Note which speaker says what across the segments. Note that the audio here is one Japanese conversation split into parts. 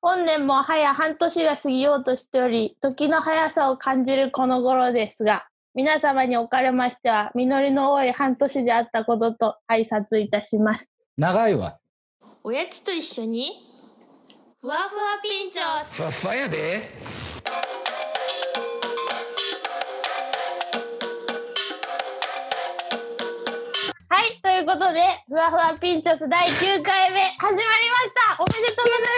Speaker 1: 本年も早半年が過ぎようとしており、時の速さを感じるこの頃ですが、皆様におかれましては、実りの多い半年であったことと挨拶いたします。
Speaker 2: 長いわ。
Speaker 3: おやつと一緒にふわふわピンチョス
Speaker 4: ふわふわやで
Speaker 1: はい、ということで、ふわふわピンチョス第9回目、始まりましたおめでとうござ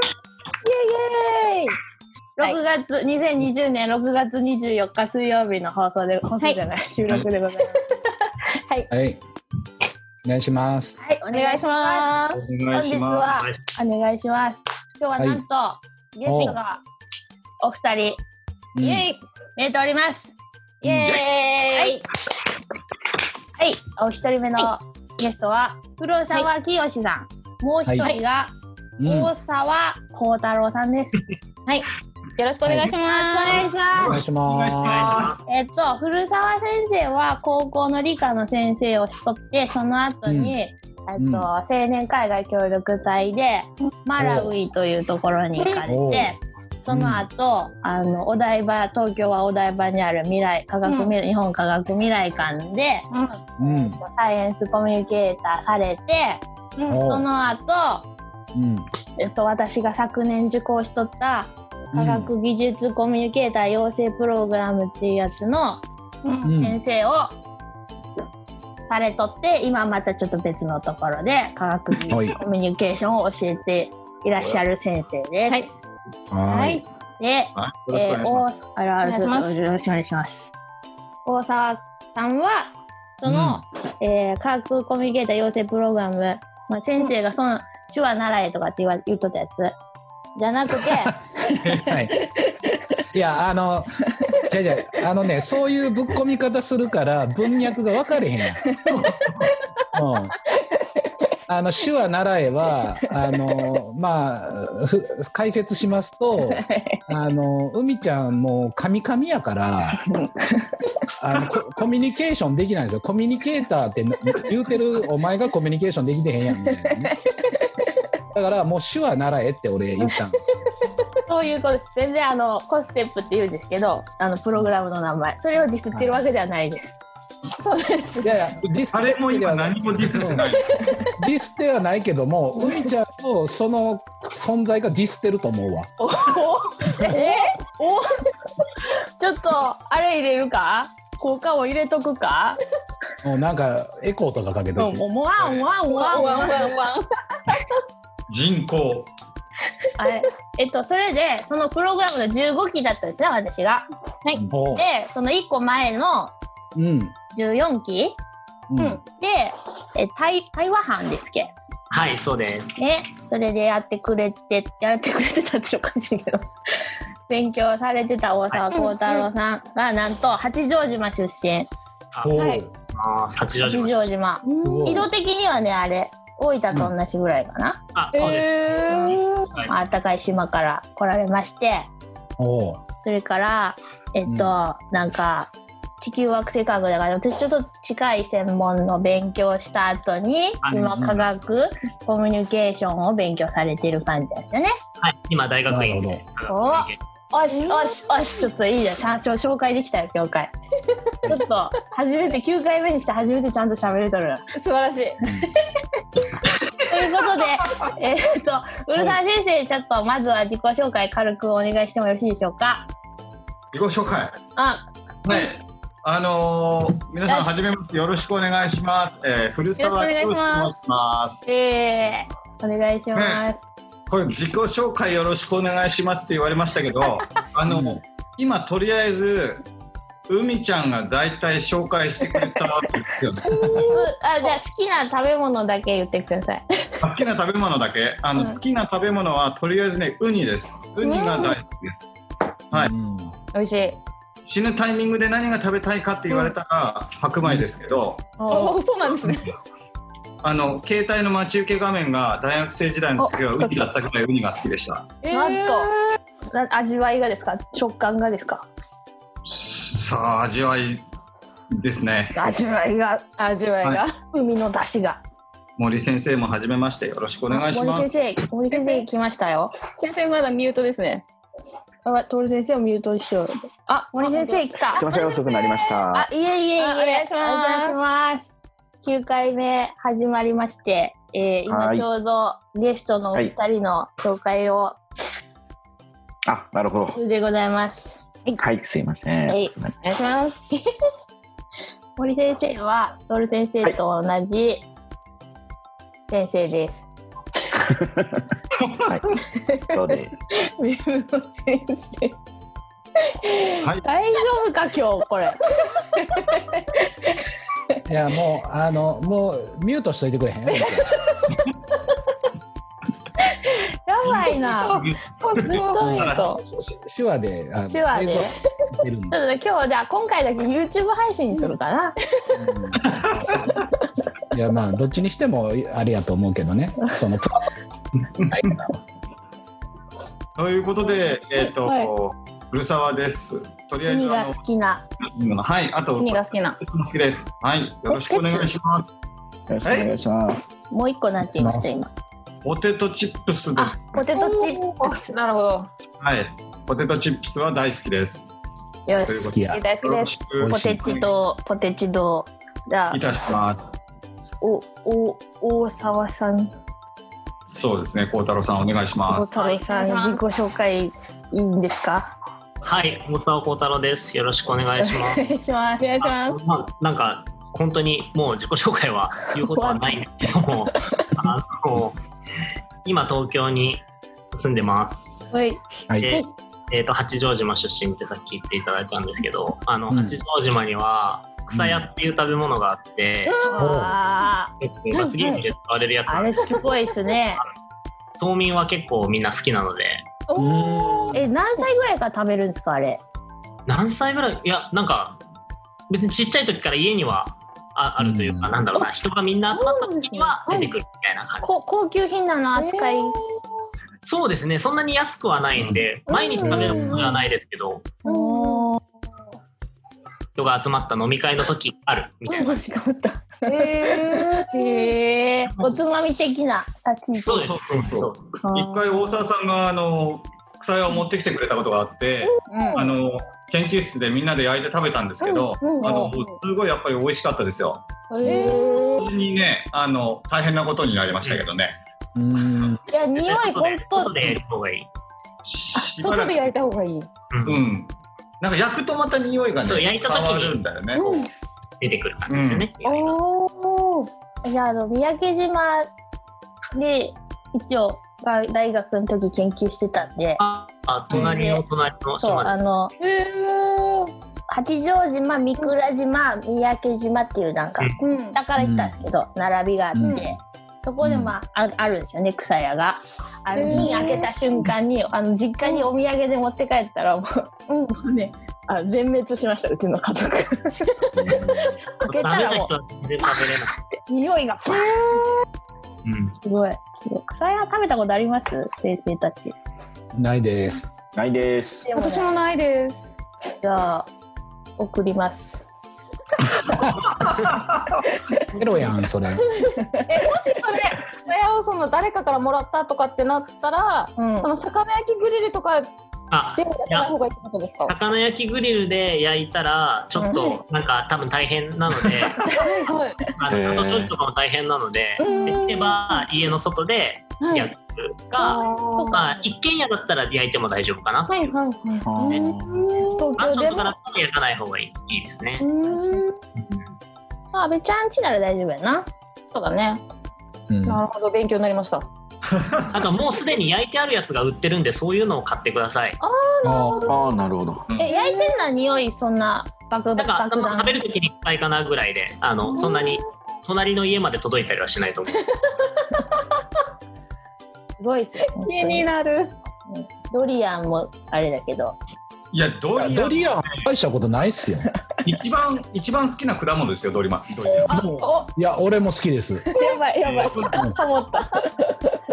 Speaker 1: いますイェイイェイ !6 月、2020年6月24日水曜日の放送で、放送じゃない、収録でございます。
Speaker 2: はい。お願いします。
Speaker 1: はい、お願いしま
Speaker 5: お
Speaker 1: す。
Speaker 5: 願いしま
Speaker 1: 本
Speaker 5: す。
Speaker 1: お願いします。今日はなんと、ゲストがお二人
Speaker 2: うん
Speaker 3: イエイ
Speaker 1: 見えております。
Speaker 3: イエーイ
Speaker 1: はい、お一人目のゲストは黒沢清さん、もう一人が
Speaker 2: うん
Speaker 1: 大沢幸太郎さんです。
Speaker 3: よろしくお願いしま
Speaker 1: お願い
Speaker 3: す
Speaker 1: し
Speaker 2: お
Speaker 1: ま
Speaker 2: 願い
Speaker 1: す。
Speaker 2: します。
Speaker 1: えっと古沢先生は高校の理科の先生をしとってその後に、えっ
Speaker 2: うん
Speaker 1: と青年海外協力隊でマラウイというところに行かれ
Speaker 2: おう
Speaker 1: てその後、あのお台場東京はお台場にある未来科学未来、日本科学未来館で、
Speaker 2: うん
Speaker 1: えっとサイエンスコミュニケーターされて、
Speaker 2: おう
Speaker 1: その後、
Speaker 2: うん。
Speaker 1: えっと私が昨年受講しとった科学技術コミュニケーター養成プログラムっていうやつの
Speaker 2: うん。
Speaker 1: 先生をされとって、今またちょっと別のところで科学技
Speaker 2: はい
Speaker 1: 術コミュニケーションを教えていらっしゃる先生です。
Speaker 3: はい
Speaker 2: は
Speaker 3: はいい。
Speaker 1: で、
Speaker 5: はいよろしくお
Speaker 1: えー、大
Speaker 5: 願いします。
Speaker 1: あら
Speaker 3: お
Speaker 1: あら
Speaker 3: 願いします
Speaker 1: よろしくお願いします。大沢さんはその、えー科学コミュニケーター養成プログラム、まあ、先生がその手話習えとかって言わ言っとったやつじゃな くて
Speaker 2: はい。いや、あの、じゃじゃあのね、そういうぶっ込み方するから、文脈が分かれへんやん。うん。あの手話習えはあのまあふ解説しますとあの海ちゃんもうカミカミやからあのココミュニケーションできないんですよコミュニケーターってな言うてるお前がコミュニケーションできてへんやんみたいなねだからもう手話習えって俺言ったんです
Speaker 1: そういうことです全然あのコステップって言うんですけどあのプログラムの名前それをディスってるわけではないです。そうです
Speaker 2: いやいや、ディス
Speaker 5: 誰も今何もディスってない。
Speaker 2: ディスってはないけども、海ちゃんとその存在がディスってると思うわ。
Speaker 1: おえおちょっとあれ入れるか効果を入れとくか
Speaker 2: もうなんかエコーとかかけて
Speaker 1: うん
Speaker 2: る。
Speaker 1: もわんわんわんわん
Speaker 3: ワンワンワン
Speaker 5: 人口。
Speaker 1: あれえっとそれでそのプログラムが15期だったんですね私が。
Speaker 2: おう
Speaker 1: でその1個前の
Speaker 2: うん。
Speaker 1: 14期
Speaker 2: うん。
Speaker 1: でえ台台湾班ですっけ
Speaker 6: はい、そうです。
Speaker 1: ねそれでやってくれてやってくれてたっていう感じだけど 勉強されてた大沢幸太郎さんがなんと八丈島出身
Speaker 6: あ
Speaker 2: おう
Speaker 3: はい
Speaker 6: あー、八丈
Speaker 1: 八
Speaker 6: 島。
Speaker 1: 丈島
Speaker 2: すごい
Speaker 1: 緯度的にはねあれ大分と同じぐらいかな、
Speaker 6: あ、そうです。はい
Speaker 1: まあったかい島から来られまして
Speaker 2: おう
Speaker 1: それから、えっと、
Speaker 2: うん
Speaker 1: なんか、地球惑星科学だから、私ちょっと近い専門の勉強した後に、
Speaker 6: はい
Speaker 1: 今、科学、コミュニケーションを勉強されてる感じだったね。
Speaker 6: はい、今大学院
Speaker 2: な
Speaker 6: で
Speaker 2: る。
Speaker 1: ほおし、おし、おし、ちょっといいじゃん。ちゃんと紹介できたよ、今日回。ちょっと、初めて、9回目にして初めてちゃんと喋れとる。
Speaker 3: 素晴らしい
Speaker 1: ということで、 えっと、ウルサン先生、ちょっとまずは自己紹介軽くお願いしてもよろしいでしょうか。
Speaker 5: 自己紹介。
Speaker 1: あ、
Speaker 5: はい。あのー、皆さん
Speaker 1: よし
Speaker 5: はじめましてよろしくお願いします。えー、古澤
Speaker 3: よろしくお願い
Speaker 5: と申します。
Speaker 1: えー、お願いします。
Speaker 5: これ自己紹介よろしくお願いしますって言われましたけ ど、あの、
Speaker 2: うん
Speaker 5: 今とりあえず海ちゃんが大体紹介してくれたわけですよね。
Speaker 1: うあじゃあ好きな食べ物だけ言ってください。
Speaker 5: 好きな食べ物だけあの、
Speaker 1: うん
Speaker 5: 好きな食べ物はとりあえずねウニですウニが大好きです、はい
Speaker 2: うん
Speaker 1: 美味しい。
Speaker 5: 死ぬタイミングで何が食べたいかって言われたら、白米ですけど、
Speaker 3: そうそうなんですね
Speaker 5: あの携帯の待ち受け画面が大学生時代の時は
Speaker 1: お
Speaker 5: ウニだったぐらいウニが好きでした
Speaker 1: なんと、な味わいがですか、食感がですか。
Speaker 5: さあ味わいですね
Speaker 1: 味わいが、
Speaker 3: 味わいが
Speaker 1: 海の出汁が。
Speaker 5: 森先生もはじめましてよろしくお願いしま
Speaker 1: 森
Speaker 5: す。
Speaker 1: 先生、森先生来ましたよ。
Speaker 4: 先生まだミュートですね。
Speaker 1: あ、トール先生をミュートしよう。あ、森先生来た
Speaker 7: すい。ません、遅くなりました
Speaker 1: あ。、いえいえいえ、
Speaker 4: あお願いします
Speaker 1: お願いします。九回目始まりまして、えー、
Speaker 7: は
Speaker 1: 今
Speaker 7: い
Speaker 1: ちょうどゲストのお二人の紹介を
Speaker 7: あ、なるほど。
Speaker 1: 中でございます。
Speaker 7: はい、すいません。
Speaker 1: はい
Speaker 7: 遅くなり
Speaker 4: お願いします。
Speaker 1: 森先生はトール先生と同じ先生です。
Speaker 7: はい。そうです。
Speaker 4: ウェブの先生。
Speaker 5: はい
Speaker 4: 大丈夫か今日これ。
Speaker 2: いやもうあのもうミュートしといてくれへん。
Speaker 1: やばいな。
Speaker 4: もうすごいと。
Speaker 2: 手話であの
Speaker 1: 手話で
Speaker 2: 映像見てるんで
Speaker 1: ちょっと今日じゃあ今回だけ YouTube 配信にするかな。
Speaker 2: いやまあどっちにしてもあれやと思うけどね。その
Speaker 5: ということで、えっ、と、古澤です。とりあえ
Speaker 1: 海
Speaker 5: ずあ
Speaker 1: が好きな。
Speaker 5: の、はい、あと、
Speaker 4: ウニが好きな。
Speaker 5: 好きです。はい、よろしくお願いします。
Speaker 7: よろしくお願いします。
Speaker 1: もう一個なんて言いました今。
Speaker 5: ポテトチップスで
Speaker 1: あ
Speaker 5: す、。
Speaker 1: ポテトチップス。
Speaker 4: なるほど。
Speaker 5: はい、ポテトチップスは大好きです。
Speaker 1: よ
Speaker 5: という
Speaker 1: し
Speaker 5: こ。
Speaker 2: 好き や。
Speaker 4: 大好きです。
Speaker 5: よろ
Speaker 1: ポ
Speaker 5: し
Speaker 1: テチとポテチとじゃあ
Speaker 5: くいたします。
Speaker 1: おお大沢さん
Speaker 5: そうですね、孝太郎さんお願いし
Speaker 1: 大
Speaker 5: ま
Speaker 1: 沢さん
Speaker 4: お願いします
Speaker 1: 自己紹介いいんですか？
Speaker 6: はい、大沢幸太郎です。よろしくお願いします。
Speaker 1: お願いしま
Speaker 4: お願いしま
Speaker 6: あ
Speaker 4: す。
Speaker 6: まあ、なんか本当にもう自己紹介は言うことは ないんですけどもあの今東京に住んでます。
Speaker 4: はい。
Speaker 2: はい。
Speaker 6: で、えー、と八丈島出身ってさっき言っていただいたんですけどあ
Speaker 2: う
Speaker 6: の、
Speaker 2: ん
Speaker 6: 八丈島には草屋っていう食べ物があって、
Speaker 1: あ
Speaker 6: 結構罰ゲームで使われるやつ
Speaker 1: ああ
Speaker 6: なんで
Speaker 1: れすごいですね。
Speaker 6: 島民は結構みんな好きなので
Speaker 4: おー
Speaker 1: え何歳ぐらいから食べるんですかあれ？
Speaker 6: 何歳ぐらいいやなんか別にちっちゃい時から家にはああるというか、
Speaker 2: うん
Speaker 6: なんだろうな人がみんな集まった時には出てくるみたいな感じ
Speaker 1: こ高級品なの扱い。
Speaker 6: そうですね、そんなに安くはないんで、
Speaker 4: うん
Speaker 6: 毎日食べるものではないですけど、
Speaker 1: おー
Speaker 6: 人が集まった飲み会の時あるみたいな。
Speaker 4: しかった。
Speaker 1: へえおつまみ的な立ち位置。
Speaker 6: そうです。
Speaker 5: す。そ
Speaker 6: そ
Speaker 5: うそう一回大沢さんがあの草屋を持ってきてくれたことがあって、
Speaker 4: うん。
Speaker 5: あの研究室でみんなで焼いて食べたんですけど、
Speaker 1: うんうん
Speaker 5: あのすごいやっぱり美味しかったですよ。
Speaker 1: へー
Speaker 5: 本当にね、あの大変なことになりましたけどね。
Speaker 2: うん。
Speaker 1: いや匂い本
Speaker 6: 外
Speaker 1: 当
Speaker 6: でやる方がいい。
Speaker 5: しばら
Speaker 4: 外
Speaker 5: く
Speaker 4: で焼いた方がいい。
Speaker 6: うん
Speaker 5: うん。なんか焼くとまた匂いがね、
Speaker 6: そう焼いた時に
Speaker 5: 変わるんだよね。
Speaker 6: こう出てくる感じですよね。
Speaker 1: おお。じゃあ、あの、三宅島で、一応、が大学の時研究してたんで、
Speaker 6: ああ、隣の隣の
Speaker 1: そう、
Speaker 6: 島
Speaker 1: あ
Speaker 6: です。
Speaker 1: の、
Speaker 4: え
Speaker 1: 八丈島、三倉島、三宅島っていう、なんか、
Speaker 4: うん。
Speaker 1: だから行ったんですけど、並びがあって、
Speaker 2: うん
Speaker 1: そこで、まあ、ああるんですよね、草屋が。あれに
Speaker 4: へー
Speaker 1: 開けた瞬間に、あの、実家にお土産で持って帰ったら、もう、もうね、あ全滅しました、うちの家族。開け
Speaker 6: 食べ
Speaker 1: たら
Speaker 6: た
Speaker 1: も
Speaker 6: 人は全然食べれな
Speaker 1: う、匂いがパーン
Speaker 6: い。
Speaker 1: すごい。すごい草屋食べたことあります先生たち。
Speaker 2: ないです。
Speaker 7: ないです。
Speaker 1: でもね
Speaker 4: 私もないです。
Speaker 1: じゃあ、送ります。
Speaker 2: ゼロやんそれ。
Speaker 4: え、もしそれ、草屋をその誰かからもらったとかってなったら、
Speaker 1: うん
Speaker 4: その魚焼きグリルとかで
Speaker 6: うんあ
Speaker 4: もやらない方がいいってことですか。
Speaker 6: 魚焼きグリルで焼いたらちょっとなんか多分大変なので
Speaker 4: はい。
Speaker 6: あ
Speaker 7: へ
Speaker 6: の
Speaker 7: ー
Speaker 6: あと料理とかも大変なので
Speaker 4: うん
Speaker 6: できれば家の外で焼くか、
Speaker 4: と
Speaker 6: まあ、一軒家だったら焼いても大丈夫かな。
Speaker 4: はいはいはい。
Speaker 7: あー
Speaker 6: マン
Speaker 1: 東
Speaker 6: シ
Speaker 1: 京
Speaker 6: ョ
Speaker 1: で
Speaker 6: ンとかだっ
Speaker 1: も、
Speaker 6: たら焼かない方がいいいいですね。
Speaker 1: あ、べちゃんちなら大丈夫やな。
Speaker 4: そうだね。
Speaker 2: うん。
Speaker 4: なるほど、勉強になりました。
Speaker 6: あともうすでに焼いてあるやつが売ってるんで、そういうのを買ってください。
Speaker 2: あ
Speaker 7: あー、なるほど。
Speaker 1: え、焼いてんのは匂い、そんな、爆
Speaker 6: なんか
Speaker 1: 爆弾
Speaker 6: 食。べるときに一回かなぐらいで、あのそんなに隣の家まで届いたりはしないと思う。
Speaker 1: すごいっすよ。本当
Speaker 4: 気に
Speaker 1: に
Speaker 4: なる。
Speaker 1: ドリアンもあれだけど。
Speaker 5: いや、ドリアン
Speaker 2: ドリアン大したことないっすよ。
Speaker 5: 一番一番好きな果物ですよ、ドリマ。ドリアン。
Speaker 2: もう
Speaker 4: お、
Speaker 2: いや俺も好きです。
Speaker 4: やばいやばい。
Speaker 2: うん
Speaker 4: ハモった。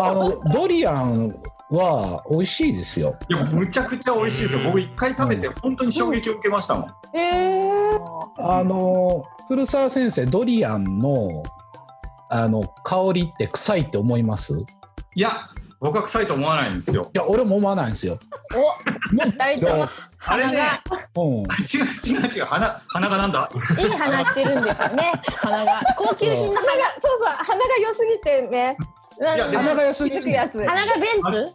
Speaker 2: あのドリアンは美味しいですよ。
Speaker 5: いや、むちゃくちゃ美味しいですよ。僕一回食べて本当に衝撃を受けましたもん。
Speaker 4: ええ。
Speaker 2: あの古澤先生ドリアンのあの香りって臭いって思いますい
Speaker 5: いや僕は臭いと思わないんですよ
Speaker 2: や俺も思わないんですよ。
Speaker 4: 大
Speaker 2: いや
Speaker 4: 体
Speaker 5: あれね
Speaker 2: うん、
Speaker 5: 違う違う違う鼻鼻がなんだ
Speaker 1: いい話してるんですよね。鼻が高級品の
Speaker 4: 鼻がそうそう鼻が良すぎてね
Speaker 1: 鼻
Speaker 5: やでも
Speaker 2: 鼻が良す
Speaker 4: 気
Speaker 2: ぎ
Speaker 4: づ
Speaker 2: る
Speaker 4: くやつ
Speaker 1: 鼻がベンツ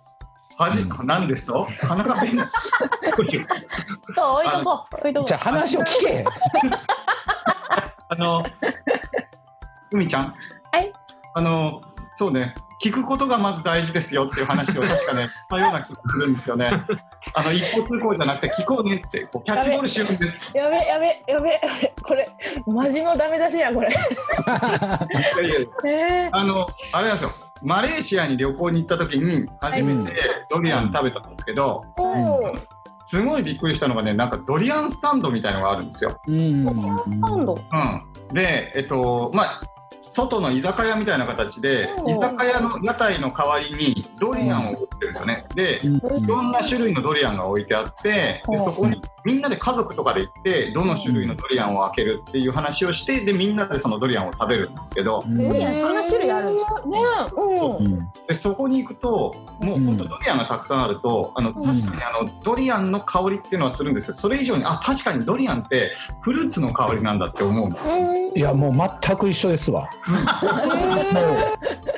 Speaker 5: 恥なんですと鼻が変な
Speaker 1: ちょっと置いとこう置いとこ
Speaker 2: じゃあ話を聞け
Speaker 5: あの海ちゃん
Speaker 1: はい
Speaker 5: あのそうね聞くことがまず大事ですよっていう話を確か ねしたような気がするんですよねあの一方通行じゃなくて聞こうねってこうキャッチボールしようんです
Speaker 1: う。やべやべやべこれマジのダメ出しやこれ。
Speaker 5: いやいや
Speaker 1: え
Speaker 5: あの、あれなんですよ。マレーシアに旅行に行った時に初めてドリアン食べたんですけど、
Speaker 4: おー
Speaker 5: すごいびっくりしたのがね、なんかドリアンスタンドみたいのがあるんですよ。
Speaker 2: うん
Speaker 4: スタンド
Speaker 5: うん。で、えっと、まあ、外の居酒屋みたいな形で、
Speaker 4: お
Speaker 5: 居
Speaker 4: ー
Speaker 5: 酒屋の屋台の代わりにドリアンを売ってるんですよね。で、
Speaker 2: うん
Speaker 5: いろんな種類のドリアンが置いてあって、でそこにみんなで家族とかで行って、どの種類のドリアンを開けるっていう話をして、で、みんなでそのドリアンを食べるんですけど、
Speaker 2: うん
Speaker 1: リアンそんな種類あるんです
Speaker 4: かねうん
Speaker 2: うん
Speaker 5: でそこに行くともう本当
Speaker 2: うん
Speaker 5: ドリアンがたくさんあると、あの確かにあのドリアンの香りっていうのはするんですけどそれ以上にあ確かにドリアンってフルーツの香りなんだって思うの
Speaker 2: いやもう全く一緒ですわ。も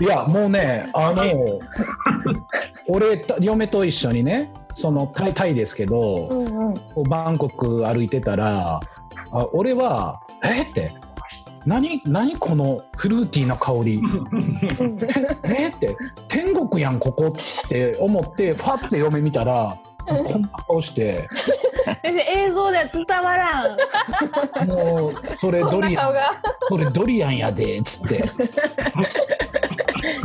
Speaker 2: ういやもうねあの俺と嫁と一緒にねそのタイタイですけど、
Speaker 1: うんうん。
Speaker 2: バンコク歩いてたらあ俺は「えっ?」て「何何このフルーティーな香り」えっ?」って「天国やんここ」って思ってファッて嫁見たらこんな顔して
Speaker 1: 先生映像では伝わらん。
Speaker 2: もうそれ
Speaker 4: こん
Speaker 2: ド
Speaker 4: な
Speaker 2: リア
Speaker 4: 顔
Speaker 2: ン
Speaker 4: が
Speaker 2: それドリアンやでっつって。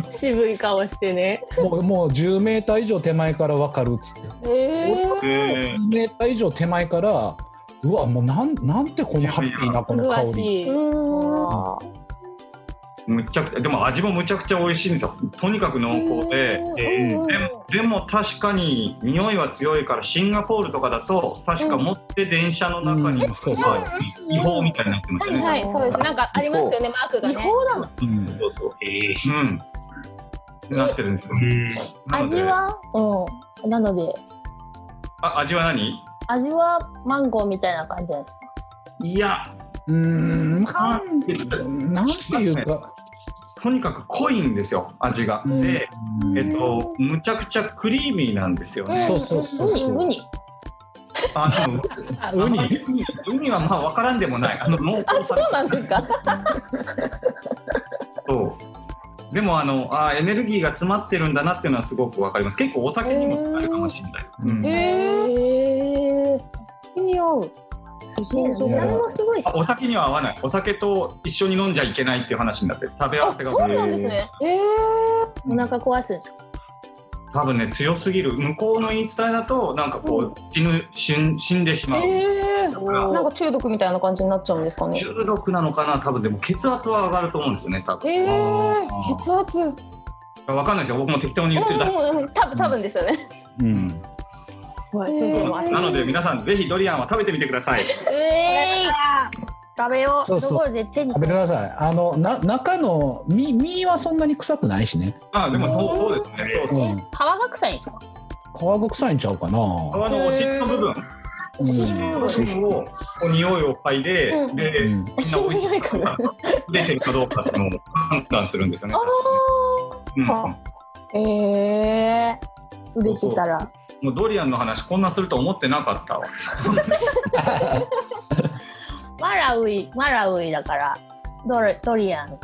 Speaker 1: 渋い顔してね。
Speaker 2: もうもう10メーター以上手前から分かるっつって
Speaker 4: えー
Speaker 2: 10メーター以上手前からうわもうなんなんてこのハッピーなこの香
Speaker 1: 詳
Speaker 2: り
Speaker 1: しい。
Speaker 4: う
Speaker 5: むちゃくちゃでも味もむちゃくちゃ美味しいんですよとにかく濃厚で、
Speaker 6: えー
Speaker 5: でもでも確かに匂いは強いからシンガポールとかだと確か持って電車の中に、
Speaker 2: うんそうそう
Speaker 5: まあ違法みたいになってます
Speaker 4: はい
Speaker 5: よね、
Speaker 4: はいそうですなんかありますよねマークがね
Speaker 1: なの。
Speaker 2: うん
Speaker 5: そうそう
Speaker 6: えー
Speaker 5: うんってなってるんですよ、
Speaker 6: うん
Speaker 5: なので
Speaker 1: 味はうん。なので
Speaker 5: あ味は何
Speaker 1: 味はマンゴーみたいな感じなんです。
Speaker 5: いや
Speaker 2: うーんなんてなんていうか
Speaker 5: とにかく濃いんですよ味が、
Speaker 2: うん
Speaker 5: で、
Speaker 2: うん
Speaker 5: えっと、むちゃくちゃクリーミーなんですよね、
Speaker 2: そうそうそう
Speaker 1: ウニ
Speaker 2: そ
Speaker 1: ウ
Speaker 2: う
Speaker 1: ニ。
Speaker 5: あ の
Speaker 2: ウニ
Speaker 5: あウニはまあ分からんでもないあの濃厚さ
Speaker 4: そうなんですか
Speaker 5: とでもあのあエネルギーが詰まってるんだなっていうのはすごく分かります結構お酒にもなるかもしれない、うん
Speaker 4: えー気に合う
Speaker 1: すげえな。
Speaker 2: そう
Speaker 1: 見た目もすごいし
Speaker 5: あ。お酒には合わないお酒と一緒に飲んじゃいけないっていう話になって食べ合わせが
Speaker 4: そうなんですねえ
Speaker 1: お腹壊すんです。
Speaker 5: 多分ね強すぎる向こうの言い伝えだとなんかこう、死ぬ死ん死んでし
Speaker 4: ー
Speaker 5: まう、
Speaker 4: え
Speaker 5: ら
Speaker 4: ーなんか中毒みたいな感じになっちゃうんですかね
Speaker 5: 中毒なのかな多分でも血圧は上がると思うんですよね多分
Speaker 4: えー
Speaker 2: あー
Speaker 4: 血圧うん
Speaker 5: わかんないですよ僕も適当に言ってるだけ
Speaker 4: うんうん多分多分ですよね
Speaker 2: うん
Speaker 1: はい先生も足。
Speaker 5: なので皆さんぜひドリアンは食べてみてください
Speaker 1: ええ食べよう。
Speaker 2: そうそう
Speaker 1: ところで手に
Speaker 2: 食べてくださいあのな中の身身はそんなに臭くないしね、
Speaker 5: あでもそうそうですねそう
Speaker 2: う
Speaker 5: そう皮
Speaker 2: ん、
Speaker 1: 皮が臭いんですか。
Speaker 2: 皮が臭いんちゃうかな、
Speaker 5: のお尻の部分
Speaker 2: うん
Speaker 5: お尻の部分をこう匂いを嗅いで、
Speaker 4: うん
Speaker 5: で、
Speaker 2: うん
Speaker 5: みんな美味しいかどうか出てるかどうかっていうのを判断するんですよね、うん、も
Speaker 1: ええ売れてたら。
Speaker 5: うドリアンの話こんなすると思ってなかったわ
Speaker 1: マラウイ、マラウイだから、ドリドリアンが。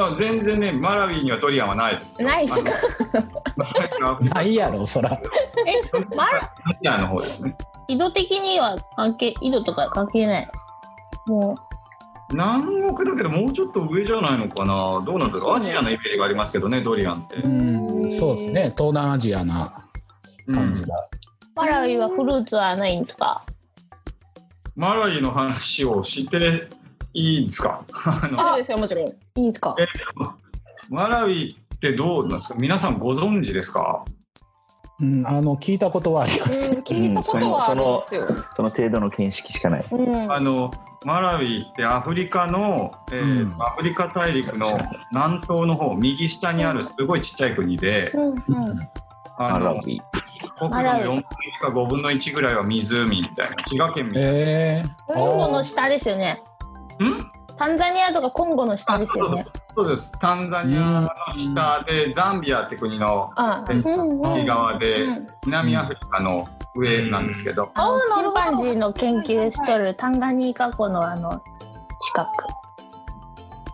Speaker 5: あ全然ねマラウィにはドリアンはないですよ
Speaker 1: ないですか
Speaker 5: あのマラウィ
Speaker 2: ないやろそら
Speaker 1: え、マラ、
Speaker 5: ドリアンの方ですね
Speaker 1: 緯度的には関係、緯度とか関係ない。も
Speaker 5: 南国だけどもうちょっと上じゃないのかなどうなんだろうアジアのイメージがありますけどねドリアンって、
Speaker 2: うんそうですね東南アジアな
Speaker 5: うん
Speaker 2: 感じが、
Speaker 1: う、マラウイはフルーツはないんですか
Speaker 5: マライの話をしていいですかあの
Speaker 4: そうですよもちろん
Speaker 1: いいですか
Speaker 5: マラウイってどうなんですか皆さんご存知ですか
Speaker 2: うん、あの聞いたことはあります。
Speaker 4: 聞いたことはあるんですよ。
Speaker 7: その程度の見識しかない。
Speaker 1: うん。
Speaker 5: あのマラウイってアフリカの、えー
Speaker 2: うん
Speaker 5: アフリカ大陸の南東の方右下にあるすごいちっちゃい国で、
Speaker 1: うんうん
Speaker 5: あ
Speaker 7: アラ
Speaker 5: の
Speaker 7: ビ。
Speaker 5: 国土
Speaker 1: マラウ
Speaker 5: 4
Speaker 1: イ
Speaker 5: 分の1か5分の1ぐらいは湖みたいな滋賀県みたい
Speaker 2: えー、
Speaker 1: コンゴの
Speaker 2: あー
Speaker 1: 下ですよね。
Speaker 5: な。ん
Speaker 1: タンザニアとかコンゴの下
Speaker 5: あ
Speaker 1: です
Speaker 5: そう
Speaker 1: よ
Speaker 5: そう
Speaker 1: ね。
Speaker 5: そうですタンザニアの下でザンビアって国の
Speaker 1: ああ、
Speaker 5: うん
Speaker 1: うんうん
Speaker 5: 右側で
Speaker 1: うん
Speaker 5: 南アフリカの上なんですけど、
Speaker 1: あの
Speaker 4: あーな
Speaker 1: チ
Speaker 4: る
Speaker 1: ン
Speaker 4: ほど
Speaker 1: パンジーの研究しとるタンガニーカ湖のあの近く。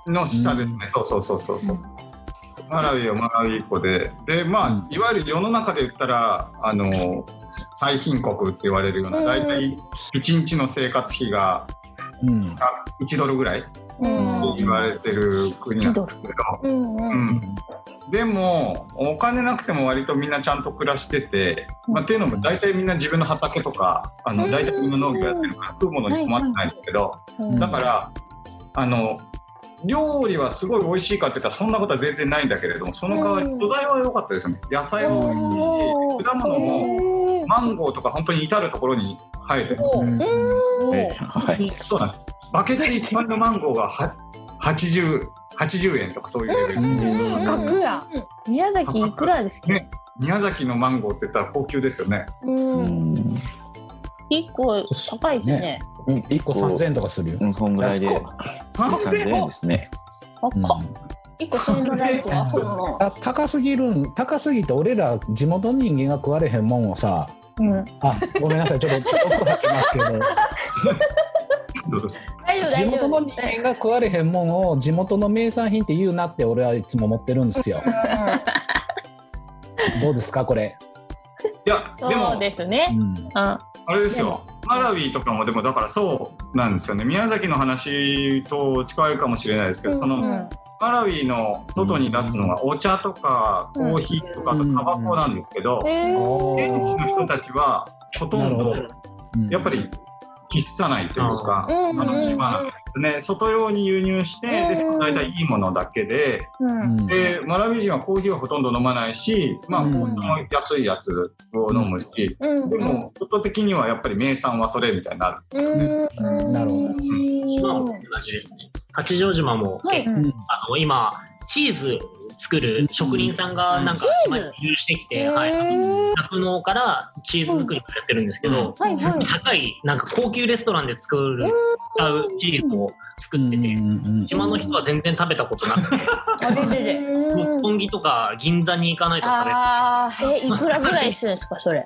Speaker 5: の下ですね、そうそうそうそうそう。マラウイはマラウイ湖で、でまあ、いわゆる世の中で言ったら、あの最貧国って言われるような、
Speaker 1: うん
Speaker 5: 大体1日の生活費が
Speaker 2: うん、
Speaker 5: 1ドルぐらいって
Speaker 1: うん
Speaker 5: 言われてる国なんですけど、
Speaker 1: うんう。
Speaker 5: うんん、でも、お金なくても割とみんなちゃんと暮らしてて、まあ、っていうのも、大体みんな自分の畑とか、あの
Speaker 1: うん
Speaker 5: 大体みんな農業やってるから、食うものに困ってないんですけど。
Speaker 1: うん
Speaker 5: だからあの料理はすごい美味しいかって言ったらそんなことは全然ないんだけれどもその代わり
Speaker 1: うん
Speaker 5: 素材は良かったですよね野菜も
Speaker 1: おー
Speaker 5: 果物もマンゴーとか本当に至る所に生えてる
Speaker 2: うん
Speaker 7: えはい。
Speaker 5: そうなんですバケツ一般のマンゴーがは80 80円とかそういうレベル
Speaker 1: うん
Speaker 4: 価格や。
Speaker 1: 宮崎いくらですっけ
Speaker 5: ね宮崎のマンゴーって言ったら高級ですよね
Speaker 1: うん。一個高いですね。
Speaker 7: 一
Speaker 2: 1個3000円とかするよ。
Speaker 7: うん、そんぐらいで。
Speaker 2: 安っ
Speaker 7: 3000円ですね。
Speaker 1: 高っ
Speaker 2: うん
Speaker 1: 一個千円のライチはそうなの。
Speaker 2: あ高すぎるん高すぎて俺ら地元の人間が食われへんもんをさ
Speaker 1: うん。
Speaker 2: あごめんなさいちょっと奥入ってますけど
Speaker 5: どうです
Speaker 1: 大丈夫
Speaker 2: 地
Speaker 1: 大丈
Speaker 2: 元
Speaker 1: 夫
Speaker 2: の。人間が食われへんもんを地元の名産品って言うなって俺はいつも思ってるんですよどうですかこれ、
Speaker 5: いやで
Speaker 1: そう
Speaker 5: も
Speaker 1: ですね。
Speaker 2: うん
Speaker 1: うん。
Speaker 5: あれですよマラウィとかもでもだからそうなんですよね宮崎の話と近いかもしれないですけどその
Speaker 1: うん
Speaker 5: マラウィの外に出すのはお茶とかコーヒーとかあとタバコなんですけど
Speaker 4: えー
Speaker 5: 現地の人たちはほと
Speaker 2: なんるほ
Speaker 5: ど
Speaker 2: どうん
Speaker 5: やっぱり喫さないというかあ
Speaker 1: うんうん
Speaker 5: の今なんですね外用に輸入してで
Speaker 1: うん
Speaker 5: 大体いいものだけで
Speaker 1: うん。
Speaker 2: うん
Speaker 5: でマラウィ人はコーヒーはほとんど飲まないしまあ
Speaker 2: うん
Speaker 5: コーヒーも安いやつを飲むし
Speaker 1: うん。
Speaker 5: でも外的にはやっぱり名産はそれみたいになる
Speaker 1: うん。
Speaker 2: なるほど
Speaker 6: 島も同じですね。八丈島も結構、
Speaker 1: はい。
Speaker 2: うん
Speaker 6: あの今チーズ作る職人さんがなんか
Speaker 1: うん
Speaker 6: 島
Speaker 1: チー
Speaker 6: に
Speaker 1: ズ
Speaker 6: 移住してきて、
Speaker 1: へー
Speaker 6: はい、酪農からチーズ作りをやってるんですけど、
Speaker 4: はいはい。
Speaker 6: 高いなんか高級レストランで作る使うチーズを作ってて、島の人は全然食べたことなくて、
Speaker 1: あ出てる
Speaker 6: 六本木とか銀座に行かないと食べ
Speaker 1: ああ、え、いくらぐらいするんですか、それ。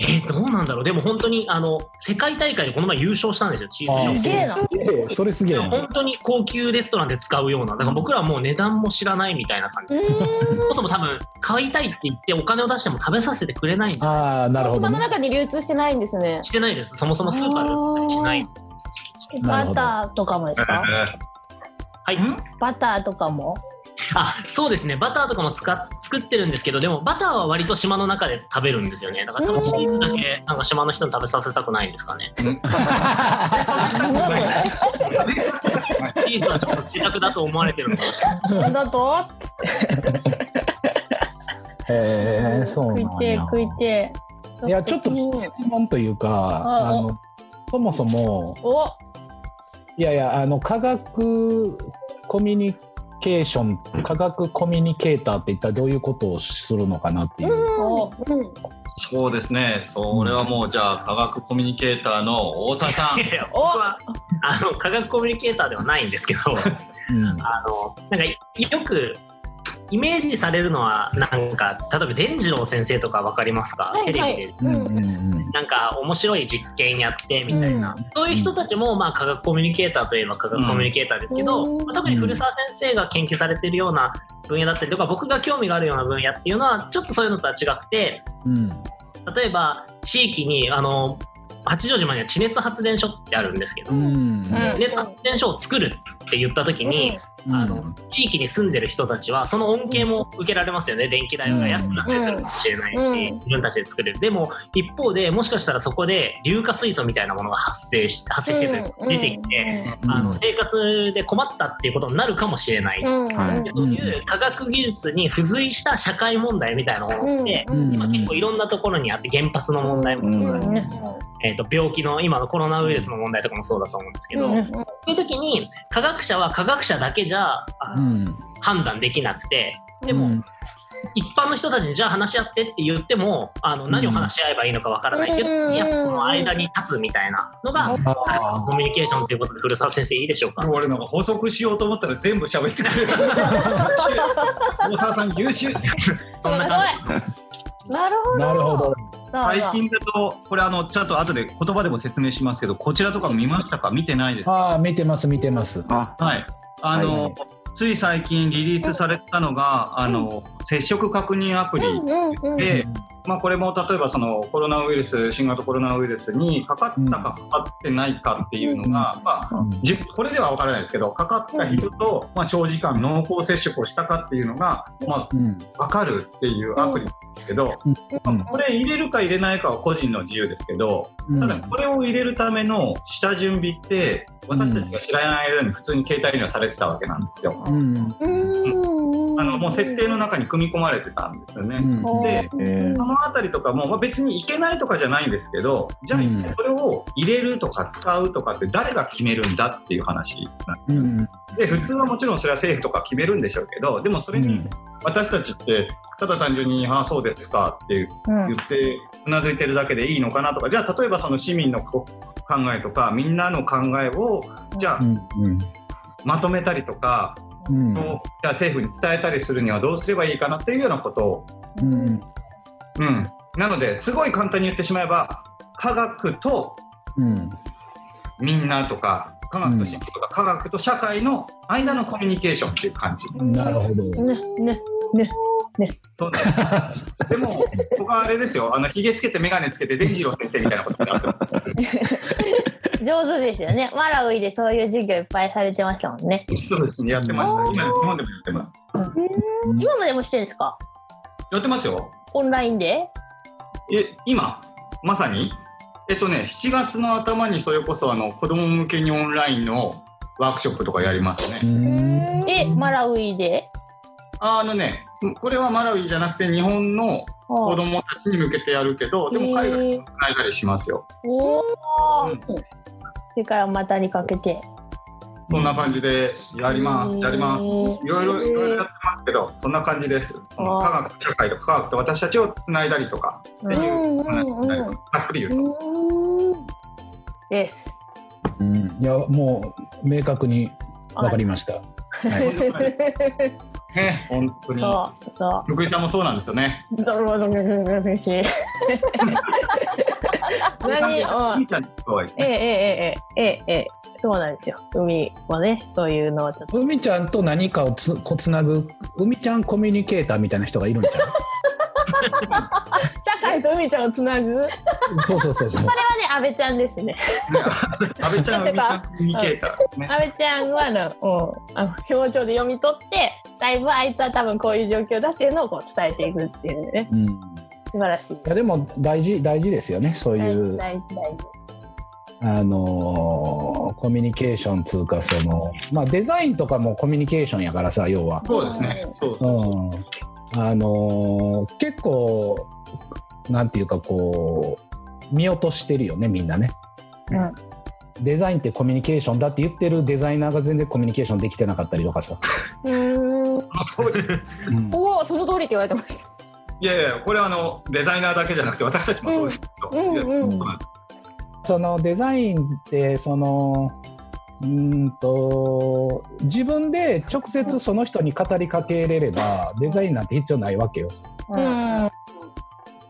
Speaker 6: えー、どうなんだろうでも本当にあの世界大会でこの前優勝したんですよチー
Speaker 2: あ
Speaker 6: ズ
Speaker 2: ー
Speaker 1: すげえな
Speaker 2: それすげえそれすげえ
Speaker 6: でも
Speaker 2: な
Speaker 6: 本当に高級レストランで使うようなだから僕らはもう値段も知らないみたいな感じそもそも多分買いたいって言ってお金を出しても食べさせてくれないんで
Speaker 2: ああなるほど
Speaker 4: 島の
Speaker 2: ね
Speaker 4: 中に流通してないんですね。
Speaker 6: してないですそもそもスーパーで売ったりしない
Speaker 2: なる
Speaker 1: バ
Speaker 2: ほど
Speaker 1: ターとかもですか。
Speaker 6: はい
Speaker 1: バターとか も。
Speaker 6: あそうですねバターとかも使っ作ってるんですけどでもバターは割と島の中で食べるんですよねだから多分チーズだけなんか島の人に食べさせたくないんですかね チーズはちょっと自宅だと思われてる のかもしれない
Speaker 1: だと。
Speaker 2: へえそう
Speaker 1: 食い
Speaker 2: なん
Speaker 1: てえ、
Speaker 2: や
Speaker 1: 食いてえ。
Speaker 2: いやちょっと質問というか
Speaker 1: うん
Speaker 2: あのそもそも
Speaker 1: お、
Speaker 2: いやいやあの科学コミュニケーション科学コミュニケーターって一体どういうことをするのかなっていう、
Speaker 1: お、
Speaker 8: そうですね。それはもうじゃあ科学コミュニケーターの大 沢さん。
Speaker 6: いやいや僕はあの科学コミュニケーターではないんですけど
Speaker 2: うん
Speaker 6: あのなんかよくイメージされるのはなんか例えば伝次郎先生とかわかりますか、
Speaker 4: はいはい
Speaker 6: テレビで
Speaker 2: うんうんうん
Speaker 6: なんか面白い実験やってみたいな、
Speaker 2: うん
Speaker 6: そういう人たちもまあ科学コミュニケーターといえば科学コミュニケーターですけど、
Speaker 4: うん
Speaker 6: まあ特に古澤先生が研究されてるような分野だったりとか僕が興味があるような分野っていうのはちょっとそういうのとは違くて
Speaker 2: うん
Speaker 6: 例えば地域にあの八丈島には地熱発電所ってあるんですけど、
Speaker 2: うん
Speaker 4: うん
Speaker 6: 地熱発電所を作るって言った時に、
Speaker 2: うん
Speaker 6: あの地域に住んでる人たちはその恩恵も受けられますよね電気代が安くなったりするかもしれないし、
Speaker 4: うん
Speaker 6: 自分たちで作れるでも一方でもしかしたらそこで硫化水素みたいなものが発生し発生してる
Speaker 4: うん
Speaker 6: 出てきて、あの生活で困ったっていうことになるかもしれない、
Speaker 4: うんうん
Speaker 7: はい
Speaker 6: そういう科学技術に付随した社会問題みたいなものって、
Speaker 2: うん
Speaker 6: 今結構いろんなところにあって原発の問題も、
Speaker 7: うん
Speaker 4: うん
Speaker 6: えー、と病気の今のコロナウイルスの問題とかもそうだと思うんですけど、
Speaker 4: うん
Speaker 6: そういう時に科学者は科学者だけじゃあ
Speaker 2: うん
Speaker 6: 判断できなくてでも、
Speaker 2: うん
Speaker 6: 一般の人たちにじゃあ話し合ってって言ってもあの何を話し合えばいいのかわからないけど、
Speaker 4: うん
Speaker 6: いやその間に立つみたいなのが、
Speaker 2: ああ
Speaker 6: コミュニケーションということで古澤先生いいでしょうか
Speaker 5: 俺なんか補足しようと思ったら全部喋ってく れる大沢さん優秀
Speaker 6: そんな感じ
Speaker 4: なるほど
Speaker 2: なるほど。
Speaker 5: 最近だとこれあのちゃんと後で言葉でも説明しますけどこちらとか見ましたか見てないです
Speaker 2: ああ、見てます、見てます。
Speaker 7: あ、
Speaker 5: はいあの、
Speaker 7: はいはい
Speaker 5: つい最近リリースされたのがあの、接触確認アプリ
Speaker 4: うんうん
Speaker 5: で、まあ、これも例えばそのコロナウイルス新型コロナウイルスにかかったかかかってないかっていうのが、まあ、
Speaker 2: うん
Speaker 5: じこれでは分からないですけどかかった人と、まあ、長時間濃厚接触をしたかっていうのが、ま
Speaker 2: うん
Speaker 5: あ、分かるっていうアプリなんですけど、
Speaker 2: うん
Speaker 5: これ入れるか入れないかは個人の自由ですけど
Speaker 2: うん
Speaker 5: ただこれを入れるための下準備って私たちが知らない間に普通に携帯にはされてたわけなんですよ。
Speaker 2: うん
Speaker 5: あのもう設定の中に組み込まれてたんですよね。
Speaker 2: うん
Speaker 5: で
Speaker 7: えー
Speaker 5: そのあたりとかも、まあ、別にいけないとかじゃないんですけどじゃあ
Speaker 2: うん
Speaker 5: それを入れるとか使うとかって誰が決めるんだっていう話なん
Speaker 2: う
Speaker 5: ですよ
Speaker 2: ん
Speaker 5: で普通はもちろんそれは政府とか決めるんでしょうけどでもそれに私たちってただ単純に「ああそうですか」っていう言ってうなずいてるだけでいいのかなとかじゃあ例えばその市民のこ考えとかみんなの考えをじゃあ
Speaker 2: うん
Speaker 5: まとめたりとか、
Speaker 2: うん
Speaker 5: じゃあ政府に伝えたりするにはどうすればいいかなっていうようなことを
Speaker 2: うん
Speaker 5: うん、なのですごい簡単に言ってしまえば科学と
Speaker 2: うん
Speaker 5: みんなとか科学と信徒とか、科学と社会の間のコミュニケーションっていう感じ。
Speaker 2: なるほど。
Speaker 5: そうでも僕はあれですよあのひげつけて眼鏡つけて伝次郎先生みたいなことになってます
Speaker 1: 上手ですよね。マラウイでそういう授業いっぱいされてましたもんね。
Speaker 5: そうですねやってました今日本でもやってます
Speaker 1: 今までもしてるんですか
Speaker 5: やってますよ
Speaker 1: オンラインで
Speaker 5: え今まさにえっとね7月の頭にそれこそあの子供向けにオンラインのワークショップとかやりますね
Speaker 2: うん
Speaker 1: え、マラウイで
Speaker 5: あのねこれはマラウイじゃなくて日本の子供たちに向けてやるけどでも海外に
Speaker 1: えー
Speaker 5: 変えたりしますよ、
Speaker 1: お
Speaker 5: う
Speaker 1: ー
Speaker 5: ん
Speaker 1: 世界を股にかけて。
Speaker 5: そんな感じでやります、やります
Speaker 1: す
Speaker 5: いろいろいろいろやってますけどそんな感じですその科学社会と科学と私たちをつないだりとかっていう話になりますざっくり言うと、
Speaker 1: です。
Speaker 2: うんいや、もう明確にわかりました。はい
Speaker 5: ね本当に
Speaker 1: そう、そう。
Speaker 5: 福井さんもそうなんですよね
Speaker 1: ドロドロドロドロしい。何うん
Speaker 5: み。ーちゃんにそうは言っ
Speaker 1: ええ
Speaker 5: て
Speaker 1: ええええええええそうなんですよ。海はね、そういうのをちょっと。
Speaker 2: 海ちゃんと何かをつこつなぐ海ちゃんコミュニケーターみたいな人がいるんじゃ
Speaker 1: 社会と海ちゃんをつなぐ。これはね、
Speaker 2: んそうそうそうそう。
Speaker 1: 安倍ちゃんですね。
Speaker 5: 阿部ちゃんが
Speaker 1: やっ
Speaker 5: コミュニケーターね
Speaker 1: 安倍ちゃんはあの、うん、あの表情で読み取って、だいぶあいつは多分こういう状況だっていうのをこう伝えていくっていうね。
Speaker 2: うんい
Speaker 1: 素晴らしい。
Speaker 2: やでも大事大事ですよね。そうい
Speaker 1: 大事
Speaker 2: う
Speaker 1: 大事大事。
Speaker 2: あのーコミュニケーションつうかそのまあデザインとかもコミュニケーションやからさ要は。
Speaker 5: そうですねそう
Speaker 2: うん、あのー結構なんていうかこう見落としてるよねみんなね、デザインってコミュニケーションだって言ってるデザイナーが全然コミュニケーションできてなかったりとかさ、
Speaker 5: その通りです
Speaker 2: うん
Speaker 4: おおその通りって言われてます。
Speaker 5: いやいやこれはあのデザイナーだけじゃなくて私たちもそうですけど、
Speaker 4: うんうん
Speaker 2: うんそのデザインってそのうーんと自分で直接その人に語りかけれればデザインなんて必要ないわけよ
Speaker 4: うん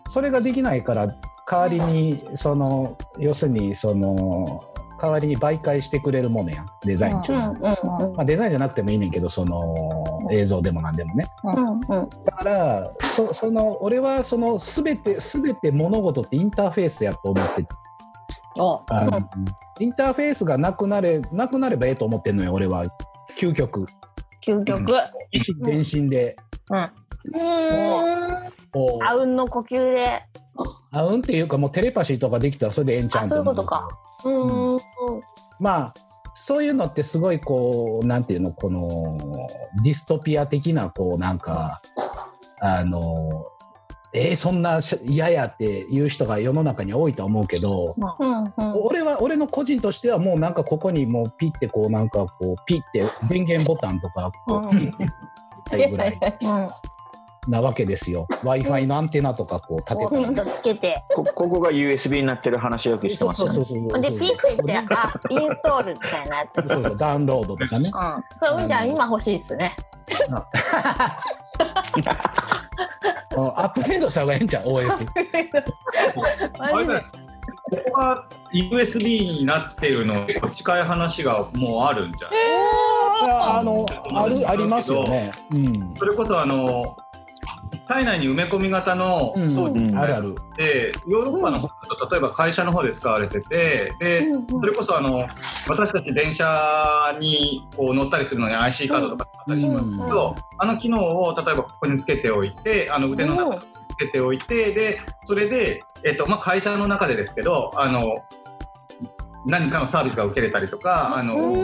Speaker 2: それができないから代わりにその要するにその代わりに媒介してくれるものやんデザイン中に、まあ、デザインじゃなくてもいいねんけどその映像でも何でもねだからそその俺はその全て全て物事ってインターフェースやと思って
Speaker 1: お
Speaker 2: あのインターフェースがなくなれなくなればええと思ってんのよ俺は究極
Speaker 1: 究極。
Speaker 2: 一心全身で
Speaker 1: うーん。
Speaker 2: こ
Speaker 1: あうんの呼吸で。
Speaker 2: うあうんっていうかもうテレパシーとかできたらそれでええんちゃ
Speaker 1: あ、
Speaker 2: ん
Speaker 1: そういう
Speaker 2: 思
Speaker 1: ことか。う
Speaker 2: う
Speaker 1: ーん。
Speaker 2: まあそういうのってすごいこうなんていうのこのディストピア的なこうなんかあのえーそんなし嫌やっていう人が世の中には多いと思うけど
Speaker 1: うん。うん。
Speaker 2: 俺は俺の個人としてはもうなんかここにもうピッてこうなんかこうピッて電源ボタンとかこうピッてやったぐらいなわけですよ w i f i のアンテナとかこう立て
Speaker 1: ピ
Speaker 2: た
Speaker 1: ンとつけて。
Speaker 7: こここが USB になってる話よくしてますよね。
Speaker 2: そう
Speaker 1: で、ピンといって、あ、インストールみたいなやつ。
Speaker 2: そうそうダウンロードとかね
Speaker 1: うん。そう、うんじゃん、今欲しいですね。
Speaker 2: あのアップデートした方がええんちゃう OS
Speaker 5: あれだよここが USB になってるの近い話がもうあるんじゃない
Speaker 2: ああのあるありますよねうん
Speaker 5: それこそあの体内に埋め込み型の
Speaker 2: うん
Speaker 5: 装置
Speaker 7: うん
Speaker 2: あるある
Speaker 5: でヨーロッパの方だと例えば会社の方で使われててでそれこそあの私たち電車にこう乗ったりするのに IC カードとか使ったりしますけどあの機能を例えばここにつけておいてあの腕の中につけておいてでそれで、えっとまあ、会社の中でですけどあの何かのサービスが受けれたりとかあの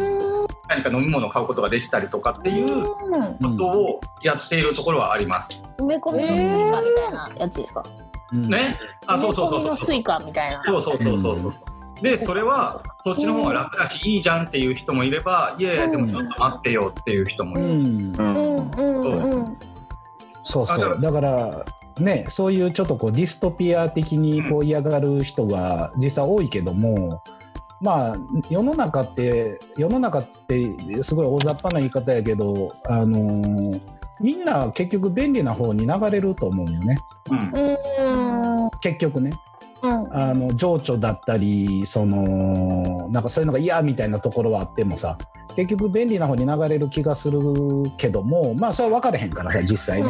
Speaker 5: 何か飲み物を買うことができたりとかっていうこ
Speaker 1: うん。
Speaker 5: とをやっているところはあります。
Speaker 1: 埋め込みのスイカみたいなやつですか。
Speaker 2: うん
Speaker 5: ね、あそうそうそ
Speaker 1: 埋め込
Speaker 5: う
Speaker 1: み
Speaker 5: そう
Speaker 1: のスイカみたいな。
Speaker 5: そうそうそうそうそう。でそれはそっちの方が楽だしいいじゃんっていう人もいればいやいやでもちょっと待ってよっていう人も
Speaker 2: う
Speaker 5: いる。
Speaker 2: ん
Speaker 7: うん
Speaker 1: うん
Speaker 5: そうですね
Speaker 2: そうそうだからねそういうちょっとこうディストピア的にこう嫌がる人が実際多いけども、まあ世の中って世の中ってすごい大雑把な言い方やけどあのーみんな結局便利な方に流れると思うよね
Speaker 5: うん
Speaker 1: うん。
Speaker 2: 結局ね
Speaker 1: うん。
Speaker 2: あの情緒だったりそのなんかそういうのが嫌みたいなところはあってもさ結局便利な方に流れる気がするけどもまあそれは分かれへんからさ実際ね、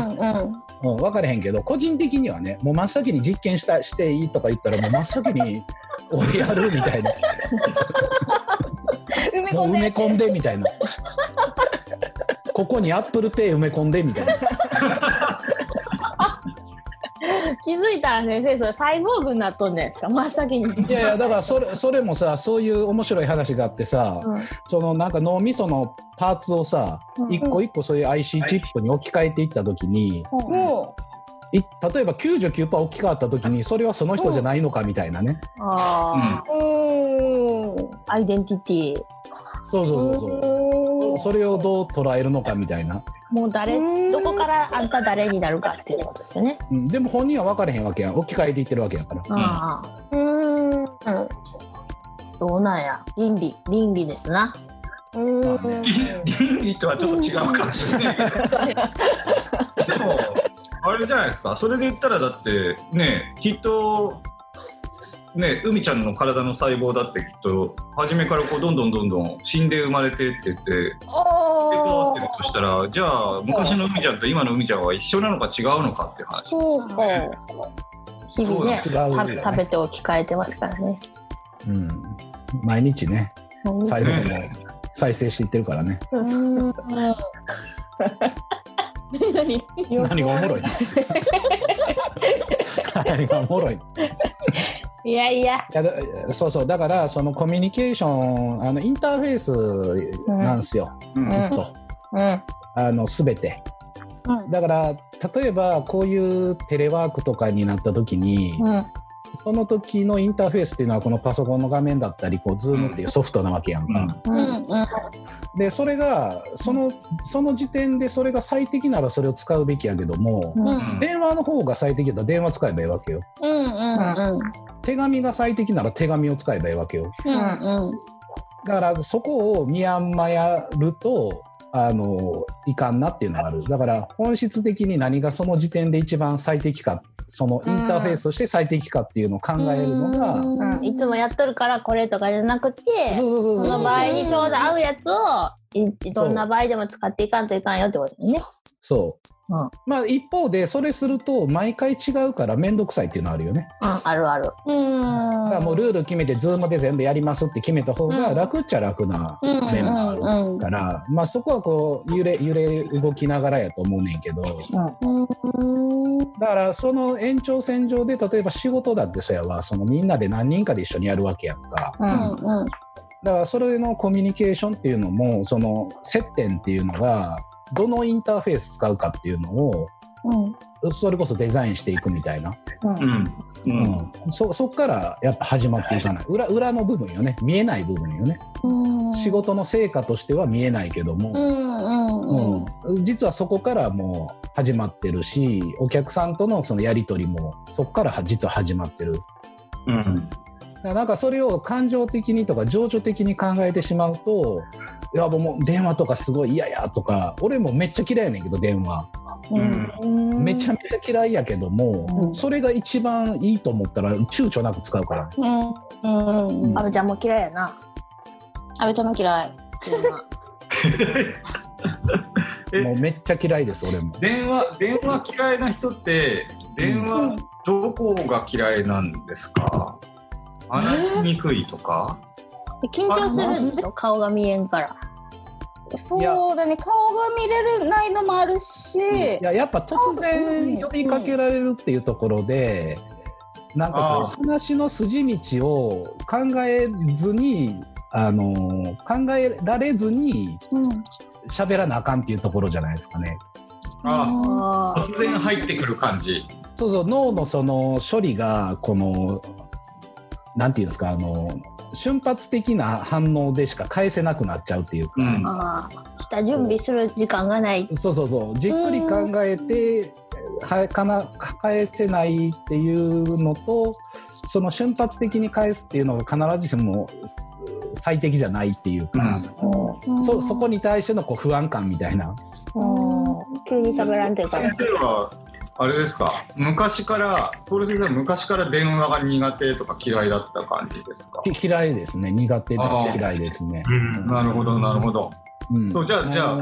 Speaker 2: うん、分かれへんけど個人的にはねもう真っ先に実験したしていいとか言ったらもう真っ先に俺やるみたい なもう埋め込んでみたいなここにアップルペイ埋め込んでみたいな
Speaker 1: 気づいたら先生それサイボーグになっとんじゃないですか真っ先に。
Speaker 2: いやいやだからそれ それもさそういう面白い話があってさ、
Speaker 1: うん
Speaker 2: そのなんか脳みそのパーツをさ一個一個そういう IC チップに置き換えていった時に、
Speaker 4: も
Speaker 2: い例えば99%置き換わった時にそれはその人じゃないのかみたいなね、
Speaker 1: あ
Speaker 4: う、うーん。
Speaker 1: あ、アイデンティティ。
Speaker 2: そうそうそうそうそれをどう捉えるのかみたいな。
Speaker 1: もう誰どこからあんた誰になるかっていうことですよね。
Speaker 2: うん、でも本人は分かれへんわけやん置き換えていってるわけやから
Speaker 1: ああ、うん、どうなんや、倫理倫理ですな。
Speaker 2: まあね
Speaker 5: 倫理とはちょっと違うかもしれないけどでもあれじゃないですかそれで言ったらだってねきっとね海ちゃんの体の細胞だってきっと初めからこうどんどんどんどん死んで生まれてって言ってでこうなってるとしたらじゃあ昔の海ちゃんと今の海ちゃんは一緒なのか違うのかっていう話。
Speaker 1: そうか。日々ね、
Speaker 2: 違う
Speaker 1: た
Speaker 2: よね
Speaker 1: 食べて置き換えてますからね。
Speaker 2: うん、毎日ね細胞も再生していってるからね
Speaker 1: 何
Speaker 2: 何がおもろい 何がおもろい
Speaker 1: いやいや、
Speaker 2: いやだそうそうだからそのコミュニケーションあのインターフェースなんですよ、
Speaker 5: うん
Speaker 2: きっと、
Speaker 1: うん、
Speaker 2: あの全て、
Speaker 1: う
Speaker 2: だから例えばこういうテレワークとかになった時に、
Speaker 1: うん、
Speaker 2: その時のインターフェースっていうのはこのパソコンの画面だったりこう Zoom っていうソフトなわけやんか、
Speaker 1: うん、うん、
Speaker 2: でそれがそのその時点でそれが最適ならそれを使うべきやけども、
Speaker 1: うん、うん、
Speaker 5: うん
Speaker 2: 電話の方が最適だったら電話使えばいいわけよ
Speaker 1: うん、
Speaker 2: 手紙が最適なら手紙を使えばいいわけよ
Speaker 1: うん、
Speaker 2: だからそこを見誤るとあのいかんなっていうのがあるだから本質的に何がその時点で一番最適かそのインターフェースとして最適かっていうのを考えるのが、
Speaker 1: うん、いつもやっとるからこれとかじゃなくて、
Speaker 2: そうそうそう
Speaker 1: そ
Speaker 2: そう
Speaker 1: の場合にちょうど合うやつをいどんな場合でも使っていかんといかんよってことですね。
Speaker 2: そう、
Speaker 1: うん
Speaker 2: まあ一方でそれすると毎回違うから面倒くさいっていうのはあるよね、
Speaker 1: うん、あるある。
Speaker 2: だからもうルール決めてズームで全部やりますって決めた方が楽っちゃ楽な面もある
Speaker 1: うんうん
Speaker 2: から、まあそこはこう揺れ揺れ動きながらやと思うねんけど、だからその延長線上で例えば仕事だってそやわそのみんなで何人かで一緒にやるわけやんか
Speaker 1: うんうん
Speaker 2: だからそれのコミュニケーションっていうのもその接点っていうのがどのインターフェース使うかっていうのを
Speaker 1: うん
Speaker 2: それこそデザインしていくみたいな、
Speaker 5: うん。うん。
Speaker 2: うん、そそっからやっぱ始まっていかない裏裏の部分よね見えない部分よね
Speaker 1: うん
Speaker 2: 仕事の成果としては見えないけども、
Speaker 1: うんうんうん
Speaker 2: うん、実はそこからもう始まってるしお客さんとのそのやり取りもそこからは実は始まってるだか
Speaker 5: うん。
Speaker 2: らなんかそれを感情的にとか情緒的に考えてしまうといやもう電話とかすごい嫌やとか俺もめっちゃ嫌いやねんけど電話
Speaker 1: うん
Speaker 2: めちゃめちゃ嫌いやけども、それが一番いいと思ったら躊躇なく使うから
Speaker 1: うんうんうん。
Speaker 4: 阿部ちゃんも嫌いやな。
Speaker 1: 阿部ちゃんも嫌い。
Speaker 5: え
Speaker 2: もうめっちゃ嫌いです俺も
Speaker 5: 電話、電話嫌いな人って、電話どこが嫌いなんですか話しにくいとか
Speaker 1: で緊張するんですよ顔が見えんから。
Speaker 4: そうだね顔が見れるないのもあるし、
Speaker 2: いややっぱ突然呼びかけられるっていうところで、なんかこう話の筋道を考えずに、あの考えられずに喋らなあかんっていうところじゃないですかね。
Speaker 5: あ
Speaker 4: あ
Speaker 5: 突然入ってくる感じ。
Speaker 2: そうそう脳のその処理がこのなんていうんですかあの瞬発的な反応でしか返せなくなっちゃうっていうか。
Speaker 5: うん。
Speaker 1: ああ来た準備する時間がない。
Speaker 2: そうそうそうじっくり考えてはかな返せないっていうのとその瞬発的に返すっていうのが必ずしも最適じゃないっていうか、そそこに対してのこう不安感みたいな
Speaker 1: 急に喋らんというか。
Speaker 5: 先生はあれですか昔から徹先生は昔から電話が苦手とか嫌いだった感じですか
Speaker 2: き嫌いですね苦手だ
Speaker 5: あ
Speaker 2: し
Speaker 5: ー
Speaker 2: 嫌いですね。
Speaker 6: うん
Speaker 5: なるほどなるほど
Speaker 2: うん
Speaker 5: そうじゃあじゃあ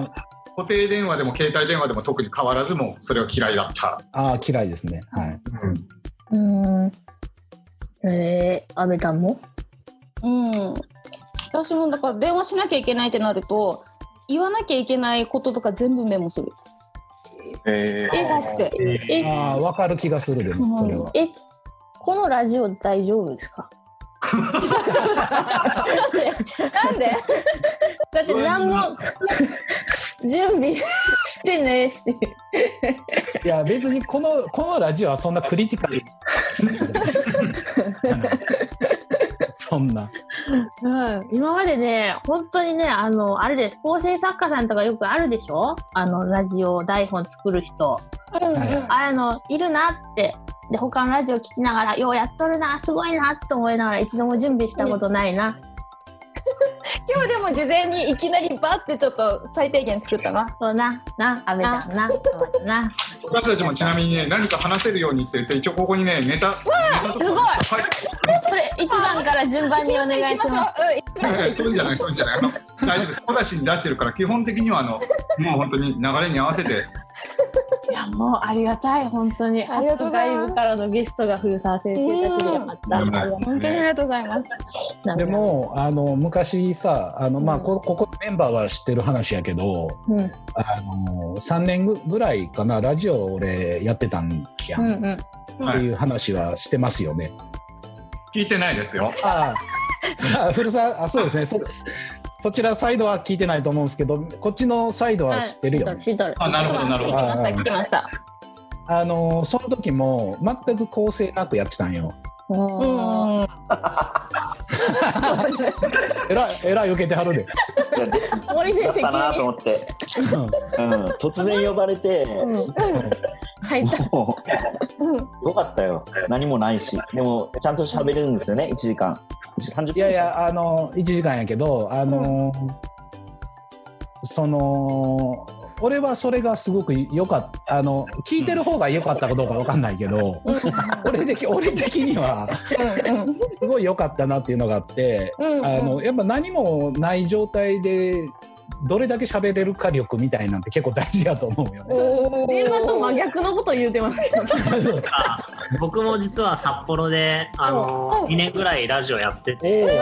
Speaker 5: 固定電話でも携帯電話でも特に変わらずもうそれは嫌いだった、
Speaker 2: ああー嫌いですね。はい、
Speaker 1: うん。えー、阿部ちゃんも。
Speaker 4: うん、私もだから電話しなきゃいけないってなると言わなきゃいけないこととか全部メモする
Speaker 7: え
Speaker 4: えなくてえ
Speaker 2: ああ分かる気がするでもそれは。
Speaker 1: え、このラジオ大丈夫ですか。
Speaker 4: なんで
Speaker 1: だって何 も準備してねえし。
Speaker 2: いや別にこのこのラジオはそんなクリティカル そんな
Speaker 1: うん、今までね、本当にね、あの、あれです、構成作家さんとかよくあるでしょあの、ラジオ台本作る人。
Speaker 2: はい
Speaker 1: ああの、いるなって。で、他のラジオ聞きながら、ようやっとるな、すごいなって思いながら、一度も準備したことないな。
Speaker 4: 今日でも事前にいきなりバッてちょっと最低限作ったな
Speaker 1: そうな、な、アメだ な、そうな。
Speaker 5: 私たちもちなみにね何か話せるようにって言って一応ここにねネタネタとか
Speaker 1: すごい
Speaker 5: はい
Speaker 1: それ、一番から順番にお願いします。
Speaker 5: はい そういうんじゃないそういうんじゃないあの大丈夫です小出しに出してるから基本的にはあのもう本当に流れに合わせて
Speaker 1: いや、もうありがたい、本当に。
Speaker 4: ありがとうござい
Speaker 1: 初ライ
Speaker 4: ます
Speaker 1: ブからのゲストが古澤先生たちでよかった。
Speaker 5: うん
Speaker 4: 本当にありがとうございます
Speaker 1: なん
Speaker 2: で
Speaker 1: か、
Speaker 2: もあの昔さあの、まあ、
Speaker 1: うん
Speaker 2: こここのメンバーは知ってる話やけど
Speaker 1: うん、
Speaker 2: あの3年ぐぐらいかなラジオ俺やってたんやん、
Speaker 4: うん
Speaker 2: っていう話はしてますよね。
Speaker 5: 聞いてないですよ
Speaker 2: あああ古澤あそうですねそそちらサイドは聞いてないと思うんですけどこっちのサイドは知ってるよね。
Speaker 1: はい知っとる。知っと
Speaker 5: あなるほどなるほど
Speaker 2: あ
Speaker 4: 聞きました
Speaker 2: あのその時も全く構成なくやってたんよ。
Speaker 4: うんうん
Speaker 2: えらいえらい受けてはるで。
Speaker 7: ー、 で
Speaker 1: 森
Speaker 7: だ
Speaker 1: 先
Speaker 7: っ
Speaker 1: 生、
Speaker 7: たなと思って、うん、突然呼ばれて、
Speaker 1: 入った。
Speaker 7: もうすごかったよ何もないしでもちゃんと喋れるんですよね1時間30分
Speaker 2: いやいやあの1時間やけどあの、その俺はそれがすごく良かったあの聞いてる方が良かったかどうかわかんないけど俺的俺的には
Speaker 4: うん
Speaker 2: すごい良かったなっていうのがあって、
Speaker 4: うんうん
Speaker 2: あのやっぱ何もない状態でどれだけ喋れるか力みたいなんて結構大事やと思うよね。
Speaker 1: 電話と真逆のこと言うてますけど。
Speaker 2: そう
Speaker 6: あ僕も実は札幌であの2年ぐらいラジオやってて
Speaker 4: そ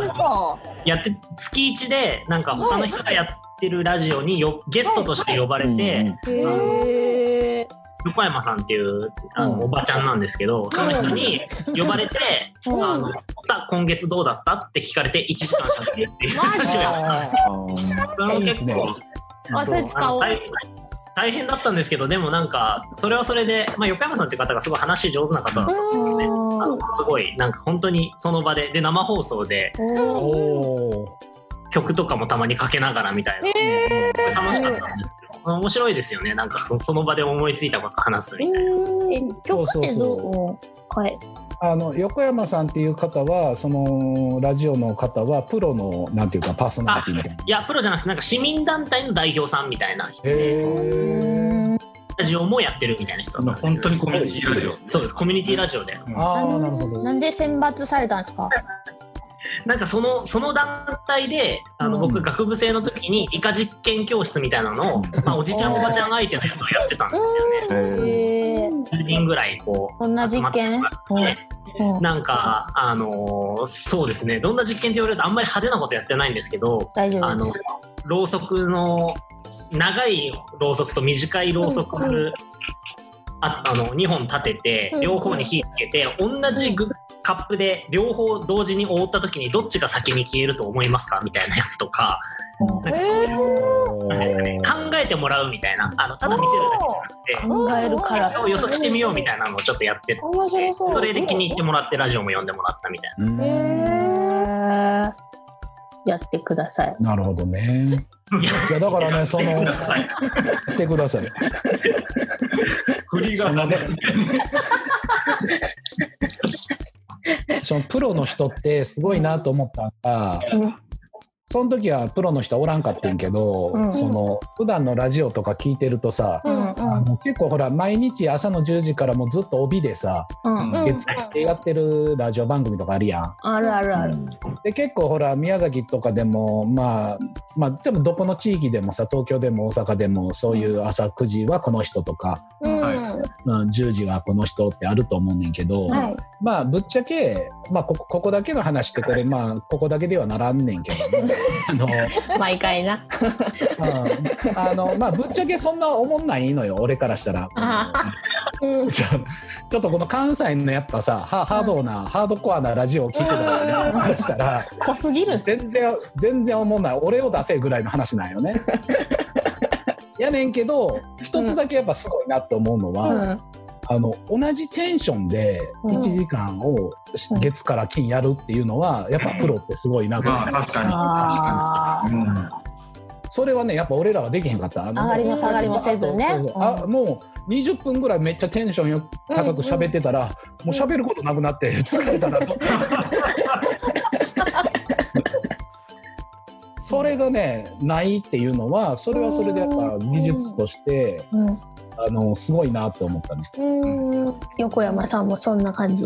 Speaker 4: うですか。
Speaker 6: やって月1でなんか他の人がやってるラジオによゲストとして呼ばれて
Speaker 1: へえ。
Speaker 6: 横山さんっていうあ
Speaker 2: うん
Speaker 6: のおばちゃんなんですけどその人に呼ばれて「あのさあ今月どうだった?」って聞かれて1時間しゃべるっていう
Speaker 1: マジ
Speaker 6: ラジオやっ
Speaker 2: あ
Speaker 6: たそれも結構
Speaker 1: あ
Speaker 6: あと
Speaker 1: それ使おう
Speaker 6: あの大大変だったんですけどでもなんかそれはそれで、まあ、横山さんっていう方がすごい話上手な方だったので、あのすごいなんか本当にその場でで生放送で
Speaker 2: ー おー
Speaker 6: 曲とかもたまにかけながらみたいな、楽しかったんですけど面白いですよねなんかそその場で思いついたこと話すみたいな。
Speaker 1: え曲ってど
Speaker 2: そ
Speaker 1: う
Speaker 2: うう
Speaker 1: んはい。
Speaker 2: あの横山さんっていう方はそのラジオの方はプロのなんていうかパーソナリティみたいな。
Speaker 6: いやプロじゃなくてなんか市民団体の代表さんみたいな人で
Speaker 2: へー
Speaker 6: ラジオもやってるみたいな人だったんで
Speaker 8: 本当にコミュニティラジオ。
Speaker 6: そうですコミュニティラジオで
Speaker 2: あーなるほど。
Speaker 1: なんで選抜されたんですか。
Speaker 6: なんかそのその団体であの、
Speaker 2: うん
Speaker 6: 僕学部生の時に理科実験教室みたいなのを、まあ、おじちゃんおばちゃん相手のやつをやってたんですよね。
Speaker 1: へえ。
Speaker 6: 10人ぐらいこう
Speaker 1: そんな実験。うんうん
Speaker 6: なんかあのーそうですねどんな実験って言われるとあんまり派手なことやってないんですけど
Speaker 1: 大丈
Speaker 6: あ
Speaker 1: 夫
Speaker 6: のろうそくの長いろうそくと短いろうそくああの2本立てて両方に火つけて同じグカップで両方同時に覆った時にどっちが先に消えると思いますかみたいなやつとかなんかそういうなんですかね考えてもらうみたいなあのただ見せるだけじゃなくて。
Speaker 1: 考えるから。
Speaker 6: 今日よそ来てみようみたいなのをちょっとやってて
Speaker 4: 面白そう。
Speaker 6: それで気に入ってもらってラジオも呼んでもらったみたいな
Speaker 2: うん
Speaker 1: へーやってください。
Speaker 2: なるほどね。いやだからねその 言ってください。
Speaker 8: 振りがね。
Speaker 2: そのプロの人ってすごいなと思ったのが、
Speaker 1: うん
Speaker 2: その時はプロの人はおらんかってんけど、
Speaker 1: うん
Speaker 2: その普段のラジオとか聞いてるとさ、
Speaker 1: うん
Speaker 2: あの結構ほら毎日朝の10時からもうずっと帯でさ
Speaker 1: うん。
Speaker 2: 月9でやってるラジオ番組とかあるやん。
Speaker 1: あるあるある。
Speaker 2: で結構ほら宮崎とかでもまあまあでもどこの地域でもさ東京でも大阪でもそういう朝9時はこの人とか、うん、10時はこの人ってあると思うねんけど。
Speaker 1: はい。
Speaker 2: まあぶっちゃけ、まあ、ここここだけの話ってこれまあここだけではならんねんけど ねあの、
Speaker 4: 毎 回
Speaker 2: う
Speaker 4: な。
Speaker 2: んあのまあぶっちゃけそんな思んないのよ俺からしたら。ちょちょっとこの関西のやっぱさハハードな、ハードコアなラジオを聞いてたからねからしたら
Speaker 4: 濃すぎる。
Speaker 2: 全然全然思んない俺を出せぐらいの話なんよね。やねんけど一つだけやっぱすごいなと思うのは、あの同じテンションで
Speaker 1: ん
Speaker 2: 1時間を月から金やるっていうのはやっぱプロってすごいなと思
Speaker 8: まあ
Speaker 2: う
Speaker 8: 確かに。
Speaker 1: あ
Speaker 8: うん
Speaker 2: それはねやっぱ俺らはできへんかったあ
Speaker 1: 上がりも下がりも
Speaker 2: あ
Speaker 1: せずね
Speaker 2: そうそうあもう20分ぐらいめっちゃテンションよ高く喋ってたら、もう喋ることなくなって疲れたなとそれがねないっていうのはそれはそれでやっぱ技術として、
Speaker 1: うん
Speaker 2: あのすごいなって思ったね。
Speaker 1: うん。横山さんもそんな感じ。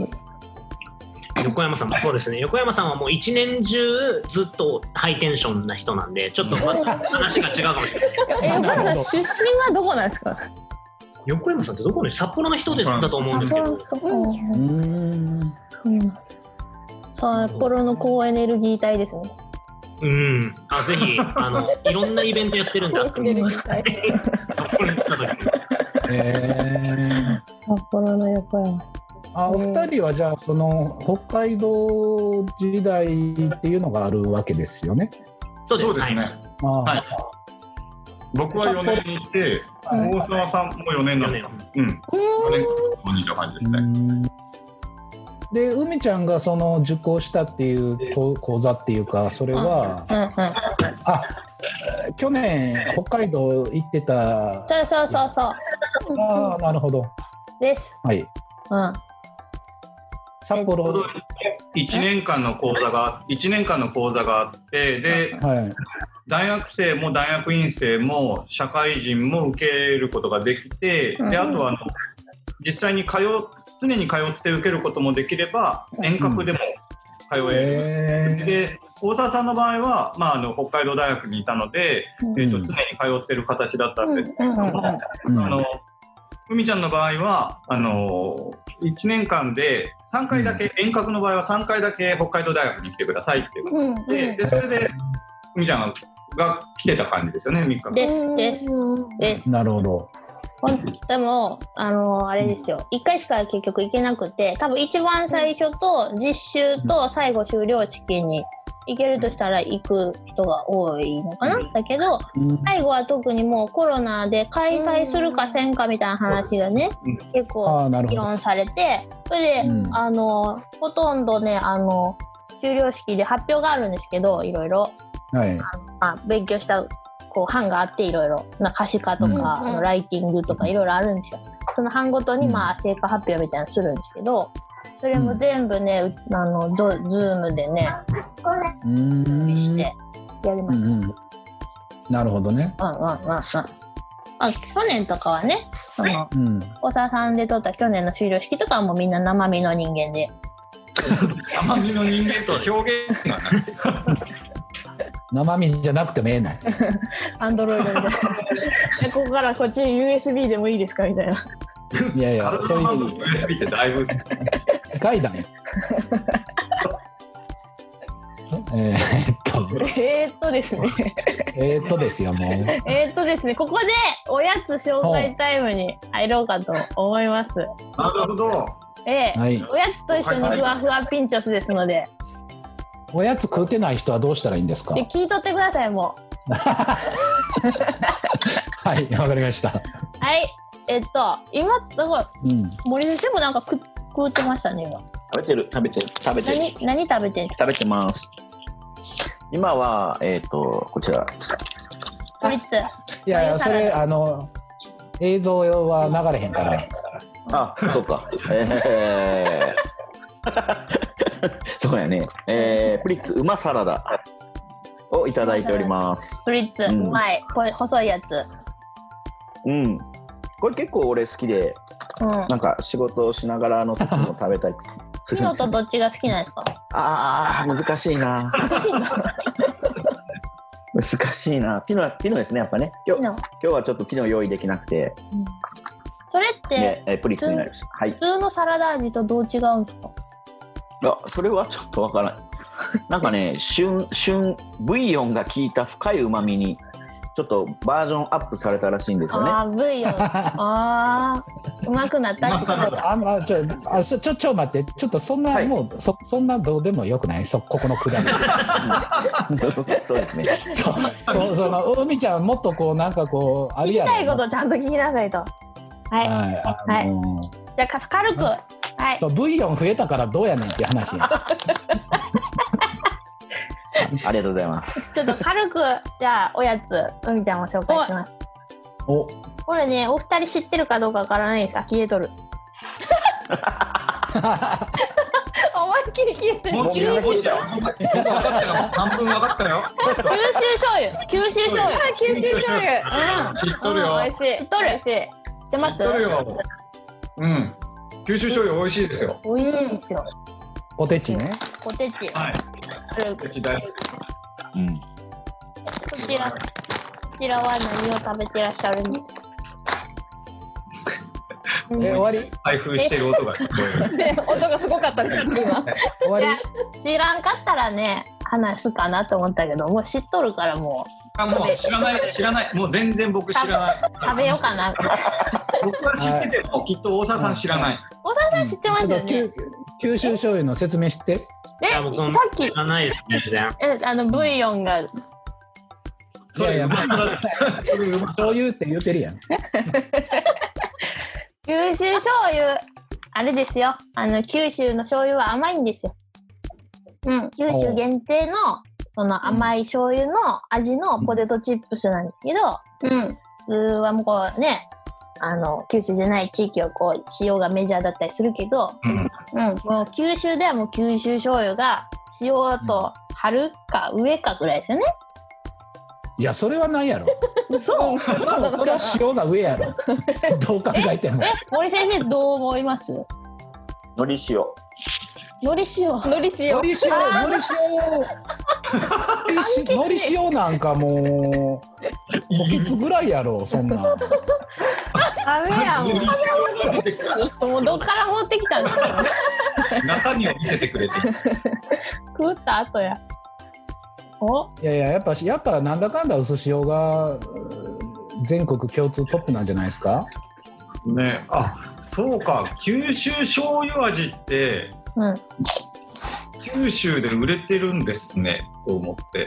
Speaker 6: 横山さんもそうですね横山さんはもう一年中ずっとハイテンションな人なんでちょっとまた話が違うかもしれない
Speaker 4: え、お母
Speaker 2: なるほど
Speaker 4: さん出身はどこなんですか。
Speaker 6: 横山さんってどこの人札幌の人でだと思うんですけど
Speaker 1: 札幌
Speaker 2: うーん
Speaker 1: うん札幌の高エネルギー体ですね。
Speaker 6: うんあぜひあのいろんなイベントやってるんだって思いました札幌に来た時
Speaker 2: えー
Speaker 1: 札幌の横山。
Speaker 2: あお二人はじゃあその北海道時代っていうのがあるわけですよね。
Speaker 6: そうです
Speaker 8: そうです
Speaker 6: は
Speaker 8: ね
Speaker 6: い。
Speaker 2: ああ
Speaker 8: はい僕は4年にいて、
Speaker 2: はい
Speaker 8: 大沢さんも4年な
Speaker 6: 去年は
Speaker 8: の。うん。4年同じ感じですね。
Speaker 2: で海ちゃんがその受講したっていう講講座っていうかそれは
Speaker 1: うんうん。そう
Speaker 2: あ去年北海道行ってた
Speaker 1: そうそうそう。
Speaker 2: ああなるほど
Speaker 1: です。
Speaker 2: はい
Speaker 1: うん。
Speaker 2: 札幌は
Speaker 8: 1年間の講座が、一年間の講座があって、で、
Speaker 2: い
Speaker 8: 大学生も大学院生も社会人も受けることができて、であとはあの実際に通う常に通って受けることもできれば遠隔でも通える、
Speaker 2: え
Speaker 8: で
Speaker 5: 大沢さんの場合は、まあ、あの北海道大学にいたので、
Speaker 1: うん
Speaker 5: えー、と常に通ってる形だったんですけ
Speaker 1: うん
Speaker 5: ど
Speaker 1: うんうん
Speaker 5: も、あの海ちゃんの場合はあの1年間で3回だけ、遠隔の場合は3回だけ北海道大学に来てくださいっていうこ
Speaker 1: うん
Speaker 5: とで,、でそれで海ちゃんがが来てた感じですよね3日間。
Speaker 1: ですですです
Speaker 2: なるほど。
Speaker 1: ほんでもあのあれですよ1回しか結局行けなくて多分一番最初と実習と最後終了式に行けるとしたら行く人が多いのかなだけど
Speaker 2: うん
Speaker 1: 最後は特にもうコロナで開催するかせんかみたいな話がね
Speaker 5: うん
Speaker 1: 結構
Speaker 2: ああ、なるほ
Speaker 1: 議
Speaker 2: ど。
Speaker 1: 論されてそれで、
Speaker 2: うん
Speaker 1: あのほとんどねあの修了式で発表があるんですけどいろいろ、
Speaker 2: はい。
Speaker 1: まあ、勉強したこう班があっていろいろな可視化と
Speaker 4: うんうん
Speaker 1: か、あのライティングとかいろいろあるんですよ。その班ごとに、
Speaker 2: うん
Speaker 1: まあ、成果発表みたいなのするんですけどそれも全部ね、うあのドズームでね
Speaker 2: うーん
Speaker 1: してやりま
Speaker 2: う
Speaker 1: した。
Speaker 2: んうん。なるほどね。
Speaker 1: うんうんうんうんあ去年とかはねその
Speaker 2: うん。
Speaker 1: 大沢さんで撮った去年の終了式とかはもうみんな生身の人間で
Speaker 5: 甘みの人間って表現がない
Speaker 2: 生身じゃなくてもええの。
Speaker 1: アンドロイドで ここからこっち USB でもいいですかみたいな。
Speaker 2: いやいや、
Speaker 5: 体
Speaker 2: そう
Speaker 5: の
Speaker 2: い
Speaker 5: 半分
Speaker 2: う
Speaker 5: の USB ってだいぶ
Speaker 2: ガイ ダン。えーっと、
Speaker 1: えーっとです ね。
Speaker 2: えーっとですよ、も う。
Speaker 1: えーっとですね。ここでおやつ紹介タイムに入ろうかと思います。
Speaker 5: なるほど。
Speaker 1: ええ
Speaker 2: はい。
Speaker 1: おやつと一緒にふわふわピンチョスですので、
Speaker 2: おやつ食うてない人はどうしたらいいんですか
Speaker 1: で。聞いとってくださいも
Speaker 2: はい、 わかりました。
Speaker 1: う。はい。えっと今すごい
Speaker 2: うん。
Speaker 1: 森先生もなんか食食うてましたね今。
Speaker 7: 食べてる食べてる食べてる
Speaker 1: 何何食べてん
Speaker 7: 食べてます今はえっ、とこちら
Speaker 1: の？ミッツ。
Speaker 2: いやいや、それ、あの。映像は流れへんから。
Speaker 7: あそっかえー そうやねえー、プリッツうまサラダをいただいております
Speaker 1: スリッツ、
Speaker 7: う
Speaker 1: うんまいこれ細いやつ。
Speaker 7: うんこれ結構俺好きで
Speaker 1: うん。
Speaker 7: なんか仕事をしながらの時も食べたりす
Speaker 1: ピ
Speaker 7: るん
Speaker 1: ノ
Speaker 7: ですよ
Speaker 1: とどっちが好きなんですか？
Speaker 7: あー難しいな 難しいなピノピノですねやっぱね今
Speaker 1: ピ
Speaker 7: 日
Speaker 1: ノ。
Speaker 7: 今日はちょっとピノ用意できなくて
Speaker 1: それって
Speaker 7: で、えープリッツになりましたはい
Speaker 1: 普通のサラダ味とどう違うんですか？
Speaker 7: あそれはちょっとわからないなんかね旬旬ブイヨンが効いた深いうまみにちょっとバージョンアップされたらしいんですよね
Speaker 1: ああ、ブイヨン。ああ、うまくなったってことだ。
Speaker 2: あんま、ちょ、あ、そちょ、ちょ、待って、ちょっと、そんな、
Speaker 7: はい
Speaker 2: もう、そ、そんな、どうでもよくない、そ、ここのくだ り。
Speaker 7: そうですね
Speaker 2: そう、そう、その、海ちゃん、もっと、こう、なんか、こう、あ
Speaker 1: 聞
Speaker 2: る
Speaker 1: き
Speaker 2: やろ
Speaker 1: たいことちゃんと聞きなさいと。はい。じ
Speaker 2: はい、あのー
Speaker 1: ゃあか軽く。はい。
Speaker 2: そう、ブイヨン増えたから、どうやねんっていう話。
Speaker 7: ありがとうございます
Speaker 1: ちょっと軽くじゃあおやつ海ちゃんも紹介します。
Speaker 2: お、
Speaker 1: これねお二人知ってるかどうかわからないですが消えとる。思いっきり消えてる。
Speaker 5: もう
Speaker 1: 九
Speaker 5: 分
Speaker 1: 州
Speaker 5: かったよ。半分分かったよ。
Speaker 1: 醤油。九州醤油。
Speaker 4: 九州醤油。うん。
Speaker 5: 知っとるよ。
Speaker 4: 美味しい。
Speaker 1: 知っとる。美味しい。知ってます
Speaker 5: 知っ？とるよ。うん。九州醤油美味しいですよ。
Speaker 1: 美味しいんですよ。
Speaker 2: ポテチね。
Speaker 1: ポテチ。
Speaker 5: はい。
Speaker 1: 軽く
Speaker 5: うち大好
Speaker 7: うん
Speaker 1: こちら、こちらは何を食べてらっしゃるんですか。
Speaker 2: え、終わり。
Speaker 5: 開封してる音が聞こえる。
Speaker 4: で音がすごかったです。今。
Speaker 2: 終わり。
Speaker 1: 知らんかったらね、話すかなと思ったけど、もう知っとるから、も
Speaker 5: あ、もう知らない、知らない。もう全然僕知らない。
Speaker 1: う食べようかな。
Speaker 5: 僕は知ってても、きっと大沢さん知らない。
Speaker 1: おささん知ってますよ
Speaker 2: ちょ
Speaker 1: ね。
Speaker 2: っと九九州醤油の説明して。
Speaker 1: え、
Speaker 6: や
Speaker 1: さ
Speaker 6: 僕も
Speaker 1: っき
Speaker 6: 知、らないですね、全
Speaker 1: え、
Speaker 6: 然。
Speaker 1: あのブイヨンが。
Speaker 5: それうまそうだそれうま
Speaker 2: そ
Speaker 5: そう
Speaker 2: う言うって言ってるやん。
Speaker 1: 九州醤油。あれですよ。あの九州の醤油は甘いんですよ。うん、九州限定の、その甘い醤油の味のポテトチップスなんですけど。
Speaker 4: うん。
Speaker 1: 普通はもうこうねあの九州じゃない地域をこう塩がメジャーだったりするけど、
Speaker 5: うん
Speaker 1: うんもう九州ではもう九州醤油が塩と春か上かぐらいですよね。
Speaker 2: いや、それはないやろ。
Speaker 1: そう。
Speaker 2: それは塩が上や ろ。どう考えても。
Speaker 1: え森先生どう思います？
Speaker 7: 海苔塩
Speaker 1: 海苔塩。
Speaker 4: 海苔塩。
Speaker 2: のり塩、のりしのり塩なんかもう、補欠ぐらいやろ、そんなん。
Speaker 4: ダメやんも
Speaker 5: 出てきた
Speaker 4: うもうどっから持ってきたんですか
Speaker 5: 中身を見せてくれて
Speaker 4: 食った後やお
Speaker 2: いやいや、やっぱ、やっぱなんだかんだ薄塩がうん全国共通トップなんじゃないですか
Speaker 5: ねあそうか九州醤油味って、
Speaker 1: うん
Speaker 5: 九州で売れてるんですねと思って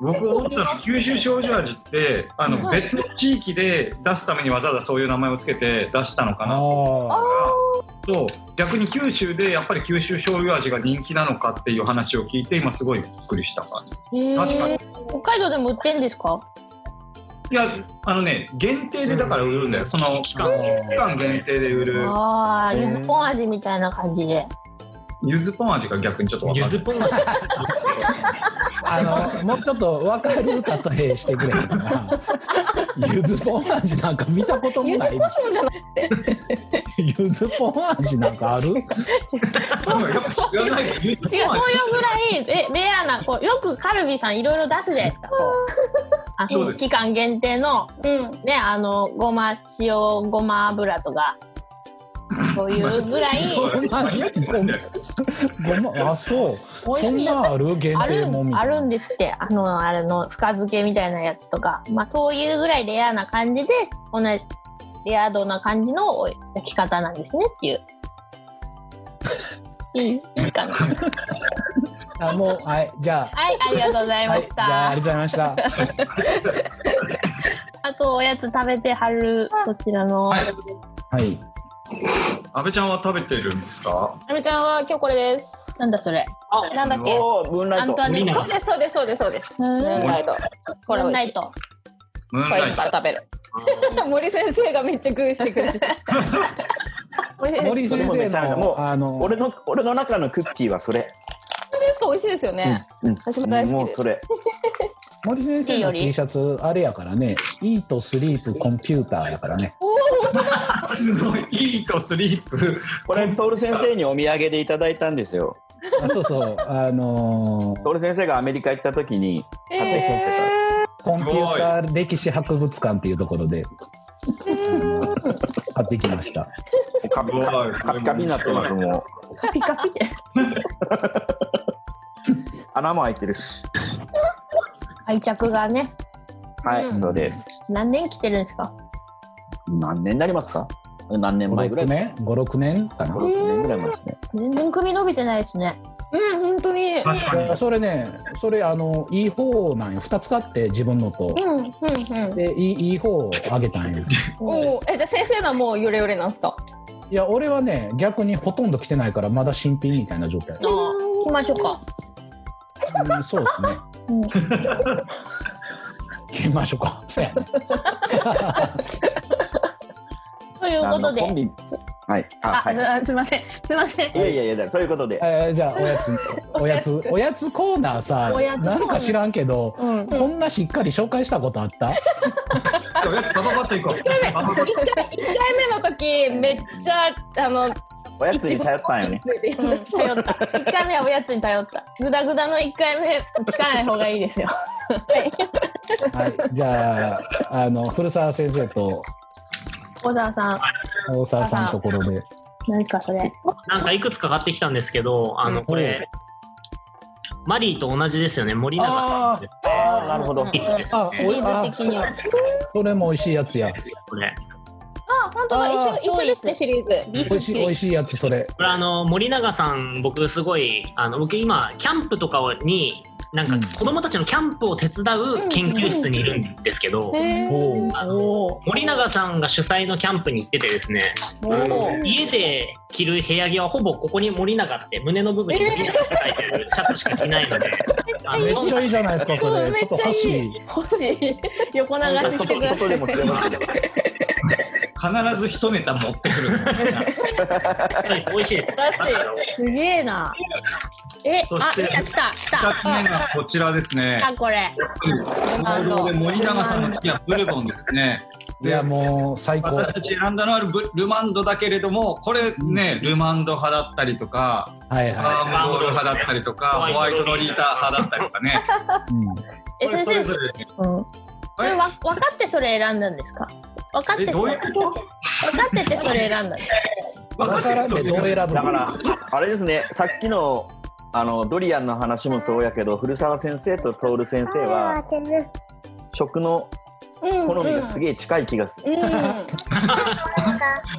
Speaker 5: 僕思ったのは九州醤油味ってあの別の地域で出すためにわざわざそういう名前をつけて出したのか
Speaker 2: あ
Speaker 5: な
Speaker 2: あ。
Speaker 5: と逆に九州でやっぱり九州醤油味が人気なのかっていう話を聞いて今すごいびっくりした感じ確かに
Speaker 1: 北海道でも売ってんですか
Speaker 5: いやあのね限定でだから売るんだよ、その期間期間限定で売る
Speaker 1: ああゆずポン味みたいな感じで
Speaker 5: ゆずポン味が逆にちょっと分
Speaker 6: ゆ
Speaker 5: かんない
Speaker 6: ずポン味
Speaker 2: あの、もうちょっと分かる例えしてくれへんかな。ゆずポン味なんか見たこともない。ゆずポン味なんかある
Speaker 5: やっぱ知らない
Speaker 1: 違うそういう
Speaker 5: ゆずポン味
Speaker 1: ぐらいえレアなこうよくカルビさんいろいろ出すじゃないですかこうあ
Speaker 5: そう
Speaker 1: の
Speaker 5: です
Speaker 1: 期間限定の
Speaker 4: うん
Speaker 1: ねあのごま塩ごま油と かそういうぐらい
Speaker 2: ごまごまあそうそんなある限
Speaker 1: あ
Speaker 2: 定
Speaker 1: る
Speaker 2: もみた
Speaker 1: あ
Speaker 2: い
Speaker 1: る
Speaker 2: なん
Speaker 1: ですってあのあれの深漬けみたいなやつとか、まあ、そういうぐらいレアな感じで同じレア度な感じの置き方なんですねっていう。いいいいかな。はい、
Speaker 2: あもうはいじゃ
Speaker 1: ありがとうござい
Speaker 2: あ
Speaker 1: ま
Speaker 2: はい
Speaker 1: し
Speaker 2: じ
Speaker 1: た。
Speaker 2: ゃあありがとうございました
Speaker 1: あとおやつ食べてはるそちらの、
Speaker 5: はい
Speaker 2: はい
Speaker 5: 安倍ちゃんは食べてるんですか
Speaker 4: あめちゃんは今日これです
Speaker 1: なんだそれ。
Speaker 4: なんだっけ
Speaker 7: おー、ムーンラ
Speaker 1: ア
Speaker 7: イ
Speaker 1: ン
Speaker 7: ト
Speaker 1: ト。ワネッ
Speaker 6: ムーン
Speaker 1: ト
Speaker 6: ラ
Speaker 4: そうですそうですそうですそうですムーンライトこれ
Speaker 1: ムーン
Speaker 4: 美
Speaker 1: ラ
Speaker 4: 味し
Speaker 1: イ
Speaker 4: い
Speaker 1: ト。
Speaker 5: ムーン
Speaker 4: これ
Speaker 5: ライ
Speaker 4: 今
Speaker 5: ト
Speaker 4: から食べる森先生がめっちゃグーしてくれて森先生
Speaker 2: 森先
Speaker 7: それもめちゃ
Speaker 2: 生
Speaker 7: めちゃもう
Speaker 2: のあの
Speaker 7: 俺の俺の中のクッキーはそれ。
Speaker 4: ですと美味しいですよね、
Speaker 7: うん、
Speaker 4: 私も大好き
Speaker 7: も
Speaker 4: で
Speaker 7: う
Speaker 4: す
Speaker 7: それ。
Speaker 2: 森先生の T シャツあれやからね「イートスリープコンピューター」やからね
Speaker 5: すごいイートスリープ
Speaker 7: これ、トール先生にお土産でいただいたんですよ。
Speaker 2: あそうそうあの
Speaker 7: トール先生がアメリカ行った時に、
Speaker 4: え
Speaker 7: 買ってそうってた
Speaker 2: コンピューター歴史博物館っていうところで買ってきました
Speaker 7: カピカピカピになってますもう
Speaker 4: カピカピ
Speaker 7: 穴も開いてるし
Speaker 1: 愛着がね
Speaker 7: はい、そうです
Speaker 1: 何年来てるんですか。
Speaker 7: 何年になりますか何年前ぐら
Speaker 2: 56
Speaker 7: いです
Speaker 2: 年56年か
Speaker 7: か
Speaker 2: な
Speaker 7: 56年ぐらい前ですね
Speaker 1: 全然首伸びてないですね。
Speaker 4: うん本当に
Speaker 5: 確かに
Speaker 2: それねそれあのいい方なんよ2つ買って自分のと
Speaker 1: うんうんうん。
Speaker 2: でいいいい方をあげたんよ
Speaker 4: おおえじゃあ先生のはもうヨレヨレなんすか
Speaker 2: いや俺はね逆にほとんど着てないからまだ新品みたいな状態、
Speaker 1: 行きましょうか。
Speaker 2: うん、そう ですね着ましょうかそうやね
Speaker 1: ということ
Speaker 7: あ
Speaker 1: で
Speaker 7: のコン。ビはいあ
Speaker 4: あ、
Speaker 7: はい
Speaker 4: あすいませんすいません
Speaker 7: いやいやいやだということで
Speaker 2: えーじゃあおやつおやつおやつコーナーさ
Speaker 1: おやつコーナー
Speaker 2: なんか知らんけど、
Speaker 1: うん
Speaker 2: こんなしっかり紹介したことあった
Speaker 5: とりあえず戦っていこう
Speaker 4: 一回一回目の時めっちゃあの
Speaker 7: おやつに頼ったんよね
Speaker 1: うん、頼った1回目はおやつに頼ったグダグダの1回目つかない方がいいですよ
Speaker 2: はい、じゃああの古澤先生と
Speaker 1: 小沢さん
Speaker 2: 大沢さんのところで
Speaker 1: 何かそれ
Speaker 6: なんかいくつか買ってきたんですけど、あ
Speaker 1: う
Speaker 6: の
Speaker 1: ん
Speaker 6: これ、マリーと同じですよね、森永さんって
Speaker 7: ああなるほど
Speaker 6: いいっすです
Speaker 2: あ
Speaker 1: シ
Speaker 2: お
Speaker 1: リ
Speaker 2: い
Speaker 1: ー
Speaker 2: あ
Speaker 1: ズ的には
Speaker 2: それも美味しいやつや
Speaker 6: これ。
Speaker 4: あ本当だ
Speaker 2: あ
Speaker 4: 一緒一緒ですねシリーズ
Speaker 2: 美味しい美味しいやつそれ
Speaker 6: これあの森永さん僕すごいあの僕今キャンプとかになん
Speaker 2: う
Speaker 6: か
Speaker 2: ん
Speaker 6: 子供たちのキャンプを手伝う研究室にいるんですけ
Speaker 2: お
Speaker 6: ど、
Speaker 2: う
Speaker 6: あの森永さんが主催のキャンプに行っててですねあの家で着る部屋着はほぼここに森永って胸の部分に森永って書いてるシャツしか着ないので、あの
Speaker 2: めっちゃいいじゃないです かそれ
Speaker 4: め
Speaker 2: ちょ
Speaker 4: っ
Speaker 2: っと
Speaker 4: ちゃい
Speaker 2: 欲
Speaker 4: い
Speaker 2: しい
Speaker 4: 欲しい
Speaker 1: 横流しして
Speaker 7: 外
Speaker 1: くださ
Speaker 7: 外
Speaker 1: い
Speaker 7: でも着れますよ
Speaker 5: 必ず一ネタ持ってくる
Speaker 6: 美味しいです
Speaker 1: すげえなえ
Speaker 5: そ
Speaker 1: あ
Speaker 5: して
Speaker 1: 来た来た来た
Speaker 5: 二つ目がこちらですね
Speaker 1: あこれ
Speaker 5: うん農場で森永さんの次はブルボンですね
Speaker 2: いやもう最高
Speaker 5: 私たち選んだのはルルマンドだけれどもこれね、ルマンド派だったりとか
Speaker 2: はい
Speaker 5: ア
Speaker 2: は
Speaker 5: ームボール派だったりとかホ
Speaker 6: ホ
Speaker 5: ワ
Speaker 6: ワ
Speaker 5: イ
Speaker 6: イ
Speaker 5: ト
Speaker 6: ト
Speaker 5: ロ
Speaker 6: ロ
Speaker 5: リ
Speaker 6: リ
Speaker 5: ー
Speaker 6: ー
Speaker 5: タ
Speaker 6: タ
Speaker 5: ー派だったりとかね
Speaker 2: い、うん、
Speaker 1: え
Speaker 5: こ
Speaker 1: 先
Speaker 5: れそれぞ
Speaker 1: 生、
Speaker 5: れ
Speaker 1: うん、それわ分かってそれ選んだんですか分かって
Speaker 5: え
Speaker 1: て
Speaker 5: どうい
Speaker 1: 分
Speaker 5: う
Speaker 1: かっ
Speaker 5: こ
Speaker 1: ててそれ選んだんですか
Speaker 5: と
Speaker 2: 分からんでどう選ぶの
Speaker 7: だから、あれですね、さっきのあのドリアンの話もそうやけど、古澤先生と徹先生は、食の好みがすげえ近い気がする。
Speaker 4: うん、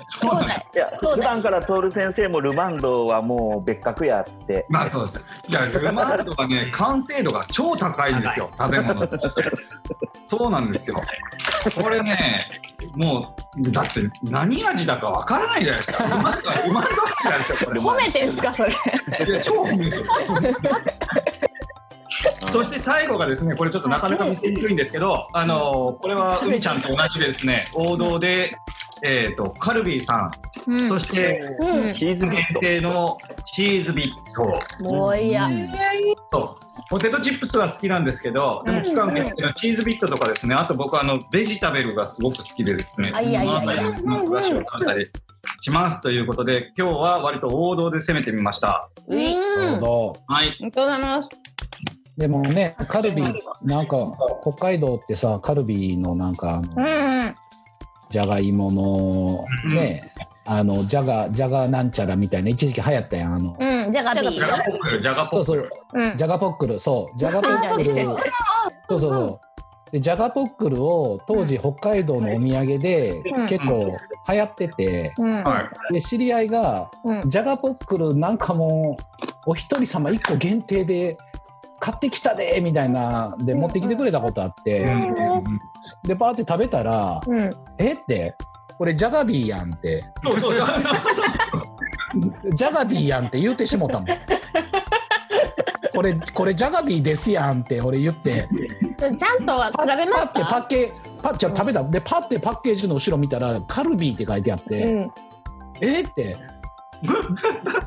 Speaker 1: そうだよ
Speaker 7: いや、
Speaker 1: そうだ
Speaker 7: 普段から徹先生もルマンドはもう別格やっつって、
Speaker 5: まあそうですいやルマンドはね完成度が超高いんですよ食べ物ってそうなんですよこれねもうだって何味だかわからないじゃないですかルマンドはルマンド味なんですよこれ
Speaker 4: 褒めてんすかそれ
Speaker 5: いや超褒めてる そして最後がですねこれちょっとなかなか見せにくいんですけど、あのこれは海ちゃんと同じでですね王道で、えー、とカルビーさ
Speaker 1: う
Speaker 5: ん、
Speaker 1: ん
Speaker 5: そして
Speaker 1: うん
Speaker 7: チーズビ
Speaker 5: 限
Speaker 7: ート。
Speaker 5: 定のチーズビット
Speaker 1: もういいや、
Speaker 5: とポテトチップスは好きなんですけどでも期間限定のチーズビットとかですねあと僕あのベジタベルがすごく好きでですね
Speaker 1: あいやいやいや
Speaker 5: そのあたりのお菓子を食べたりしますということで今日は割と王道で攻めてみました。
Speaker 2: なるほど
Speaker 5: はい
Speaker 4: ありがとうございます
Speaker 2: でもねカルビなんか北海道ってさカルビのなんかあの、
Speaker 1: うん
Speaker 2: じゃがいものね、あのじゃがじゃがなんちゃらみたいな一時期流行ったやんあの、
Speaker 1: うんうんじゃがビ
Speaker 5: ジ
Speaker 1: ー
Speaker 5: ャガポックルジャガポ
Speaker 2: そう
Speaker 5: ック
Speaker 2: そ
Speaker 5: ル
Speaker 2: う
Speaker 1: うん
Speaker 2: じゃがポックルそうじゃがポックルそうそうそうでじゃがポックルを当時北海道のお土産で
Speaker 1: うん
Speaker 2: 結構流行ってて、
Speaker 1: うん
Speaker 5: はい
Speaker 2: で知り合いが
Speaker 1: うん
Speaker 2: じゃがポックルなんかもうお一人様1個限定で買ってきたでみたいなで持ってきてくれたことあって、でバーって食べたら
Speaker 1: うん
Speaker 2: 「えっ?」て「これじゃがビーやん」って
Speaker 5: そ うそうそ
Speaker 2: 「
Speaker 5: う
Speaker 2: じゃがビーやん」って言うてし もたもん。これこれジャガビーですやんって俺言って
Speaker 1: ちゃんとは比べま
Speaker 2: パ
Speaker 1: し
Speaker 2: って
Speaker 1: た
Speaker 2: パッケパッじゃあ食べたでパッてパッケージの後ろ見たらカルビーって書いてあって、
Speaker 1: うん
Speaker 2: えーって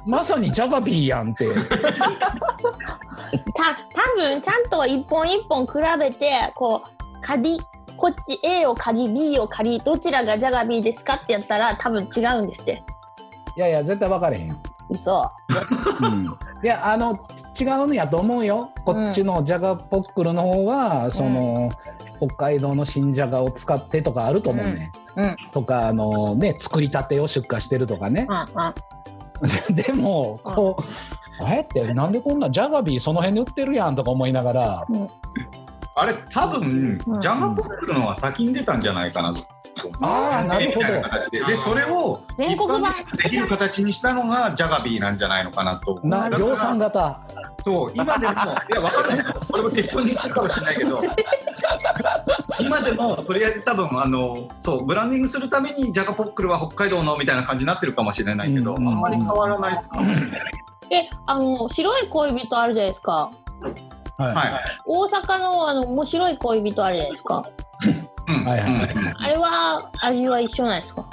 Speaker 2: まさにジャガビーやんって
Speaker 1: た多分ちゃんと一本一本比べてこう仮こっち A を仮 B を仮どちらがじゃが B ですかってやったら多分違うんですって
Speaker 2: いやいや絶対分かれへんよ、
Speaker 1: 嘘
Speaker 2: うん、いやあの違うんやと思うよこっちのジャガポックルの方は、その北海道の新じゃがを使ってとかあると思うね、
Speaker 1: うんうん
Speaker 2: とかあのね作りたてを出荷してるとかね
Speaker 1: う、んうん
Speaker 2: でもこう、あえってなんでこんなジャガビーその辺で売ってるやんとか思いながら、
Speaker 5: あれ多分ジ
Speaker 1: うん
Speaker 5: ャガポックルのは先に出たんじゃないかなと。
Speaker 2: ああなるほ
Speaker 5: みたいな
Speaker 2: ど
Speaker 5: 形ででそれを
Speaker 1: 全国版
Speaker 5: 一般でできる形にしたのがジャガビーなんじゃないのかなと。
Speaker 2: な
Speaker 5: だから
Speaker 2: 量産型。
Speaker 5: そう 今でもいやわかんない俺も適当に言ったかもしれないけど今でもとりあえず多分あのそうブランディングするためにジャガポックルは北海道のみたいな感じになってるかもしれないけど、
Speaker 2: うん
Speaker 5: あんまり変わらないかもしれない、
Speaker 1: えあの白い恋人あるじゃないですか
Speaker 2: はい
Speaker 5: はい
Speaker 1: 大阪のあの面白い恋人あるじゃないですか
Speaker 5: うん
Speaker 2: はいはいはい
Speaker 5: うん
Speaker 1: あれは味は一緒なんですか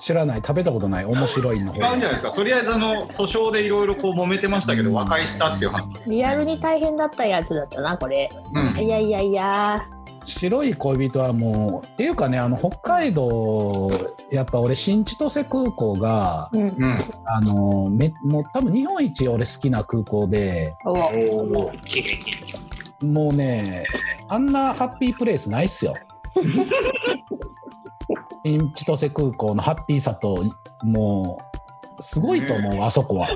Speaker 2: 知らない食べたことない面白いの方
Speaker 5: 違うんじゃないですかとりあえずあの訴訟でいろいろこう揉めてましたけど和解したっていう話、
Speaker 1: リアルに大変だったやつだったなこれ
Speaker 5: うん
Speaker 1: いやいやいや
Speaker 2: 白い恋人はもうっていうかねあの北海道やっぱ俺新千歳空港が
Speaker 1: うん
Speaker 5: うん、
Speaker 2: あのめもう多分日本一俺好きな空港で
Speaker 6: 綺麗綺麗
Speaker 2: もうねあんなハッピープレイスないっすよ 新千歳空港のハッピーさともうすごいと思うあそこは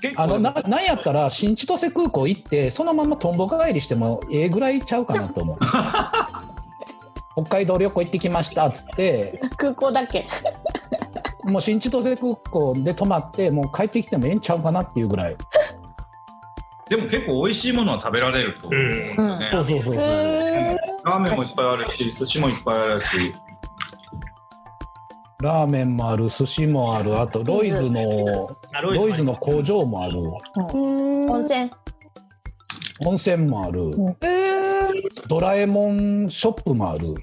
Speaker 5: 結構
Speaker 2: あのななんやったら新千歳空港行ってそのままとんぼ帰りしてもええぐらいちゃうかなと 思う北海道旅行行ってきましたっつって
Speaker 1: 空港だっけ
Speaker 2: もう新千歳空港で泊まってもう帰ってきてもええんちゃうかなっていうぐらい
Speaker 5: でも結構美味しいものは食べられると思うんですよね、
Speaker 2: そうそうそうそう
Speaker 5: ラーメンもいっぱいあるし寿司もいっぱいあるし
Speaker 2: ラーメンもある寿司もあるあとロイズの
Speaker 6: あ
Speaker 2: ロイズの工場もある
Speaker 1: 温泉
Speaker 2: 温泉もあるドラえもんショップもある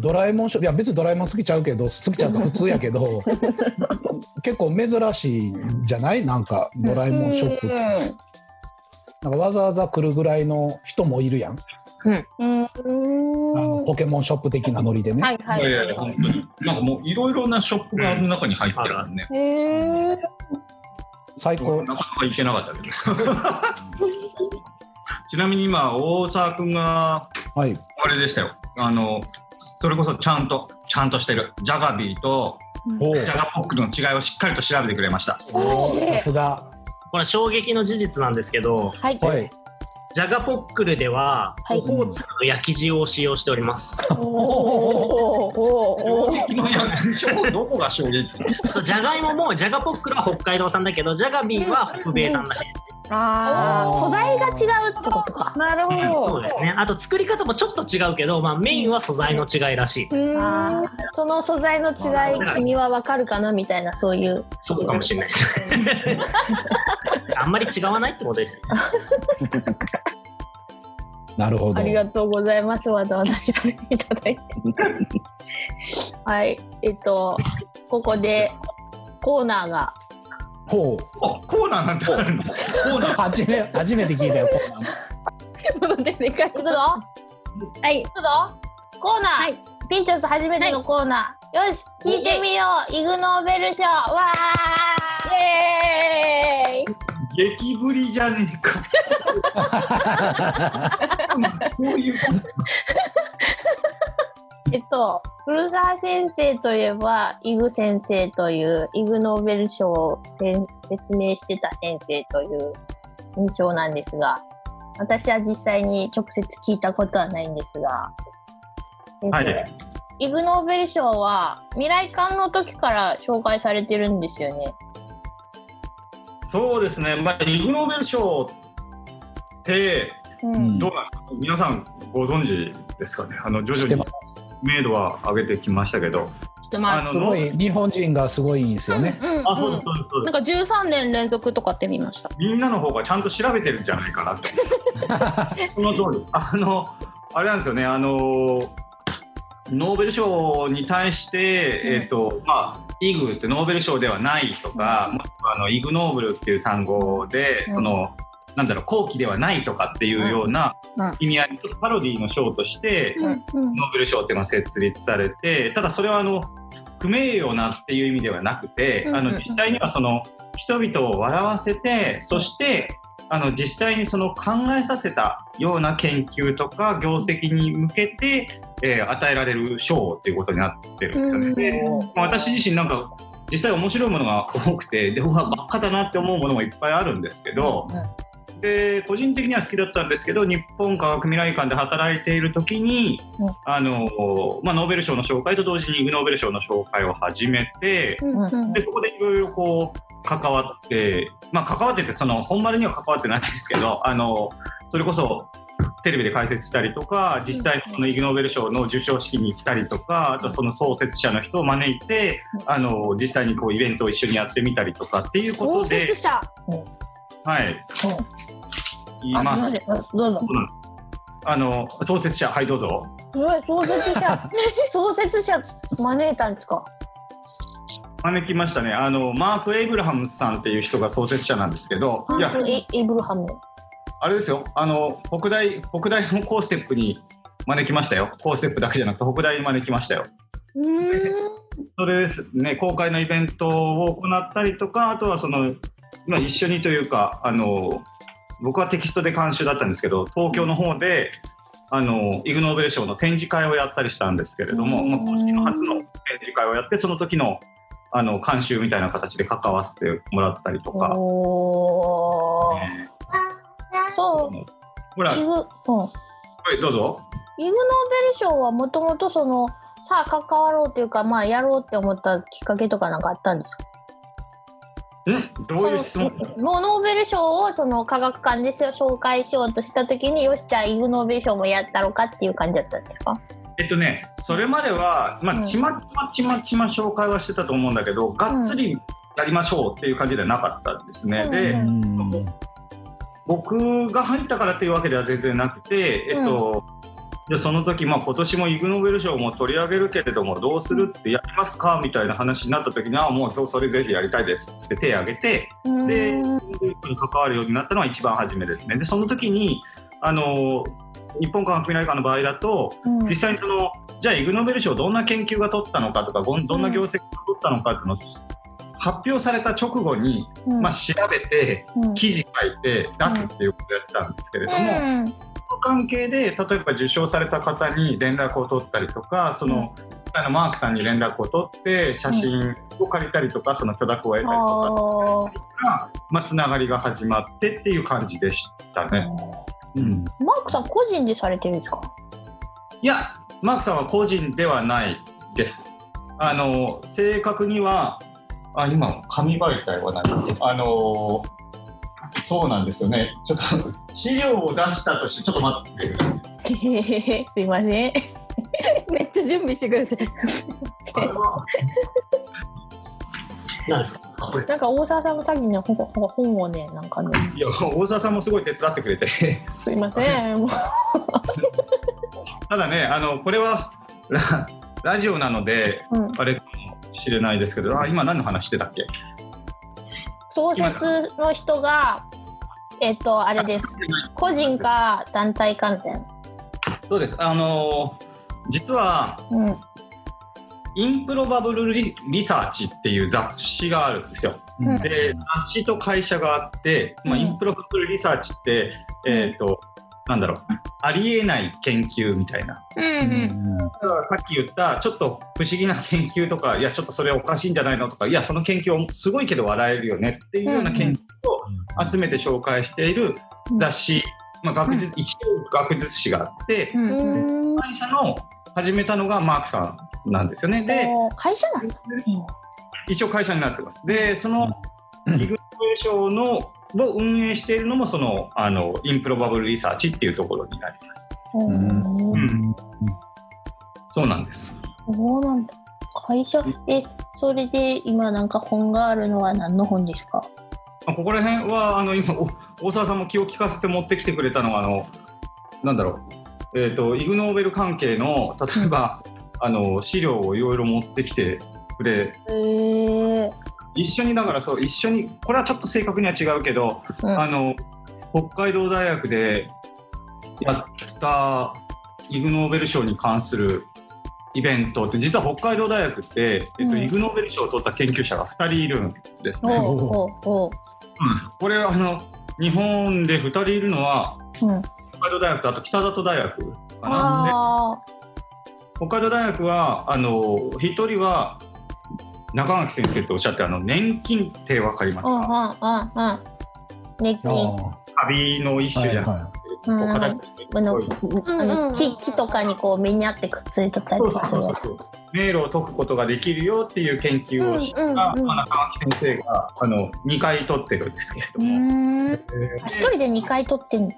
Speaker 2: ドラえもんショップいや別にドラえもん好きちゃうけど好きちゃうと普通やけど 結構珍しいんじゃないなんかドラえもんショップなんかわざわざ来るぐらいの人もいるやん
Speaker 4: うん。
Speaker 2: あのポケモンショップ的なノリでね、
Speaker 4: はいはいい。
Speaker 5: やいや、本当に。なんかもういろいろなショップがあの中に入ってるからね。
Speaker 4: へえ。
Speaker 2: 最
Speaker 5: な
Speaker 2: 高
Speaker 5: かなか行けなかったけど。 ちなみに今、大沢君が、
Speaker 2: はい
Speaker 5: あれでしたよ。あの、それこそちゃんと、ちゃんとしてる。ジャガビーと、
Speaker 2: お
Speaker 5: ジャガポックの違いをしっかりと調べてくれました。
Speaker 2: おおさすが
Speaker 6: これ衝撃の事実なんですけど、
Speaker 4: はい。
Speaker 2: はい
Speaker 6: ジャガポックルでは、
Speaker 4: はい
Speaker 6: オホーツクの焼き塩を使用しております。
Speaker 4: おおおお。
Speaker 5: 今や、どこが衝撃
Speaker 6: あとジャガイモも、ジャガポックルは北海道産だけど、ジャガビーは北米産らしいです。
Speaker 1: ああ、素材が違うってことか。なる
Speaker 6: そうですね。あと作り方もちょっと違うけど、まあメインは素材の違いらし
Speaker 1: あ
Speaker 6: い。
Speaker 1: ーその素材の違い君はわかるかなみたいなそういう
Speaker 6: そうかもしれ ないです。あんまり違わないってことですよね。
Speaker 2: なるほ
Speaker 1: あ
Speaker 2: ど
Speaker 1: りがとうございますわざわざ調べていただい てはいえっとここでコーナーが
Speaker 2: ほう
Speaker 5: あコーナーなんてあるのコーナー
Speaker 2: 初め初めて聞いたよこんなの
Speaker 4: でかい
Speaker 1: 行くぞはい行くぞコーナー、ピンチョス初めてのコーナー、よし聞いてみようイグ・ノーベル賞わー
Speaker 4: イエーイ。
Speaker 5: 激ぶりじゃねえか。そういう
Speaker 1: えっと、古澤先生といえば、イグ先生という、イグノーベル賞を説明してた先生という印象なんですが、私は実際に直接聞いたことはないんですが、先生
Speaker 5: はい
Speaker 1: イグノーベル賞は未来館の時から紹介されてるんですよね。
Speaker 5: そうですね、まあ、イグ・ノーベル賞って
Speaker 1: うん
Speaker 2: うん
Speaker 5: どうなんですか、皆さんご存知ですかね、あの徐
Speaker 2: 知っ
Speaker 5: 々
Speaker 2: て
Speaker 5: に
Speaker 2: ます
Speaker 5: 明度は上げてきましたけど、
Speaker 1: してま
Speaker 5: あ
Speaker 1: す。
Speaker 5: の
Speaker 2: すごい日本人がすごいんですよね
Speaker 4: うんうん。
Speaker 5: あそうです、そうです、そう
Speaker 4: な
Speaker 5: で
Speaker 4: ん
Speaker 5: す、
Speaker 4: か十三年連続とかって見ました。
Speaker 5: みんなの方がちゃんと調べてるんじゃないかなって、その通り、あの、あれなんですよね、あのノーベル賞に対して、えっとまあ、イグってノーベル賞ではないとか、もしくはあのイグ・ノーブルっていう単語で、そのなんだろう後期ではないとかっていうような
Speaker 4: うんうん
Speaker 5: 意味合いのちょっとパロディーの賞として、ノーベル賞っていうのは設立されてただそれはあの不名誉なっていう意味ではなくて、
Speaker 4: うんうん
Speaker 5: あの実際にはその人々を笑わせてそしてあの実際にその考えさせたような研究とか業績に向けて、えー与えられる賞っていうことになってるんですよね。でまあ私自身なんか実際面白いものが多くてでうわばっかだなって思うものもいっぱいあるんですけど、で個人的には好きだったんですけど日本科学未来館で働いている時に、
Speaker 1: うん
Speaker 5: あのまあ、ノーベル賞の紹介と同時にイグ・ノーベル賞の紹介を始めて、でそこでいろいろこう関わって、まあ、関わっててその本丸には関わってないんですけどあのそれこそテレビで解説したりとか実際にそのイグ・ノーベル賞の授賞式に行ったりとかあとはその創設者の人を招いてあの実際にこうイベントを一緒にやってみたりとかっていうこ
Speaker 4: 創
Speaker 5: とで
Speaker 4: 設。者。
Speaker 5: はいい
Speaker 1: あ
Speaker 5: まあ
Speaker 1: すいませんどうぞ。
Speaker 5: あの創設者はいどうぞ
Speaker 1: すごい創設 者創設者招いたんですか。
Speaker 5: 招きましたねあのマーク・エイブラハムさんっていう人が創設者なんですけどいや
Speaker 1: イイブルハム。
Speaker 5: あれですよあの北大北大のコーステップに招きましたよコーステップだけじゃなくて北大に招きましたよそれですね公開のイベントを行ったりとかあとはその、まあ、一緒にというかあの僕はテキストで監修だったんですけど東京の方であのイグ・ノーベル賞の展示会をやったりしたんですけれども、まあ、公式の初の展示会をやってその時のあの監修みたいな形で関わせてもらったりとか。
Speaker 1: おー。
Speaker 5: えー
Speaker 1: そう。
Speaker 5: ほら
Speaker 1: イグ、うん、イグノー
Speaker 5: はいどうぞ
Speaker 1: ベル賞はもともとそのさあ関わろうというかまあやろうって思ったきっかけとかなんかあったんですか
Speaker 5: んどういう質問
Speaker 1: そのノーベル賞をその科学館で紹介しようとした時によしじゃあイグノーベル賞もやったろかっていう感じだったんですか
Speaker 5: えっとねそれまでは、ま
Speaker 1: う
Speaker 5: あ、
Speaker 1: ん
Speaker 5: ちまちまちまちま紹介はしてたと思うんだけど、がっつりやりましょうっていう感じではなかったんですね、
Speaker 1: うん
Speaker 5: で、
Speaker 2: うん
Speaker 5: 僕が入ったからっていうわけでは全然なくて、えっとじゃあその時、まあ、今年もイグ・ノーベル賞も取り上げるけれどもどうするってやりますかみたいな話になった時にあもうそそれぜひやりたいですって手を挙げてでに関わるようになったのは一番初めですね。でその時にあの日本科学未来館の場合だと、実際にそのじゃあイグ・ノーベル賞どんな研究が取ったのかとかどんな業績が取ったのかっていうのを発表された直後に、まあ、調べて、記事書いて出すっていうことをやってたんですけれども、その関係で例えば受賞された方に連絡を取ったりとかその、あのマークさんに連絡を取って写真を借りたりとか、その許諾を得たりとかまあ、つながりが始まってっていう感じでしたね。
Speaker 1: うん、マークさん個人でされてるんですか
Speaker 5: いやマークさんは個人ではないですあの正確にはあ今紙媒体はないあのそうなんですよねちょっと資料を出したとしてちょっと待って
Speaker 1: すいませんめっちゃ準備してくれて
Speaker 6: なんですか
Speaker 1: なんか大沢さんもさっきねほほ本をねなんかね
Speaker 5: いや大沢さんもすごい手伝ってくれて
Speaker 1: すいません
Speaker 5: ただねあのこれはララジオなので、うん、あれかもしれないですけどあ今何の話してたっけ
Speaker 1: 創設の人がえっとあれです個人か団体かみたいな
Speaker 5: そうですあの実は、うんインプロバブルリサーチっていう雑誌があるんですよ。うん、で雑誌と会社があって、まあ、インプロバブルリサーチって、うん、えっ、ー、となんだろうありえない研究みたいな、うん、さっき言ったちょっと不思議な研究とかいやちょっとそれおかしいんじゃないのとかいやその研究すごいけど笑えるよねっていうような研究を集めて紹介している雑誌、まあ、学術、一応学術誌があって、会社の始めたのがマークさんなんですよね。で
Speaker 1: 会社なんだ、
Speaker 5: 一応会社になってます。でそのイグノーベル賞のを運営しているのもそのあのインプロバブルリサーチっていうところになります。うん、そうなんです。
Speaker 1: そうなんだ。会社えそれで今なんか本があるのは何の本ですか。
Speaker 5: ここら辺はあの今大沢さんも気を利かせて持ってきてくれたのはあのなんだろうえっ、ー、とイグノーベル関係の例えば、うんあの資料をいろいろ持ってきてくれ、えー、一緒にだからそう一緒にこれはちょっと正確には違うけど、うん、あの北海道大学でやったイグ・ノーベル賞に関するイベントって実は北海道大学って、えっと、うん、イグ・ノーベル賞を取った研究者が2人いるんですね。おうおうこれあの日本で2人いるのは、うん、北海道大学とあと北里大学かな。北海道大学はあの1人は中垣先生とおっしゃってあの年金って分かりますか、うんうんうん、
Speaker 1: 年金、
Speaker 5: カビの一種じゃなくて、はいはい
Speaker 1: 木木とかにこう目にあってくっついとったりとか
Speaker 5: 迷路を解くことができるよっていう研究をした、うんうんうんまあ、中垣先生があの2回取ってるんですけれども。
Speaker 1: 一人で2回取ってん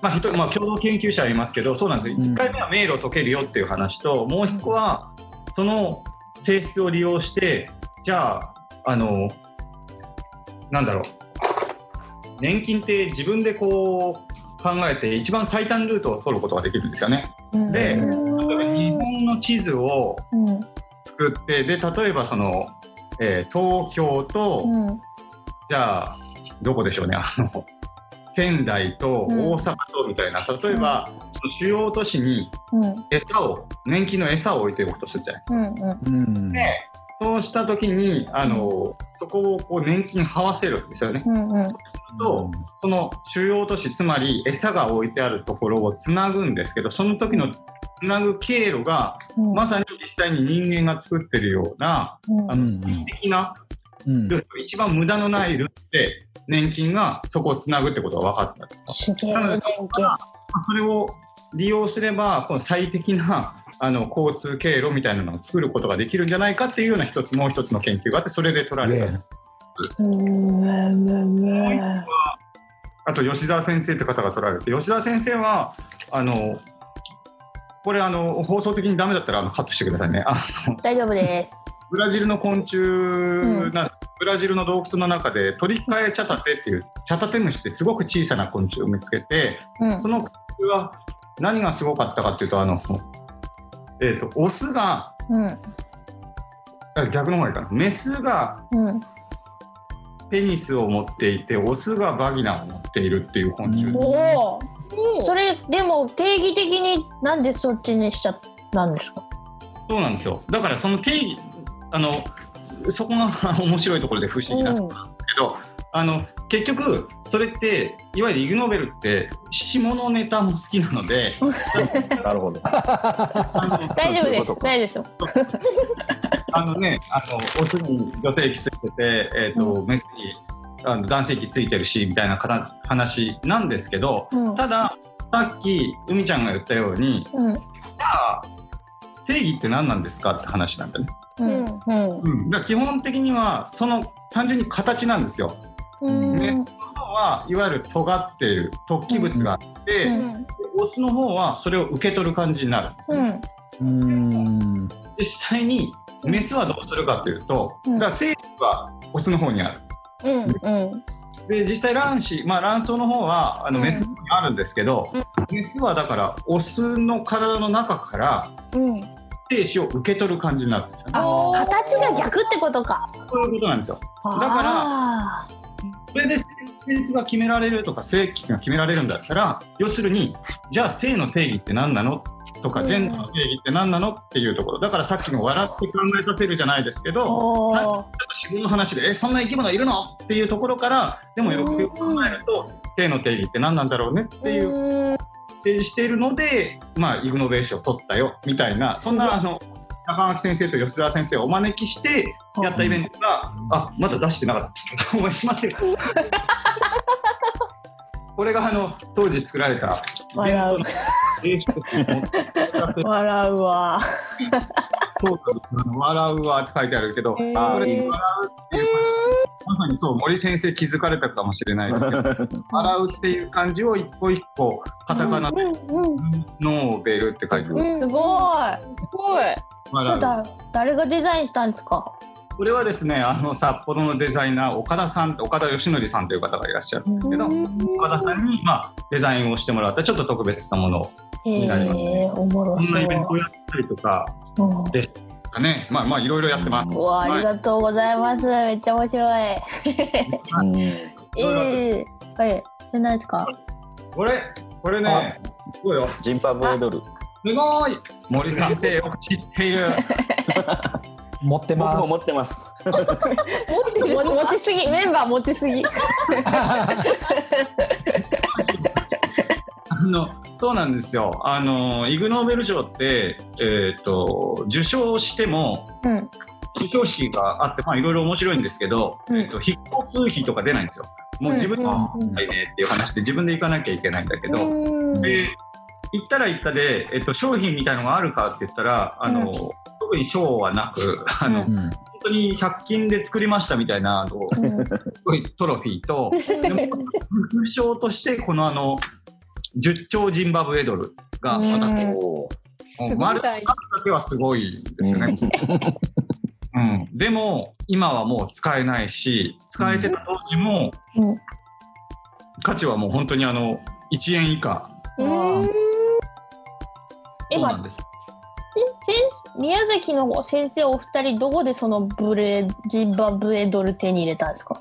Speaker 5: まあ人まあ、共同研究者いますけどそうなんですよ、うん、1回目は迷路を解けるよっていう話ともう1個はその性質を利用してじゃああのなんだろう年金って自分でこう考えて一番最短ルートを取ることができるんですよね。うん、で例えば日本の地図を作って、で例えばその、えー、東京と、うん、じゃあどこでしょうねあの仙台と大阪とみたいな、うん、例えば、うん、主要都市に餌を、うん、年金の餌を置いておくとするじゃないですか。うんうん、でそうした時にあの、そこをこう年金はわせるんですよね。うんうん、そうするとその主要都市つまり餌が置いてあるところをつなぐんですけどその時のつなぐ経路が、まさに実際に人間が作ってるような、あの的なうん、一番無駄のないルートで年金がそこをつなぐってことが分かったすげえなのでそれを利用すればこの最適なあの交通経路みたいなのを作ることができるんじゃないかっていうような一つもう一つの研究があってそれで取られたんです。Yeah. あと吉澤先生って方が取られて吉澤先生はあのこれあの放送的にダメだったらあのカットしてくださいね。
Speaker 1: 大丈夫です
Speaker 5: ブラジルの昆虫な、うん、ブラジルの洞窟の中でトリカエチャタテっていうチャタテムシってすごく小さな昆虫を見つけて、うん、その昆虫は何がすごかったかっていうとあの、えー、とオスが
Speaker 8: うん
Speaker 5: あ逆の方がいいかなメスが
Speaker 8: うん
Speaker 5: ペニスを持っていてオスがバギナを持っているっていう昆虫
Speaker 8: おお
Speaker 4: そ
Speaker 8: そ
Speaker 4: れ
Speaker 8: れでも定義的になんでそっちにしちゃったんですか
Speaker 5: そうなんですよだからその定義あの そそこが面白いところで不思議なところなんですけど、あの結局それっていわゆるイグノーベルって下のネタも好きなの で
Speaker 7: なるほど。
Speaker 5: あの
Speaker 8: 大丈
Speaker 7: そ
Speaker 8: 夫
Speaker 7: ういう
Speaker 8: で
Speaker 7: ことか
Speaker 8: す大丈夫ですよ
Speaker 5: あのねあのオスに女性器ついてて、えーとメスにあの男性器ついてるしみたいな形話なんですけど
Speaker 8: うん
Speaker 5: たださっき海ちゃんが言ったように
Speaker 8: うん
Speaker 5: 定義って何なんですかって話なんだね。
Speaker 8: うん
Speaker 4: うん
Speaker 5: うん、だから基本的にはその単純に形なんですよ。
Speaker 8: うん
Speaker 5: ね方はいわゆる尖っている突起物があって、
Speaker 8: うん
Speaker 5: オスの方はそれを受け取る感じになる、
Speaker 8: うん
Speaker 2: うーん。
Speaker 5: 実際にメスはどうするかというと、
Speaker 8: うん
Speaker 5: だから精子はオスの方にある
Speaker 4: うんうん
Speaker 5: で実際卵子、まあ、卵巣の方はあの
Speaker 8: うん
Speaker 5: メスにあるんですけど、メスはだからオスの体の中から
Speaker 8: うん
Speaker 5: 精子を受け取る感じになるんですよね
Speaker 8: あ形が逆ってことか
Speaker 5: そういうことなんですよだから
Speaker 8: あ
Speaker 5: それで性別が決められるとか性器が決められるんだったら要するにじゃあ性の定義って何なのとか、
Speaker 8: うん
Speaker 5: ジェンダーの定義って何なのっていうところだからさっきの笑って考えさせるじゃないですけど
Speaker 8: ー
Speaker 5: ちょ
Speaker 8: お
Speaker 5: 単純
Speaker 8: ー
Speaker 5: に自分の話でえそんな生き物いるのっていうところからでもよくよく考えると性の定義って何なんだろうねっていう
Speaker 8: うん
Speaker 5: 提示しているのでまあイグノベーションを取ったよみたいなそんなあの中垣先生と吉澤先生をお招きしてやったイベントが、あまだ出してなかったお前閉まってるこれがあの当時作られたイベントの提出
Speaker 8: 笑うわ
Speaker 5: そうなんです笑うわって書いてあるけど、
Speaker 8: えー
Speaker 5: あれ笑うっていうまさにそう森先生気づかれたかもしれないですけど笑うっていう漢字を一個一個カタカナでノーベルって書いてある、
Speaker 8: すごいすごい
Speaker 5: 笑
Speaker 8: そううだ誰がデザインしたんですか
Speaker 5: これはですねあの札幌のデザイナー岡田さん岡田義則さんという方がいらっしゃるんですけど、岡田さんに、まあ、デザインをしてもらったちょっと特別なものを
Speaker 8: へえおもろ
Speaker 5: こん
Speaker 8: そ
Speaker 5: な
Speaker 8: う
Speaker 5: イベントをやったりとか
Speaker 8: うん
Speaker 5: ねまあまあいろいろやってます
Speaker 8: う。わありがとうございますめっちゃ面白い
Speaker 7: うん
Speaker 8: ええはいじゃないですか
Speaker 5: これこれねすごいよ
Speaker 7: ジンパブエドル。
Speaker 5: すごい森先生よく知って いる。
Speaker 2: 持って
Speaker 7: 僕
Speaker 2: ま
Speaker 7: も
Speaker 2: す
Speaker 7: 持。ってます。
Speaker 4: 持持ちすぎメンバー持ちすぎ
Speaker 5: あのそうなんですよあのイグ・ノーベル賞って、えー、と受賞しても
Speaker 8: うん
Speaker 5: 受賞式があってまあいろいろ面白いんですけど、
Speaker 8: うん
Speaker 5: えー、と非交通費とか出ないんですよもう自分で行
Speaker 2: あ
Speaker 5: きたいねっていう話で自分で行かなきゃいけないんだけど、
Speaker 8: うん
Speaker 5: で行ったら行ったで、えー、と商品みたいのがあるかって言ったらあの、
Speaker 8: うん
Speaker 5: 特に賞はなくあの、
Speaker 8: うん
Speaker 2: うん
Speaker 5: 本当に100均で作りましたみたいなのを
Speaker 8: うん
Speaker 5: すごいトロフィーと、で も副賞として、このあの、10兆ジンバブエドルが、また、
Speaker 8: うん
Speaker 5: こう、もう丸だけはすごいですよね。うん、でも、今はもう使えないし、使えてた当時も、
Speaker 8: うん
Speaker 5: 価値はもう本当にあの、1円以下。
Speaker 8: うん
Speaker 5: そう
Speaker 8: 今
Speaker 5: なんです。
Speaker 8: 先宮崎の先生お二人どこでそのブレジンバブエドル手に入れたんですか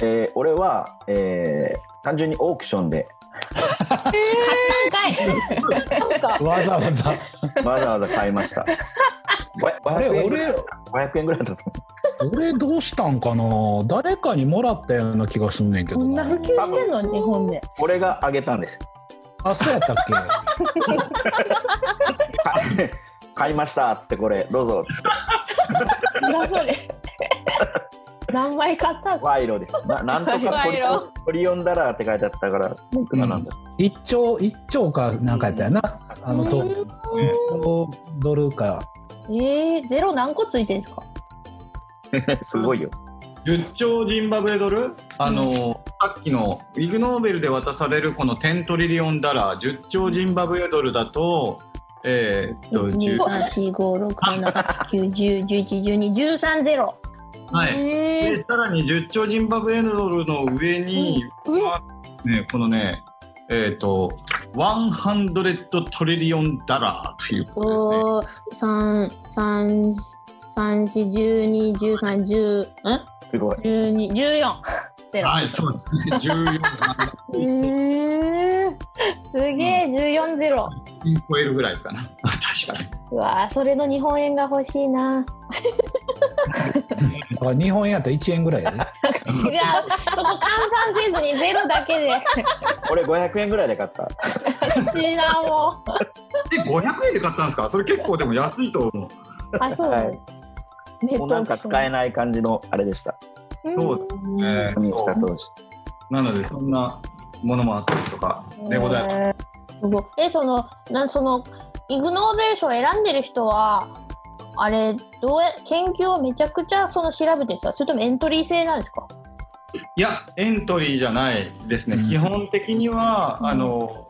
Speaker 7: えー俺は、えー単純にオークションで
Speaker 8: 買ったんかい
Speaker 2: わざわざ。
Speaker 7: わざわざ買いま した。
Speaker 2: あれ、
Speaker 7: 500円ぐらい
Speaker 2: 俺、
Speaker 7: 500円ぐらいだった。
Speaker 2: 俺どうしたんかな。誰かにもらったような気がすんねんけ
Speaker 8: こ
Speaker 2: ど
Speaker 8: んな
Speaker 2: な
Speaker 8: 普。及してんの日本で
Speaker 7: 俺があげたんです。
Speaker 2: あ、そうやったっけ。
Speaker 7: 買い買いましたっつってこれどうぞっつって
Speaker 8: なんだそれ何枚買ったんですか
Speaker 7: 賄賂です。ななんとか
Speaker 4: 賄
Speaker 7: 取り
Speaker 4: 賂
Speaker 7: 取り読んだらって書いてあったからいくらなんだ。
Speaker 2: 一丁、一丁か、なんかやったよな。あの、と、とドルか。
Speaker 8: えー、ゼロ何個ついてるんですか
Speaker 7: すごいよ。
Speaker 5: 10兆ジンバブエドルあの、さっきのイグ・ノーベルで渡されるこの10トリリオンダラー10兆ジンバブエドルだとえーっと10
Speaker 8: ?12345678910111213ゼロ
Speaker 5: はい、でさらに10兆ジンバブエドルの上に、まあね、このねえっ、ー、と、100トリリオンダラーということですね。
Speaker 8: おー、三、三、三、四、十二、十三、十、ん
Speaker 7: すごい。
Speaker 8: 十二、十四。ゼロ。
Speaker 5: はい、そうですね。14万
Speaker 8: えー、すげえ、十四ゼロ。
Speaker 5: 人超えるぐらいかな。 確かに。
Speaker 8: うわー、それの日本円が欲しいな。
Speaker 2: あ日本円やったら1円ぐらいやで。
Speaker 8: 違う、そこ換算せずにゼロだけで。
Speaker 7: 俺500円ぐらいで買った。
Speaker 8: 知らんもう。
Speaker 5: で、500円で買ったんですかそれ結構でも安いと思う。
Speaker 8: あ、そう。
Speaker 7: はい
Speaker 8: ネ
Speaker 7: もうなんか使えない感じのあれでした。
Speaker 5: そう
Speaker 8: で
Speaker 5: えー
Speaker 7: 購入し
Speaker 5: そ
Speaker 7: た当時。
Speaker 5: うなので、そんなものもあったりとかでございます。
Speaker 8: えーすごいえそのなんそのイグ・ノーベル賞を選んでる人はあれどうや研究をめちゃくちゃその調べてるんですかそれともエントリー制なんですか
Speaker 5: いや、エントリーじゃないですね、
Speaker 2: うん
Speaker 5: 基本的には、あの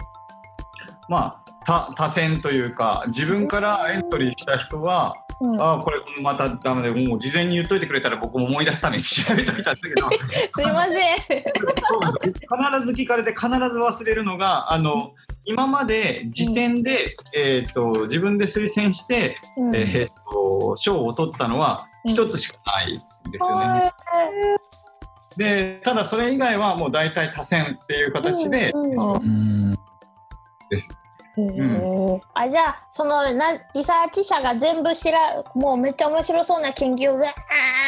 Speaker 5: まあ、多多選というか、自分からエントリーした人は、
Speaker 8: うん
Speaker 5: ああ、これまたダメで、もう事前に言っといてくれたら、僕も思い出すために調べといたんだけど、
Speaker 8: すいません
Speaker 5: そうなんです必ず聞かれて、必ず忘れるのが、あの今まで次戦で、えー、と自分で推薦して、
Speaker 8: うん
Speaker 5: えー、と賞を取ったのは、一つしかないんですよね。
Speaker 8: は
Speaker 5: でただそれ以外はもう大体多選っていう形で、
Speaker 8: うんうん
Speaker 5: あの
Speaker 2: うん
Speaker 8: いうんあじゃあそのなリサーチ者が全部調べもうめっちゃ面白そうな研究をうわ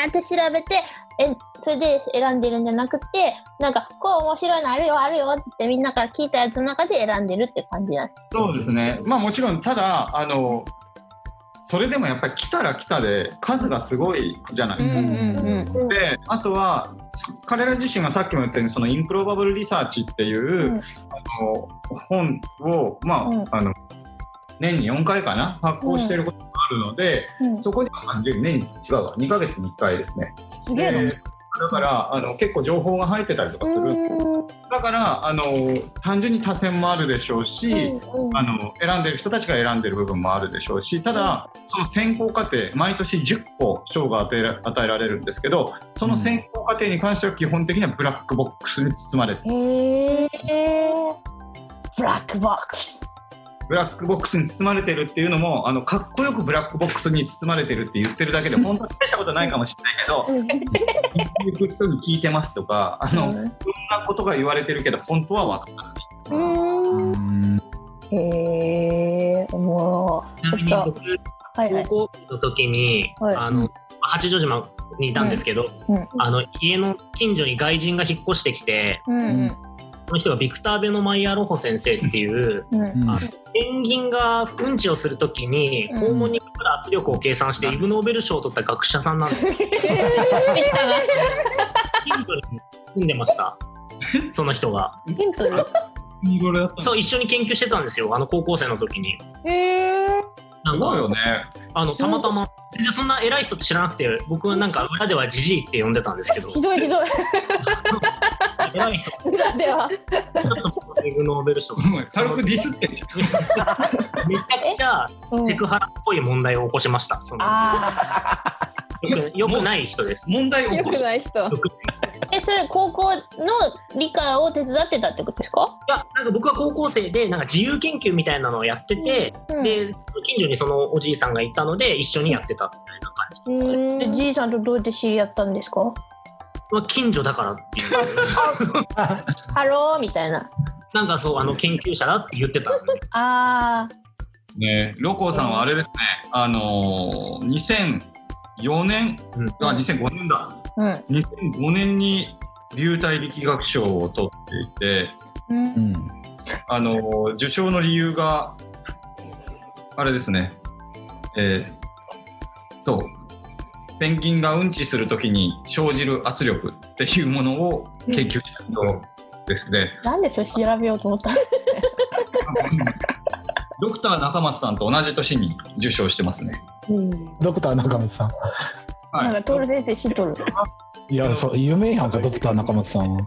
Speaker 8: ーって調べてえそれで選んでるんじゃなくてなんかこう面白いのあるよあるよっつってみんなから聞いたやつの中で選んでるって感じなんです
Speaker 5: そうですねまあもちろんただあのそれでもやっぱり来たら来たで数がすごいじゃない、
Speaker 2: うんうん
Speaker 8: うん
Speaker 5: であとは彼ら自身がさっきも言ったようにそのインプロバブルリサーチっていう、
Speaker 8: うん
Speaker 5: あの本をまあ、
Speaker 8: うん
Speaker 5: あの年に4回かな発行していることもあるので、
Speaker 8: うん
Speaker 5: そこにはまあ年に違うわ2ヶ月に1回ですね。
Speaker 8: すげえな
Speaker 5: でだからあの結構情報が入ってたりとかするんで
Speaker 8: うん
Speaker 5: だからあの単純に多選もあるでしょうし、
Speaker 8: うん
Speaker 5: あの選んでる人たちが選んでる部分もあるでしょうしただ、その選考過程毎年10個賞が与えら与えられるんですけどその選考過程に関しては基本的にはブラックボックスに包まれて
Speaker 8: へえブラックボックス
Speaker 5: ブラックボックスに包まれてるっていうのもあのかっこよくブラックボックスに包まれてるって言ってる だけで本当に大したことないかもしれないけど聞く人に聞いてますとかあの、いろんなことが言われてるけど本当は分かんない。
Speaker 8: うん
Speaker 2: うん
Speaker 8: へえおもろ
Speaker 6: ちなみに僕
Speaker 8: はいはい
Speaker 6: 高校生の時に、
Speaker 8: はい
Speaker 6: あの八丈島にいたんですけど、
Speaker 8: うんうん
Speaker 6: あの家の近所に外人が引っ越してきて
Speaker 8: うんうん
Speaker 6: その人がビクター・ベノマイヤー・ロホ先生っていう
Speaker 8: うん
Speaker 2: うん
Speaker 6: あペンギンがうんちをするときに
Speaker 8: うん
Speaker 6: 肛門にかかる圧力を計算してイグ・ノーベル賞を取った学者さんなんですよ近所に住んでましたその人が
Speaker 8: ヒントで
Speaker 6: そう一緒に研究してたんですよあの高校生の時に
Speaker 8: へえ
Speaker 6: な
Speaker 5: す
Speaker 6: ん
Speaker 5: ごいよ
Speaker 6: か
Speaker 5: ね。
Speaker 6: あのたまたまでそんな偉い人って知らなくて僕はなんか裏ではジジイって呼んでたんですけど
Speaker 8: ひどいひどい
Speaker 6: 偉い人
Speaker 8: 裏では
Speaker 6: ちょっとこのイグ・ノーベル賞
Speaker 5: うん軽くディスってんじゃん。
Speaker 6: めちゃくちゃセクハラっぽい問題を起こしましたその
Speaker 4: あ
Speaker 6: よくよくない人です
Speaker 5: 問題
Speaker 4: あ、
Speaker 5: 起
Speaker 4: よ
Speaker 5: こ
Speaker 4: く
Speaker 5: し
Speaker 4: ない人。
Speaker 6: よく
Speaker 8: えそれ高校の理科を手伝ってたってことですか
Speaker 6: いやなんか僕は高校生でなんか自由研究みたいなのをやってて、
Speaker 8: うん
Speaker 6: で近所にそのおじいさんがいたので一緒にやってたみたいな感じ、
Speaker 8: でじいさんとどうやって知り合ったんですか
Speaker 6: まあ、近所だからっていう
Speaker 8: ハローみたいな
Speaker 6: なんかそうあの研究者だって言ってたんで
Speaker 8: あ
Speaker 5: ね、ロコさんはあれですね、あのー、2004年、
Speaker 6: うん
Speaker 5: あ、2005年だ。
Speaker 8: ーう
Speaker 5: 2005
Speaker 8: ん
Speaker 5: 年に流体力学賞を取っていて、
Speaker 8: うん
Speaker 2: うん
Speaker 5: あのー受賞の理由が、あれですね、えー、と、ペンギンがうんちするときに生じる圧力っていうものを研究した人ですね。
Speaker 8: なんでそれ調べようと思った
Speaker 5: ドクター中松さんと同じ年に受賞してますね。
Speaker 2: ドクター中松さ
Speaker 5: はい
Speaker 8: なんか徹先生知っとる
Speaker 2: ん。いや、そう、有名やんか、ドクター中松さんは。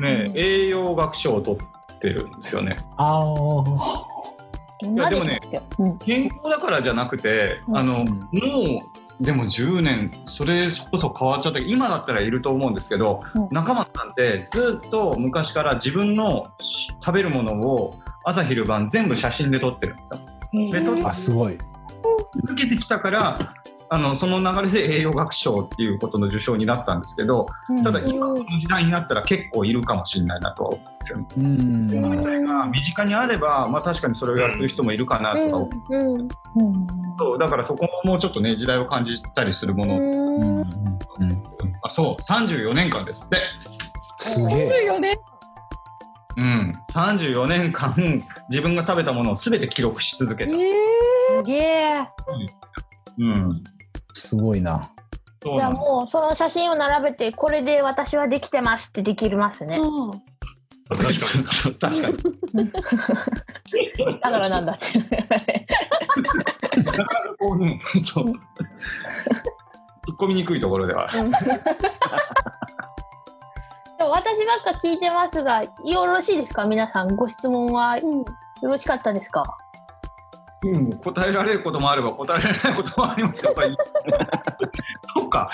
Speaker 5: ね、栄養学賞を取ってるんですよね。
Speaker 2: ああ。
Speaker 8: どん
Speaker 5: ん
Speaker 8: な
Speaker 5: な
Speaker 8: で
Speaker 5: で
Speaker 8: し
Speaker 5: したた
Speaker 8: っ
Speaker 5: っ
Speaker 8: け
Speaker 5: 健康だからじゃなくて、
Speaker 8: うん
Speaker 5: あの、
Speaker 2: ん
Speaker 5: もう、でも10年、それこそ変わっちゃったけど、今だったらいると思うんですけど、
Speaker 8: うん
Speaker 5: 中松さんってずっと昔から自分の食べるものを朝昼晩全部写真で撮ってるんですよ。で撮っ
Speaker 2: あすごい。
Speaker 5: 続けてきたからあのその流れで栄養学賞っていうことの受賞になったんですけどただ今この時代になったら結構いるかもしれないなとは思うんですよ
Speaker 2: う
Speaker 5: ね。
Speaker 2: ん。
Speaker 5: それが身近にあれば、まあ、確かにそれをやってる人もいるかなとか思うとだからそこもちょっとね時代を感じたりするもの、
Speaker 2: うんうん
Speaker 5: あそう34年間ですって。
Speaker 2: すげえ。
Speaker 4: よね。
Speaker 5: うん、34年間 自分が食べたものを全て記録し続けた、
Speaker 1: すげえ。
Speaker 5: うん、
Speaker 2: すごいな。
Speaker 5: そう
Speaker 1: じゃあ
Speaker 5: なんです
Speaker 1: もうその写真を並べてこれで私はできてますってできますね。
Speaker 5: 確かに確かに
Speaker 1: だからなんだって。
Speaker 5: こうねそう突っ込みにくいところでは
Speaker 1: でも私ばっか聞いてますがよろしいですか皆さんご質問はよろしかったですか。
Speaker 5: うん答えられることもあれば答えられないこともありますやっぱ りそっか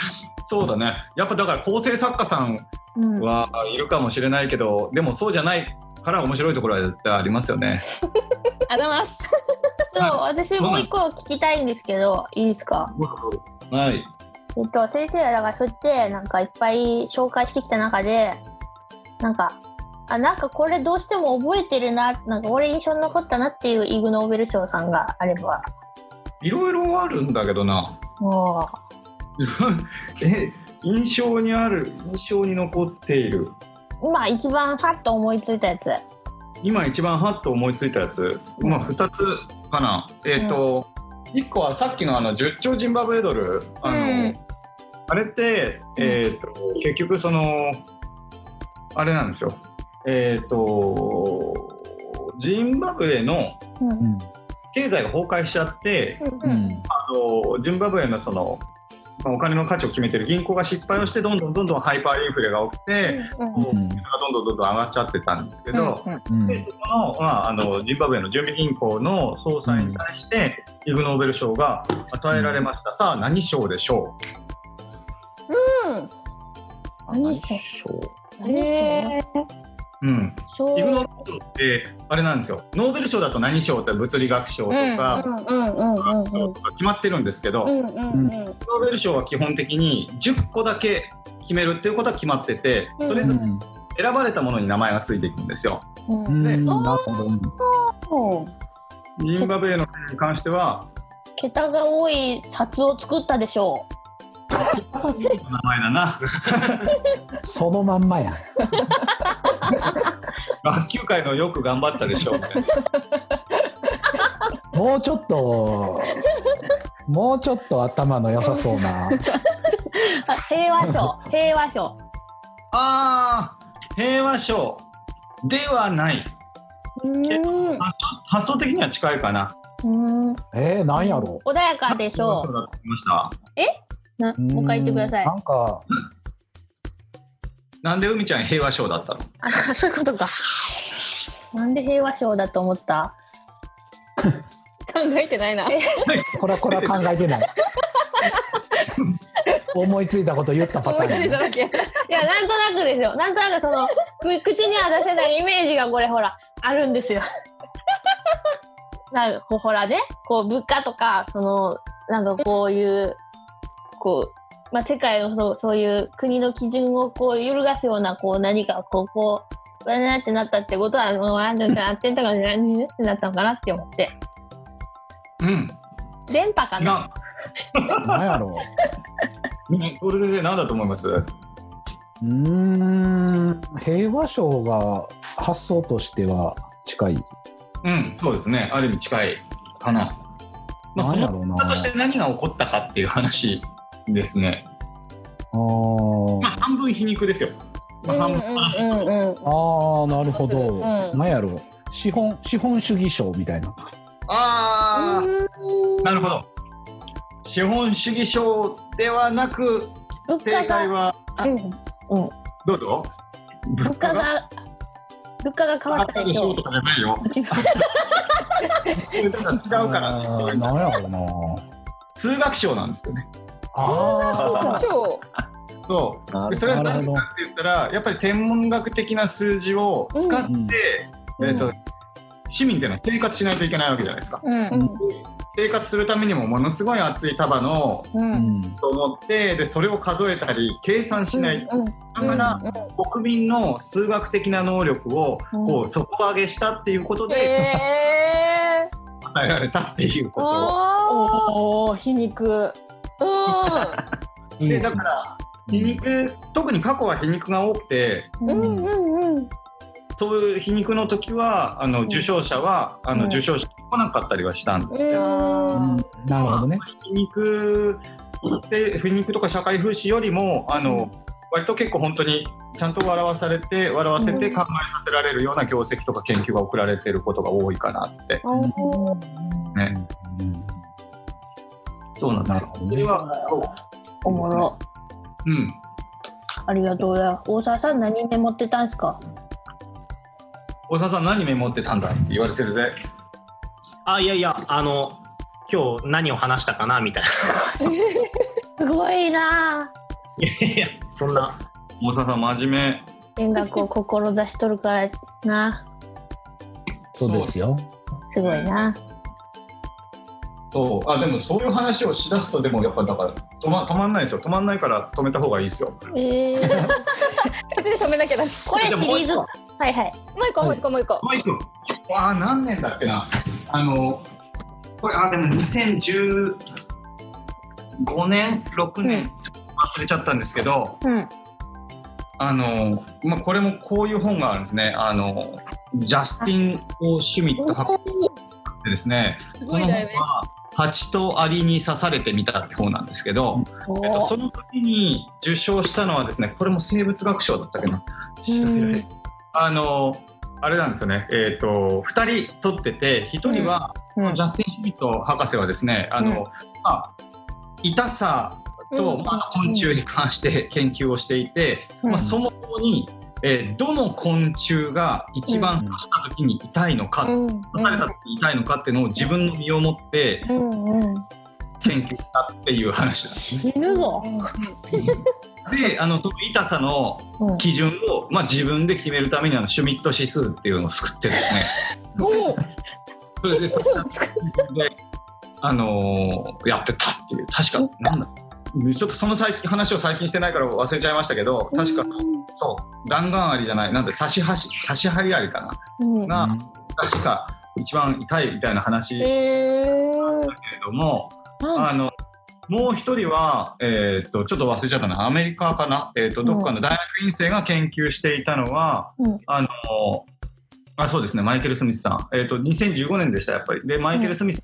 Speaker 5: そうだねやっぱだから構成作家さん
Speaker 1: うん。
Speaker 5: はいるかもしれないけどでもそうじゃないから面白いところは絶対ありますよね
Speaker 4: あざます。
Speaker 1: そう私もう一個聞きたいんですけどいいですか。
Speaker 5: はい
Speaker 1: えっと、先生はだからそうやってなんかいっぱい紹介してきた中でなんかあなんかこれどうしても覚えてるななんか俺印象に残ったなっていうイグ・ノーベル賞さんがあれば
Speaker 5: いろいろあるんだけどな
Speaker 1: も
Speaker 5: え印象にある印象に残っている
Speaker 1: う今一番パッと思いついたやつ
Speaker 5: 今一番ハッと思いついたやつ、まあ、2つかなえっ、と、1個はさっきのあの10兆ジンバブエドルあの、
Speaker 1: うん
Speaker 5: あれって、えー、と結局そのあれなんですよえっ、とジンバブエの
Speaker 2: うん
Speaker 5: 経済が崩壊しちゃって、
Speaker 2: うん
Speaker 5: あのジンバブエのそのまあお金の価値を決めてる銀行が失敗をしてどんどんどんどんハイパーインフレが起きて、こう
Speaker 2: うん
Speaker 5: どんどんどんどん上がっちゃってたんですけど、
Speaker 2: うん
Speaker 5: でそこの,、まあ、あのジンバブエの準備銀行の総裁に対して、イグ・ノーベル賞が与えられました、さあ何賞でしょ
Speaker 1: 何して
Speaker 4: へえ。
Speaker 5: う、うん、
Speaker 1: 賞
Speaker 5: イグ・ノーベル賞ってあれなんですよノーベル賞だと何賞って物理学賞とか、
Speaker 4: うんうんうんうん。
Speaker 5: とか決まってるんですけど、
Speaker 4: う
Speaker 5: イ
Speaker 4: んうん
Speaker 5: グ
Speaker 4: うん。
Speaker 5: ノーベル賞は基本的に10個だけ決めるっていうことは決まっててそれぞれ選ばれたものに名前がついていくんですよ。
Speaker 2: うんな
Speaker 5: で
Speaker 2: るほど。
Speaker 5: ジンバブエの件に関しては
Speaker 1: 桁が多い札を作ったでしょ
Speaker 5: 名前だな
Speaker 2: そのまんまやん。
Speaker 5: 学級会のよく頑張ったでしょうみたいな
Speaker 2: もうちょっと、もうちょっと頭の良さそうな。
Speaker 1: うあ平和賞 平和賞
Speaker 5: あー平和賞ではない
Speaker 1: うん
Speaker 5: 発想的には近いかな
Speaker 1: うん
Speaker 2: えー、なんやろ
Speaker 1: 穏やかでしょ
Speaker 5: そうだと思いました
Speaker 1: うな
Speaker 2: う。
Speaker 1: もう一回言ってください
Speaker 2: なんか、
Speaker 5: なんで海ちゃん平和賞だったの
Speaker 1: あそういうことか。なんで平和賞だと思った。
Speaker 4: 考えてないな。
Speaker 2: これはこれは考えてない。思いついたこと言ったパタ
Speaker 4: 思いつ
Speaker 2: ー
Speaker 4: い
Speaker 2: ンや
Speaker 4: た。だけ。
Speaker 1: いや、なんとなくですよ。なんとなくその、く口には出せないイメージがこれほら、あるんですよ。なんかこうほらね、こう物価とか、その、なんかこういう、こう、まあ、世界のそうそういう国の基準をこう揺るがすような、こう何かこう、こう、わーってなったってことは、もうなんとなってんとか、なんでってなったのかなって思って。
Speaker 5: うん
Speaker 1: 電波かな
Speaker 5: な
Speaker 2: なんやろ
Speaker 5: これ先生何だと思います
Speaker 2: う。うーん、平和賞が発想としては近い。
Speaker 5: うんそうですねある意味近いかな、まあ、
Speaker 2: な
Speaker 5: そ
Speaker 2: んや
Speaker 5: の
Speaker 2: ろう
Speaker 5: 結果
Speaker 2: な
Speaker 5: と。して何が起こったかっていう話ですね
Speaker 2: あー
Speaker 5: まあ半分皮肉ですよ、まあ、半分、
Speaker 4: うんうんうん。
Speaker 2: あー、なるほど。
Speaker 4: うん
Speaker 2: なんやろう。資本資本主義賞みたいな。
Speaker 5: ああなるほど資本主義賞ではなく
Speaker 1: 物価
Speaker 5: 正解
Speaker 1: が、
Speaker 5: はどうぞ
Speaker 1: 物価が、物価が変わったでしょう。
Speaker 5: とかじゃないよ。違うから
Speaker 2: あー
Speaker 5: ね。
Speaker 2: なんやろうな。
Speaker 5: 通学賞なんですよね。
Speaker 2: ああ。
Speaker 4: 今
Speaker 5: そ
Speaker 7: な
Speaker 5: う。
Speaker 7: る
Speaker 5: それは何でかって言ったら、やっぱり天文学的な数字を使って、
Speaker 2: うん
Speaker 5: えっと市民っていうのは生活しないといけないわけじゃないですか。
Speaker 1: うん
Speaker 5: 生活するためにもものすごい厚い束の
Speaker 1: うんうん
Speaker 5: と思ってでそれを数えたり計算しない、だから国民の数学的な能力をこう底上げしたっていうことで
Speaker 4: えー、
Speaker 5: 与えられたっていうこ
Speaker 4: おー
Speaker 1: おー皮肉
Speaker 4: う
Speaker 2: い
Speaker 5: と
Speaker 2: い
Speaker 5: で
Speaker 2: です
Speaker 5: だ
Speaker 2: ね
Speaker 5: から皮肉特に過去は皮肉が多くて
Speaker 4: んうんうんうん
Speaker 5: そういう皮肉の時はあの受賞者はあ
Speaker 1: う
Speaker 5: の
Speaker 1: ん
Speaker 5: 受賞してこなかったりはしたんで
Speaker 2: うんなるほどね。
Speaker 5: 皮肉で皮肉とか社会風刺よりもあの割と結構本当にちゃんと笑わされて笑わせて考えさせられるような業績とか研究が送られてることが多いかなって、ね、そうなんだ
Speaker 2: なる
Speaker 5: よ
Speaker 2: ほど
Speaker 5: そ
Speaker 2: ね
Speaker 5: れ。は
Speaker 1: おもろ
Speaker 5: うん
Speaker 1: ありがとうございます大沢さん何メモってたんすか
Speaker 5: 大沢さん何メモってたんだって言われてるぜ
Speaker 6: あいやいやあの今日何を話したかなみたいな
Speaker 1: すごいない
Speaker 6: やいやそんな
Speaker 5: 大沢さん真面目
Speaker 1: ぁ勉学を志しとるからな
Speaker 2: そうですよ。
Speaker 1: すごいな
Speaker 5: そうあでもそういう話をしだすとでもやっぱだから止ま止まんないですよ止まんないから止めた方がいいですよ
Speaker 1: えー、
Speaker 4: 止めなきゃだも
Speaker 1: これシリーズはいはいう
Speaker 4: 一個もう一個もう一個
Speaker 5: マイクわあ何年だっけなあのこれあでも2015年6年、忘れちゃったんですけど
Speaker 1: うん
Speaker 5: あの、まあ、これもこういう本があるんですねあのジャスティン・オー・シュミット博士でですね
Speaker 4: す
Speaker 5: この本は「蜂とアリに刺されてみた」って本なんですけど、えっと、その時に受賞したのはですねこれも生物学賞だったっけな
Speaker 1: うん
Speaker 5: あのあれなんですよね、えー、と2人取ってて1人は、
Speaker 1: うんうん
Speaker 5: ジャスティン・シュミット博士はですねあの、
Speaker 1: うん
Speaker 5: まあ、痛さと、
Speaker 1: うん
Speaker 5: まあ、昆虫に関して研究をしていて、
Speaker 1: うん
Speaker 5: まあ、そもそもに、えーどの昆虫が一番刺した時に痛いのか、
Speaker 1: うん
Speaker 5: 刺された時に痛いのかっていうのを自分の身をもって
Speaker 1: うんうん
Speaker 5: 研究したっていう話です。
Speaker 1: 死ぬぞ
Speaker 5: であのその痛さの
Speaker 1: うん
Speaker 5: 基準を、まあ、自分で決めるためにあのシュミット指数っていうのを作ってですね
Speaker 4: お
Speaker 5: それでであのーやってたっていう確かなんだちょっとその最近話を最近してないから忘れちゃいましたけど確かそう弾丸アリじゃないなんで差し箸差し針アリか
Speaker 1: うん
Speaker 5: なが確か一番痛いみたいな話だけれ
Speaker 4: えー、
Speaker 5: ども、あのもう一人は、えー、とちょっと忘れちゃったなアメリカかな、えー、とどっかの大学院生が研究していたのは、
Speaker 1: うん
Speaker 5: あのあそうですねマイケル・スミスさん、えー、と2015年でしたやっぱりでマイケル・スミスさ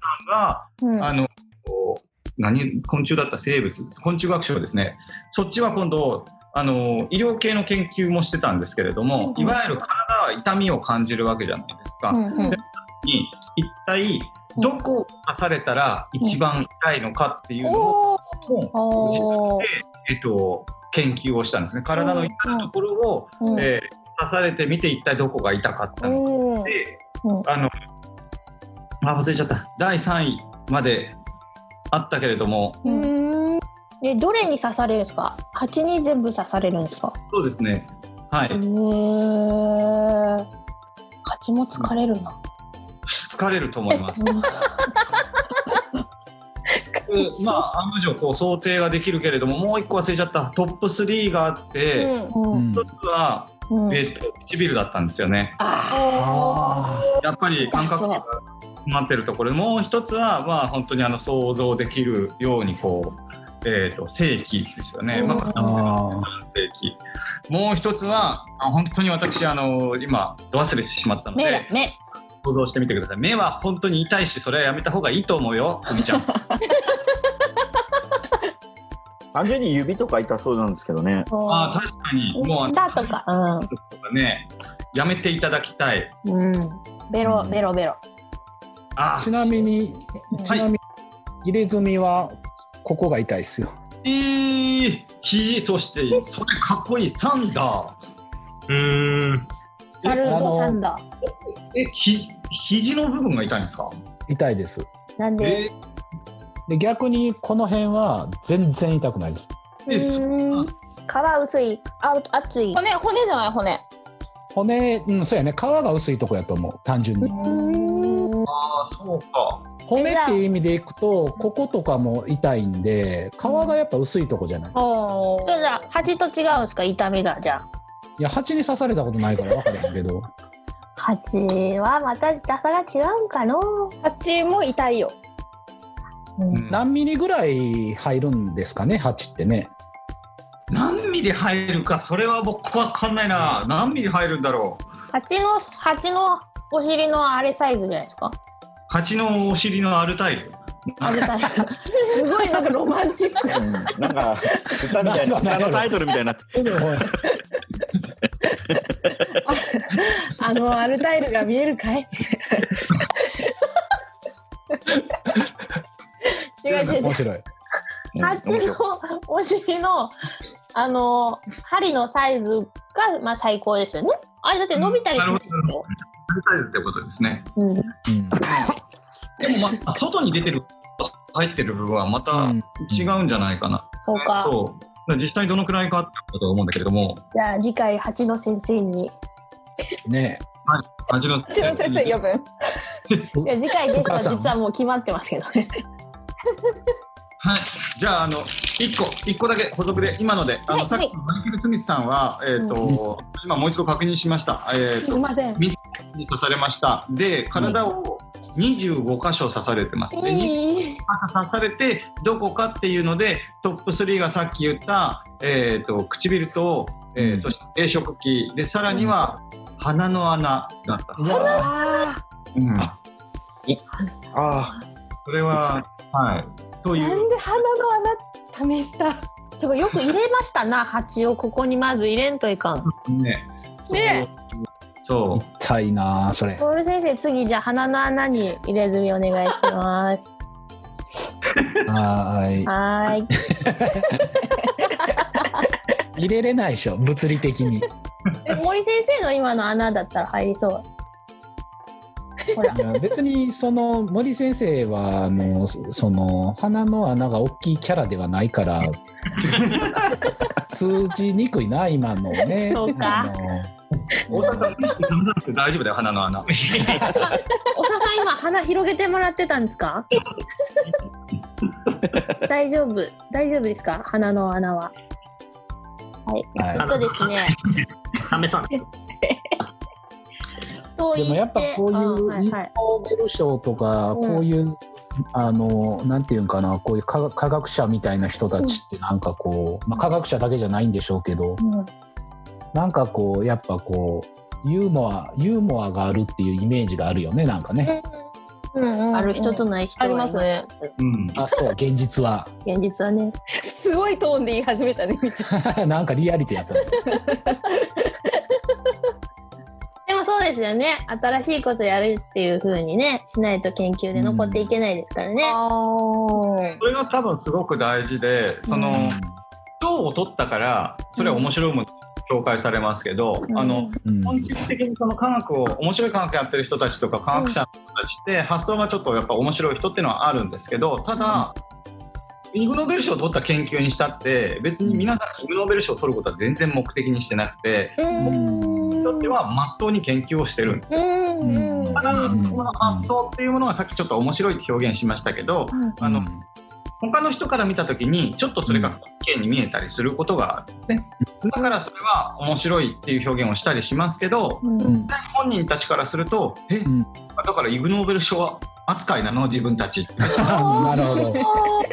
Speaker 5: んが、
Speaker 1: うん
Speaker 5: あのこう何昆虫だった生物昆虫学賞ですねそっちは今度あの医療系の研究もしてたんですけれども、いわゆる体は痛みを感じるわけじゃないですか、
Speaker 1: うんうん
Speaker 5: に一体どこを刺されたら一番痛いのかっていうのを、
Speaker 4: おー
Speaker 1: おー
Speaker 5: えっと、研究をしたんですね体の痛いところを、
Speaker 1: うん
Speaker 5: えー刺されてみて一体どこが痛かったのか
Speaker 1: うん
Speaker 5: で、
Speaker 1: うん
Speaker 5: あのあ忘れちゃった第3位まであったけれども
Speaker 1: うんえどれに刺されるんですか蜂に全部刺されるんですか
Speaker 5: そうですね。は
Speaker 1: う
Speaker 5: い。
Speaker 1: ー蜂も疲れるな
Speaker 5: 疲れると思います。うんまあ、案の定こう想定ができるけれども、もう一個忘れちゃった。トップ3があって、
Speaker 1: う
Speaker 2: うんん
Speaker 5: 一、つは、
Speaker 1: うん
Speaker 5: えっと、唇だったんですよね。
Speaker 2: あ
Speaker 5: やっぱり感覚が詰まってるところ。もう一つは、まあ、本当にあの想像できるように、こう、えっ、と、正規ですよね。ま
Speaker 2: あ。
Speaker 5: あ、
Speaker 2: あ
Speaker 5: 正規。もう一つは、あ本当に私、あの、今、ど忘れしてしまったの
Speaker 1: 目だ
Speaker 5: で、
Speaker 1: 目
Speaker 5: 想像してみてください。目は本当に痛いし、それはやめた方がいいと思うよ、ふ みちゃん。
Speaker 7: 単純に指とか痛そうなんですけどね。
Speaker 5: あー確かに、もうあの
Speaker 1: だとかうん
Speaker 5: ね、やめていただきたい。
Speaker 1: うん、ベロベロベロ。
Speaker 5: あ
Speaker 2: あちなみに、ちなみに、入れ墨は、ここが痛いですよ。
Speaker 5: えー、肘、そして、それかっこいい、サンダー。
Speaker 6: うーん
Speaker 1: サルトサンダ
Speaker 5: え、ひ肘の部分が痛いんですか
Speaker 2: 痛いです。
Speaker 1: ー。なんで？
Speaker 5: え
Speaker 2: で、逆に、この辺は、全然痛くないです。
Speaker 5: ー、えそ
Speaker 1: 皮薄い、あ、厚い。
Speaker 4: 骨骨じゃない骨
Speaker 2: 骨、うん、そうやね、皮が薄いとこやと思う、単純に。
Speaker 5: ああ、そうか。
Speaker 2: 骨っていう意味でいくと、こことかも痛いんで、皮がやっぱ薄いとこじゃない。
Speaker 4: お
Speaker 1: それじゃあ蜂と違うんですか痛みがじゃあ
Speaker 2: いや、蜂に刺されたことないから分からへんけど、
Speaker 1: 蜂はまた痛さが違うんかの
Speaker 4: 蜂も痛いよ
Speaker 5: うん
Speaker 2: 何ミリぐらい入るんですかね、蜂ってね。
Speaker 5: 何ミリ入るか、それは僕わかんないな。何ミリ入るんだろう。
Speaker 1: 蜂の蜂のお尻のあれサイズじゃないですか
Speaker 5: 蜂のお尻のアルタイル。
Speaker 1: あれサイズ
Speaker 4: すごいなんかロマンチック
Speaker 7: うんなんか歌みたいな歌のタイトルみたいになって
Speaker 4: あのアルタイルが見えるか い
Speaker 1: 違う違う違
Speaker 2: 面
Speaker 1: う
Speaker 2: 白い。
Speaker 7: うん
Speaker 1: 蜂
Speaker 7: 面白
Speaker 1: の
Speaker 7: い
Speaker 1: お尻のあの針のサイズがまあ最高ですよねあれだって伸びたりしないですよ
Speaker 5: アルサイズってことですね。
Speaker 1: うん
Speaker 2: うん
Speaker 5: で も、まあ、外に出てる、入ってる部分はまた違うんじゃないかな。
Speaker 1: そうか
Speaker 5: そう。だから実際どのくらいかってことだと思うんだけれども、
Speaker 1: じゃあ次回蜂の先生に
Speaker 2: ね
Speaker 5: 蜂の
Speaker 4: うちの先生呼ぶ
Speaker 1: いや次回ゲス
Speaker 2: お母さ
Speaker 1: ト
Speaker 2: ん
Speaker 1: 実はもう決まってますけどね
Speaker 5: はい、じゃあ、あの、一個、一個だけ補足で、今ので、あの、
Speaker 1: はい
Speaker 5: さっきのマイケルスミスさんは、えっ、と、今もう一度確認しました。えっ、
Speaker 1: すいません
Speaker 5: と、に刺されました。で、体を25箇所刺されてます。で、25
Speaker 1: いい
Speaker 5: 箇所刺されて、どこかっていうので、トップ3がさっき言った、えっ、と、唇と、えー
Speaker 2: うん
Speaker 5: そして定食器、で、さらには、鼻の穴だった。
Speaker 2: うわ
Speaker 4: あ
Speaker 5: うん、
Speaker 7: あ
Speaker 5: それは、はい、と
Speaker 4: ー
Speaker 5: い
Speaker 4: な
Speaker 5: う。
Speaker 4: んで鼻の穴試した
Speaker 1: てかよく入れましたな蜂をここにまず入れんといかん
Speaker 5: ね。
Speaker 4: ね
Speaker 5: そう。
Speaker 2: 痛いなあそれ。
Speaker 1: ボール先生次じゃあ鼻の穴に入れ墨お願いし ます。
Speaker 2: はーい。
Speaker 1: はーい。
Speaker 2: 入れれないでしょ、物理的に。
Speaker 1: え森先生の今の穴だったら入りそう。
Speaker 2: いや別にその森先生はあのそその鼻の穴が大きいキャラではないから通じにくいな今のね。
Speaker 1: そうか
Speaker 5: 太田さん、無視して騙さなくて大丈夫だよ、鼻の穴。
Speaker 1: おささん今鼻広げてもらってたんです か？大丈夫大丈夫ですか鼻の穴は。
Speaker 2: あのは
Speaker 1: そうですね。
Speaker 6: 試さない。
Speaker 1: と
Speaker 2: い、で
Speaker 1: 言
Speaker 2: もやっぱこう
Speaker 1: ん
Speaker 2: いう
Speaker 1: はい
Speaker 2: 日
Speaker 1: はい
Speaker 2: 本ベル賞とか
Speaker 1: うん
Speaker 2: こういう、あのなんていうんかなこういう科科学者みたいな人たちってなんかこう、まあ、科学者だけじゃないんでしょうけど、
Speaker 1: うん
Speaker 2: なんかこうやっぱこうユーモアユーモアがあるっていうイメージがあるよねなんかね。
Speaker 1: うんうんうん
Speaker 4: あ
Speaker 1: あ
Speaker 4: る
Speaker 1: る
Speaker 4: 人
Speaker 1: 人
Speaker 4: と
Speaker 1: とない人
Speaker 4: ありますね
Speaker 5: うん。
Speaker 2: あそう現実は。
Speaker 1: 現実はね。
Speaker 4: すごいトーンで言い始めたねみち
Speaker 2: なんかリアリティやったね。
Speaker 1: でもそうですよね。新しいことやるっていう風にねしないと研究で残っていけないですからね。
Speaker 4: あ
Speaker 5: それが多分すごく大事で、その、賞を取ったから、それは面白いもの紹介されますけど、あの、
Speaker 2: うん
Speaker 5: 本質的にその科学を、面白い科学やってる人たちとか、科学者の人たちって、発想がちょっとやっぱ面白い人っていうのはあるんですけど、ただ、イグ・ノーベル賞を取った研究にしたって別に皆さんイグ・ノーベル賞を取ることは全然目的にしてなくて
Speaker 2: うん
Speaker 5: 人にとってはまっとうに研究をしてるんですよ
Speaker 2: うん
Speaker 5: だから
Speaker 2: うん
Speaker 5: この発想っていうものはさっきちょっと面白いって表現しましたけど、あの他の人から見た時にちょっとそれが綺麗に見えたりすることがあって、だからそれは面白いっていう表現をしたりしますけど
Speaker 2: うん
Speaker 5: 本人たちからすると「え、
Speaker 2: ん
Speaker 5: だからイグ・ノーベル賞は扱いなの自分たち」 っ
Speaker 2: なるほど。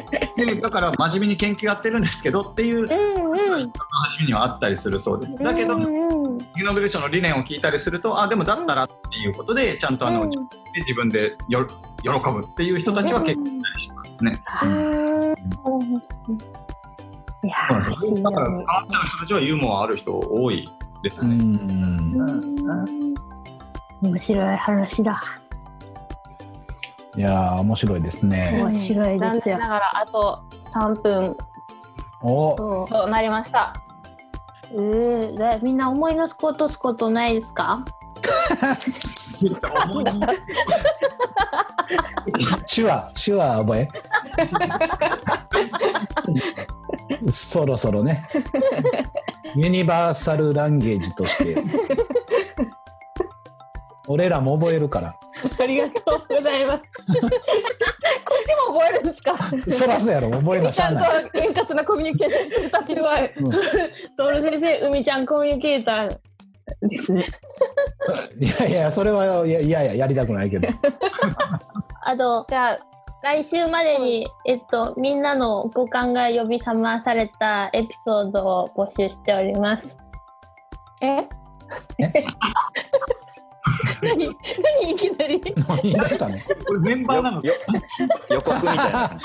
Speaker 5: てでだから真面目に研究やってるんですけどっていう真
Speaker 1: うん
Speaker 5: 面目にはあったりするそうです。だけどイグ・
Speaker 1: うん
Speaker 5: ノーベル賞の理念を聞いたりすると「あでもだったら」っていうことでちゃんとあの、
Speaker 1: うん
Speaker 5: 自分でよ喜ぶっていう人たちは結構いたりしますね。
Speaker 1: いや
Speaker 5: だ
Speaker 1: ーいいよ
Speaker 5: から、
Speaker 1: ね
Speaker 5: 科学者の人たちはユーモアある人多いですよ
Speaker 2: う
Speaker 5: ね。
Speaker 2: ん
Speaker 1: 面白い話だ。
Speaker 2: いやー面白いですね。
Speaker 1: 面白い
Speaker 4: 残
Speaker 1: です
Speaker 4: 念
Speaker 1: よ。
Speaker 4: ながらあと3分
Speaker 2: お
Speaker 4: となりました
Speaker 1: えー、だみんな思いのすことすことないですか？
Speaker 2: 手話手話覚え。そろそろね。ユニバーサルランゲージとして俺らも覚えるから。
Speaker 4: ありがとうございます。こっちも覚えるんですか。
Speaker 2: そらそうやろ、覚えなし
Speaker 4: ち
Speaker 2: ゃ
Speaker 4: ゃ
Speaker 2: あ
Speaker 4: ん
Speaker 2: ない。
Speaker 4: と円滑なコミュニケーションするためには。
Speaker 8: トール先生、海ちゃんコミュニケーター。
Speaker 2: いやいや、それはいやいやいや、やりたくないけど。
Speaker 8: あと、じゃあ、来週までに、えっと、みんなの五感が呼び覚まされたエピソードを募集しております。
Speaker 4: え。何、何いきなり。
Speaker 2: 言い出した ね。
Speaker 5: これメンバーなの
Speaker 7: よ予告みたいな。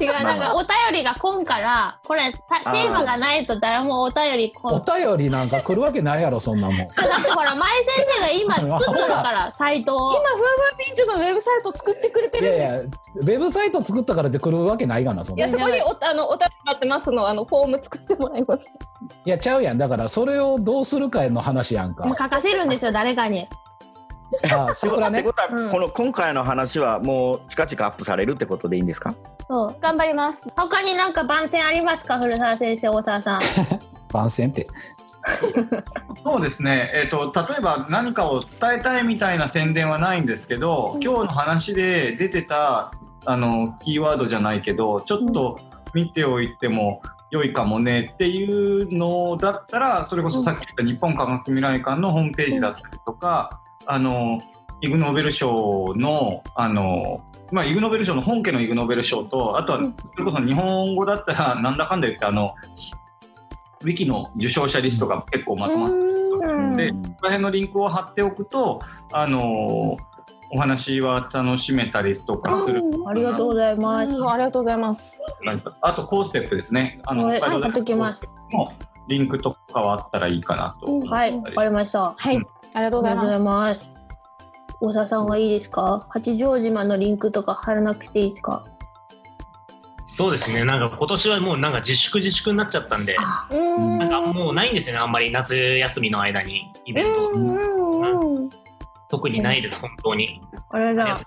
Speaker 8: 違う、
Speaker 7: あ
Speaker 8: なんかお便りが来んから、これ、た
Speaker 7: あー
Speaker 8: テーマがないと誰もお便り来
Speaker 2: お
Speaker 8: ん。
Speaker 2: 便りなんか来るわけないやろ、そんなもん。
Speaker 8: だって ほら、前先生 が今作ってるから、サイトを。
Speaker 4: 今ふわふわピンチョさんウェブサイト作ってくれて
Speaker 2: い
Speaker 4: るん
Speaker 2: やい
Speaker 4: です。
Speaker 2: や、ウェブサイト作ったからって来るわけないがな、そん
Speaker 4: い
Speaker 2: な。
Speaker 4: や
Speaker 2: い
Speaker 4: そこにおあのおた待ってますのあのフォーム作ってもらいます。
Speaker 2: や、ちゃうやん。だから、それをどうするかの話やん
Speaker 8: も
Speaker 2: か
Speaker 8: う。書かせるんですよ、誰かに。
Speaker 2: ああ、そこら
Speaker 7: っ
Speaker 2: ね。
Speaker 7: て ことは、
Speaker 8: うん
Speaker 7: この今回の話はもう近々アップされるってことでいいんですか
Speaker 8: そう。
Speaker 4: 頑張ります。
Speaker 8: 他になんか番宣ありますか古澤先生、大沢さん。
Speaker 2: 番宣って。
Speaker 5: そうですね、えー、と例えば何かを伝えたいみたいな宣伝はないんですけど、今日の話で出てたあのキーワードじゃないけどちょっと見ておいても良いかもねっていうのだったらそれこそさっき言った日本科学未来館のホームページだったりとか、あのイグ・ノーベル賞のあの、まあ、イグ・ノーベル賞の本家のイグ・ノーベル賞とあとはそれこそ日本語だったらなんだかんだ言ってあのウィキの受賞者リストが結構まとまってで、ここら辺のリンクを貼っておくと、あのーお話は楽しめたりとかする。
Speaker 8: ありがとうございます。
Speaker 4: ありがとうございます。
Speaker 5: あと、コーステップですね。あの、
Speaker 8: はい
Speaker 5: 北海道大
Speaker 8: 貼っとき
Speaker 5: 学
Speaker 8: ます
Speaker 5: のリンクとかはあったらいいかなと。
Speaker 8: はい、わかりました。
Speaker 4: はい、ありがとうございます。
Speaker 8: ます。大沢さんはいいですか八丈島のリンクとか貼らなくていいですか
Speaker 6: そうですね、なんか今年はもうなんか自粛自粛になっちゃったんで、
Speaker 4: うん
Speaker 6: なんかもうないんですよね、あんまり夏休みの間にイベント、
Speaker 4: うん
Speaker 6: 特にないです、本当に。
Speaker 8: あらら、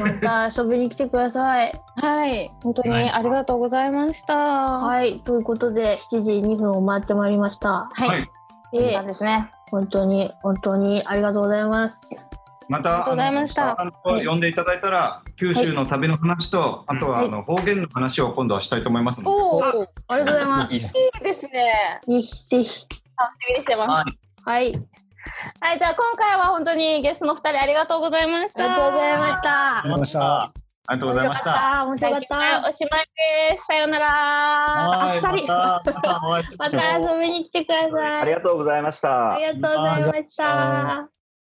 Speaker 8: また遊びに来てください。
Speaker 4: はい、本当にありがとうございました。は
Speaker 8: はい、ということで、7時2分を回ってまいりました。
Speaker 5: はい。
Speaker 8: え
Speaker 4: なんですね。
Speaker 8: 本当に、本当にありがとうございます。
Speaker 5: ま
Speaker 4: ありが
Speaker 5: た、
Speaker 4: とうございました
Speaker 5: あの呼んでいただいたら、九州の旅の話と、あとは、あの、方言の話を今度はしたいと思いますので。
Speaker 4: おお、い
Speaker 8: ありがとうございます。
Speaker 7: いいです
Speaker 4: いですね。
Speaker 8: ぜひぜひ。
Speaker 4: 楽しみにしてます。
Speaker 8: はい、
Speaker 4: はい、じゃあ今回は本当にゲストの二人ありがとうございました。
Speaker 8: ありがとうございました。
Speaker 2: ました。
Speaker 5: ありがとうございました。
Speaker 8: あー、面白かっ
Speaker 4: はい
Speaker 8: た。
Speaker 4: おしまいです。さようなら。
Speaker 5: はい
Speaker 8: あっさり。
Speaker 5: またまたお会いしましょう
Speaker 8: また遊びに来てください。
Speaker 7: ありがとうございました
Speaker 8: あ。りがとうございました。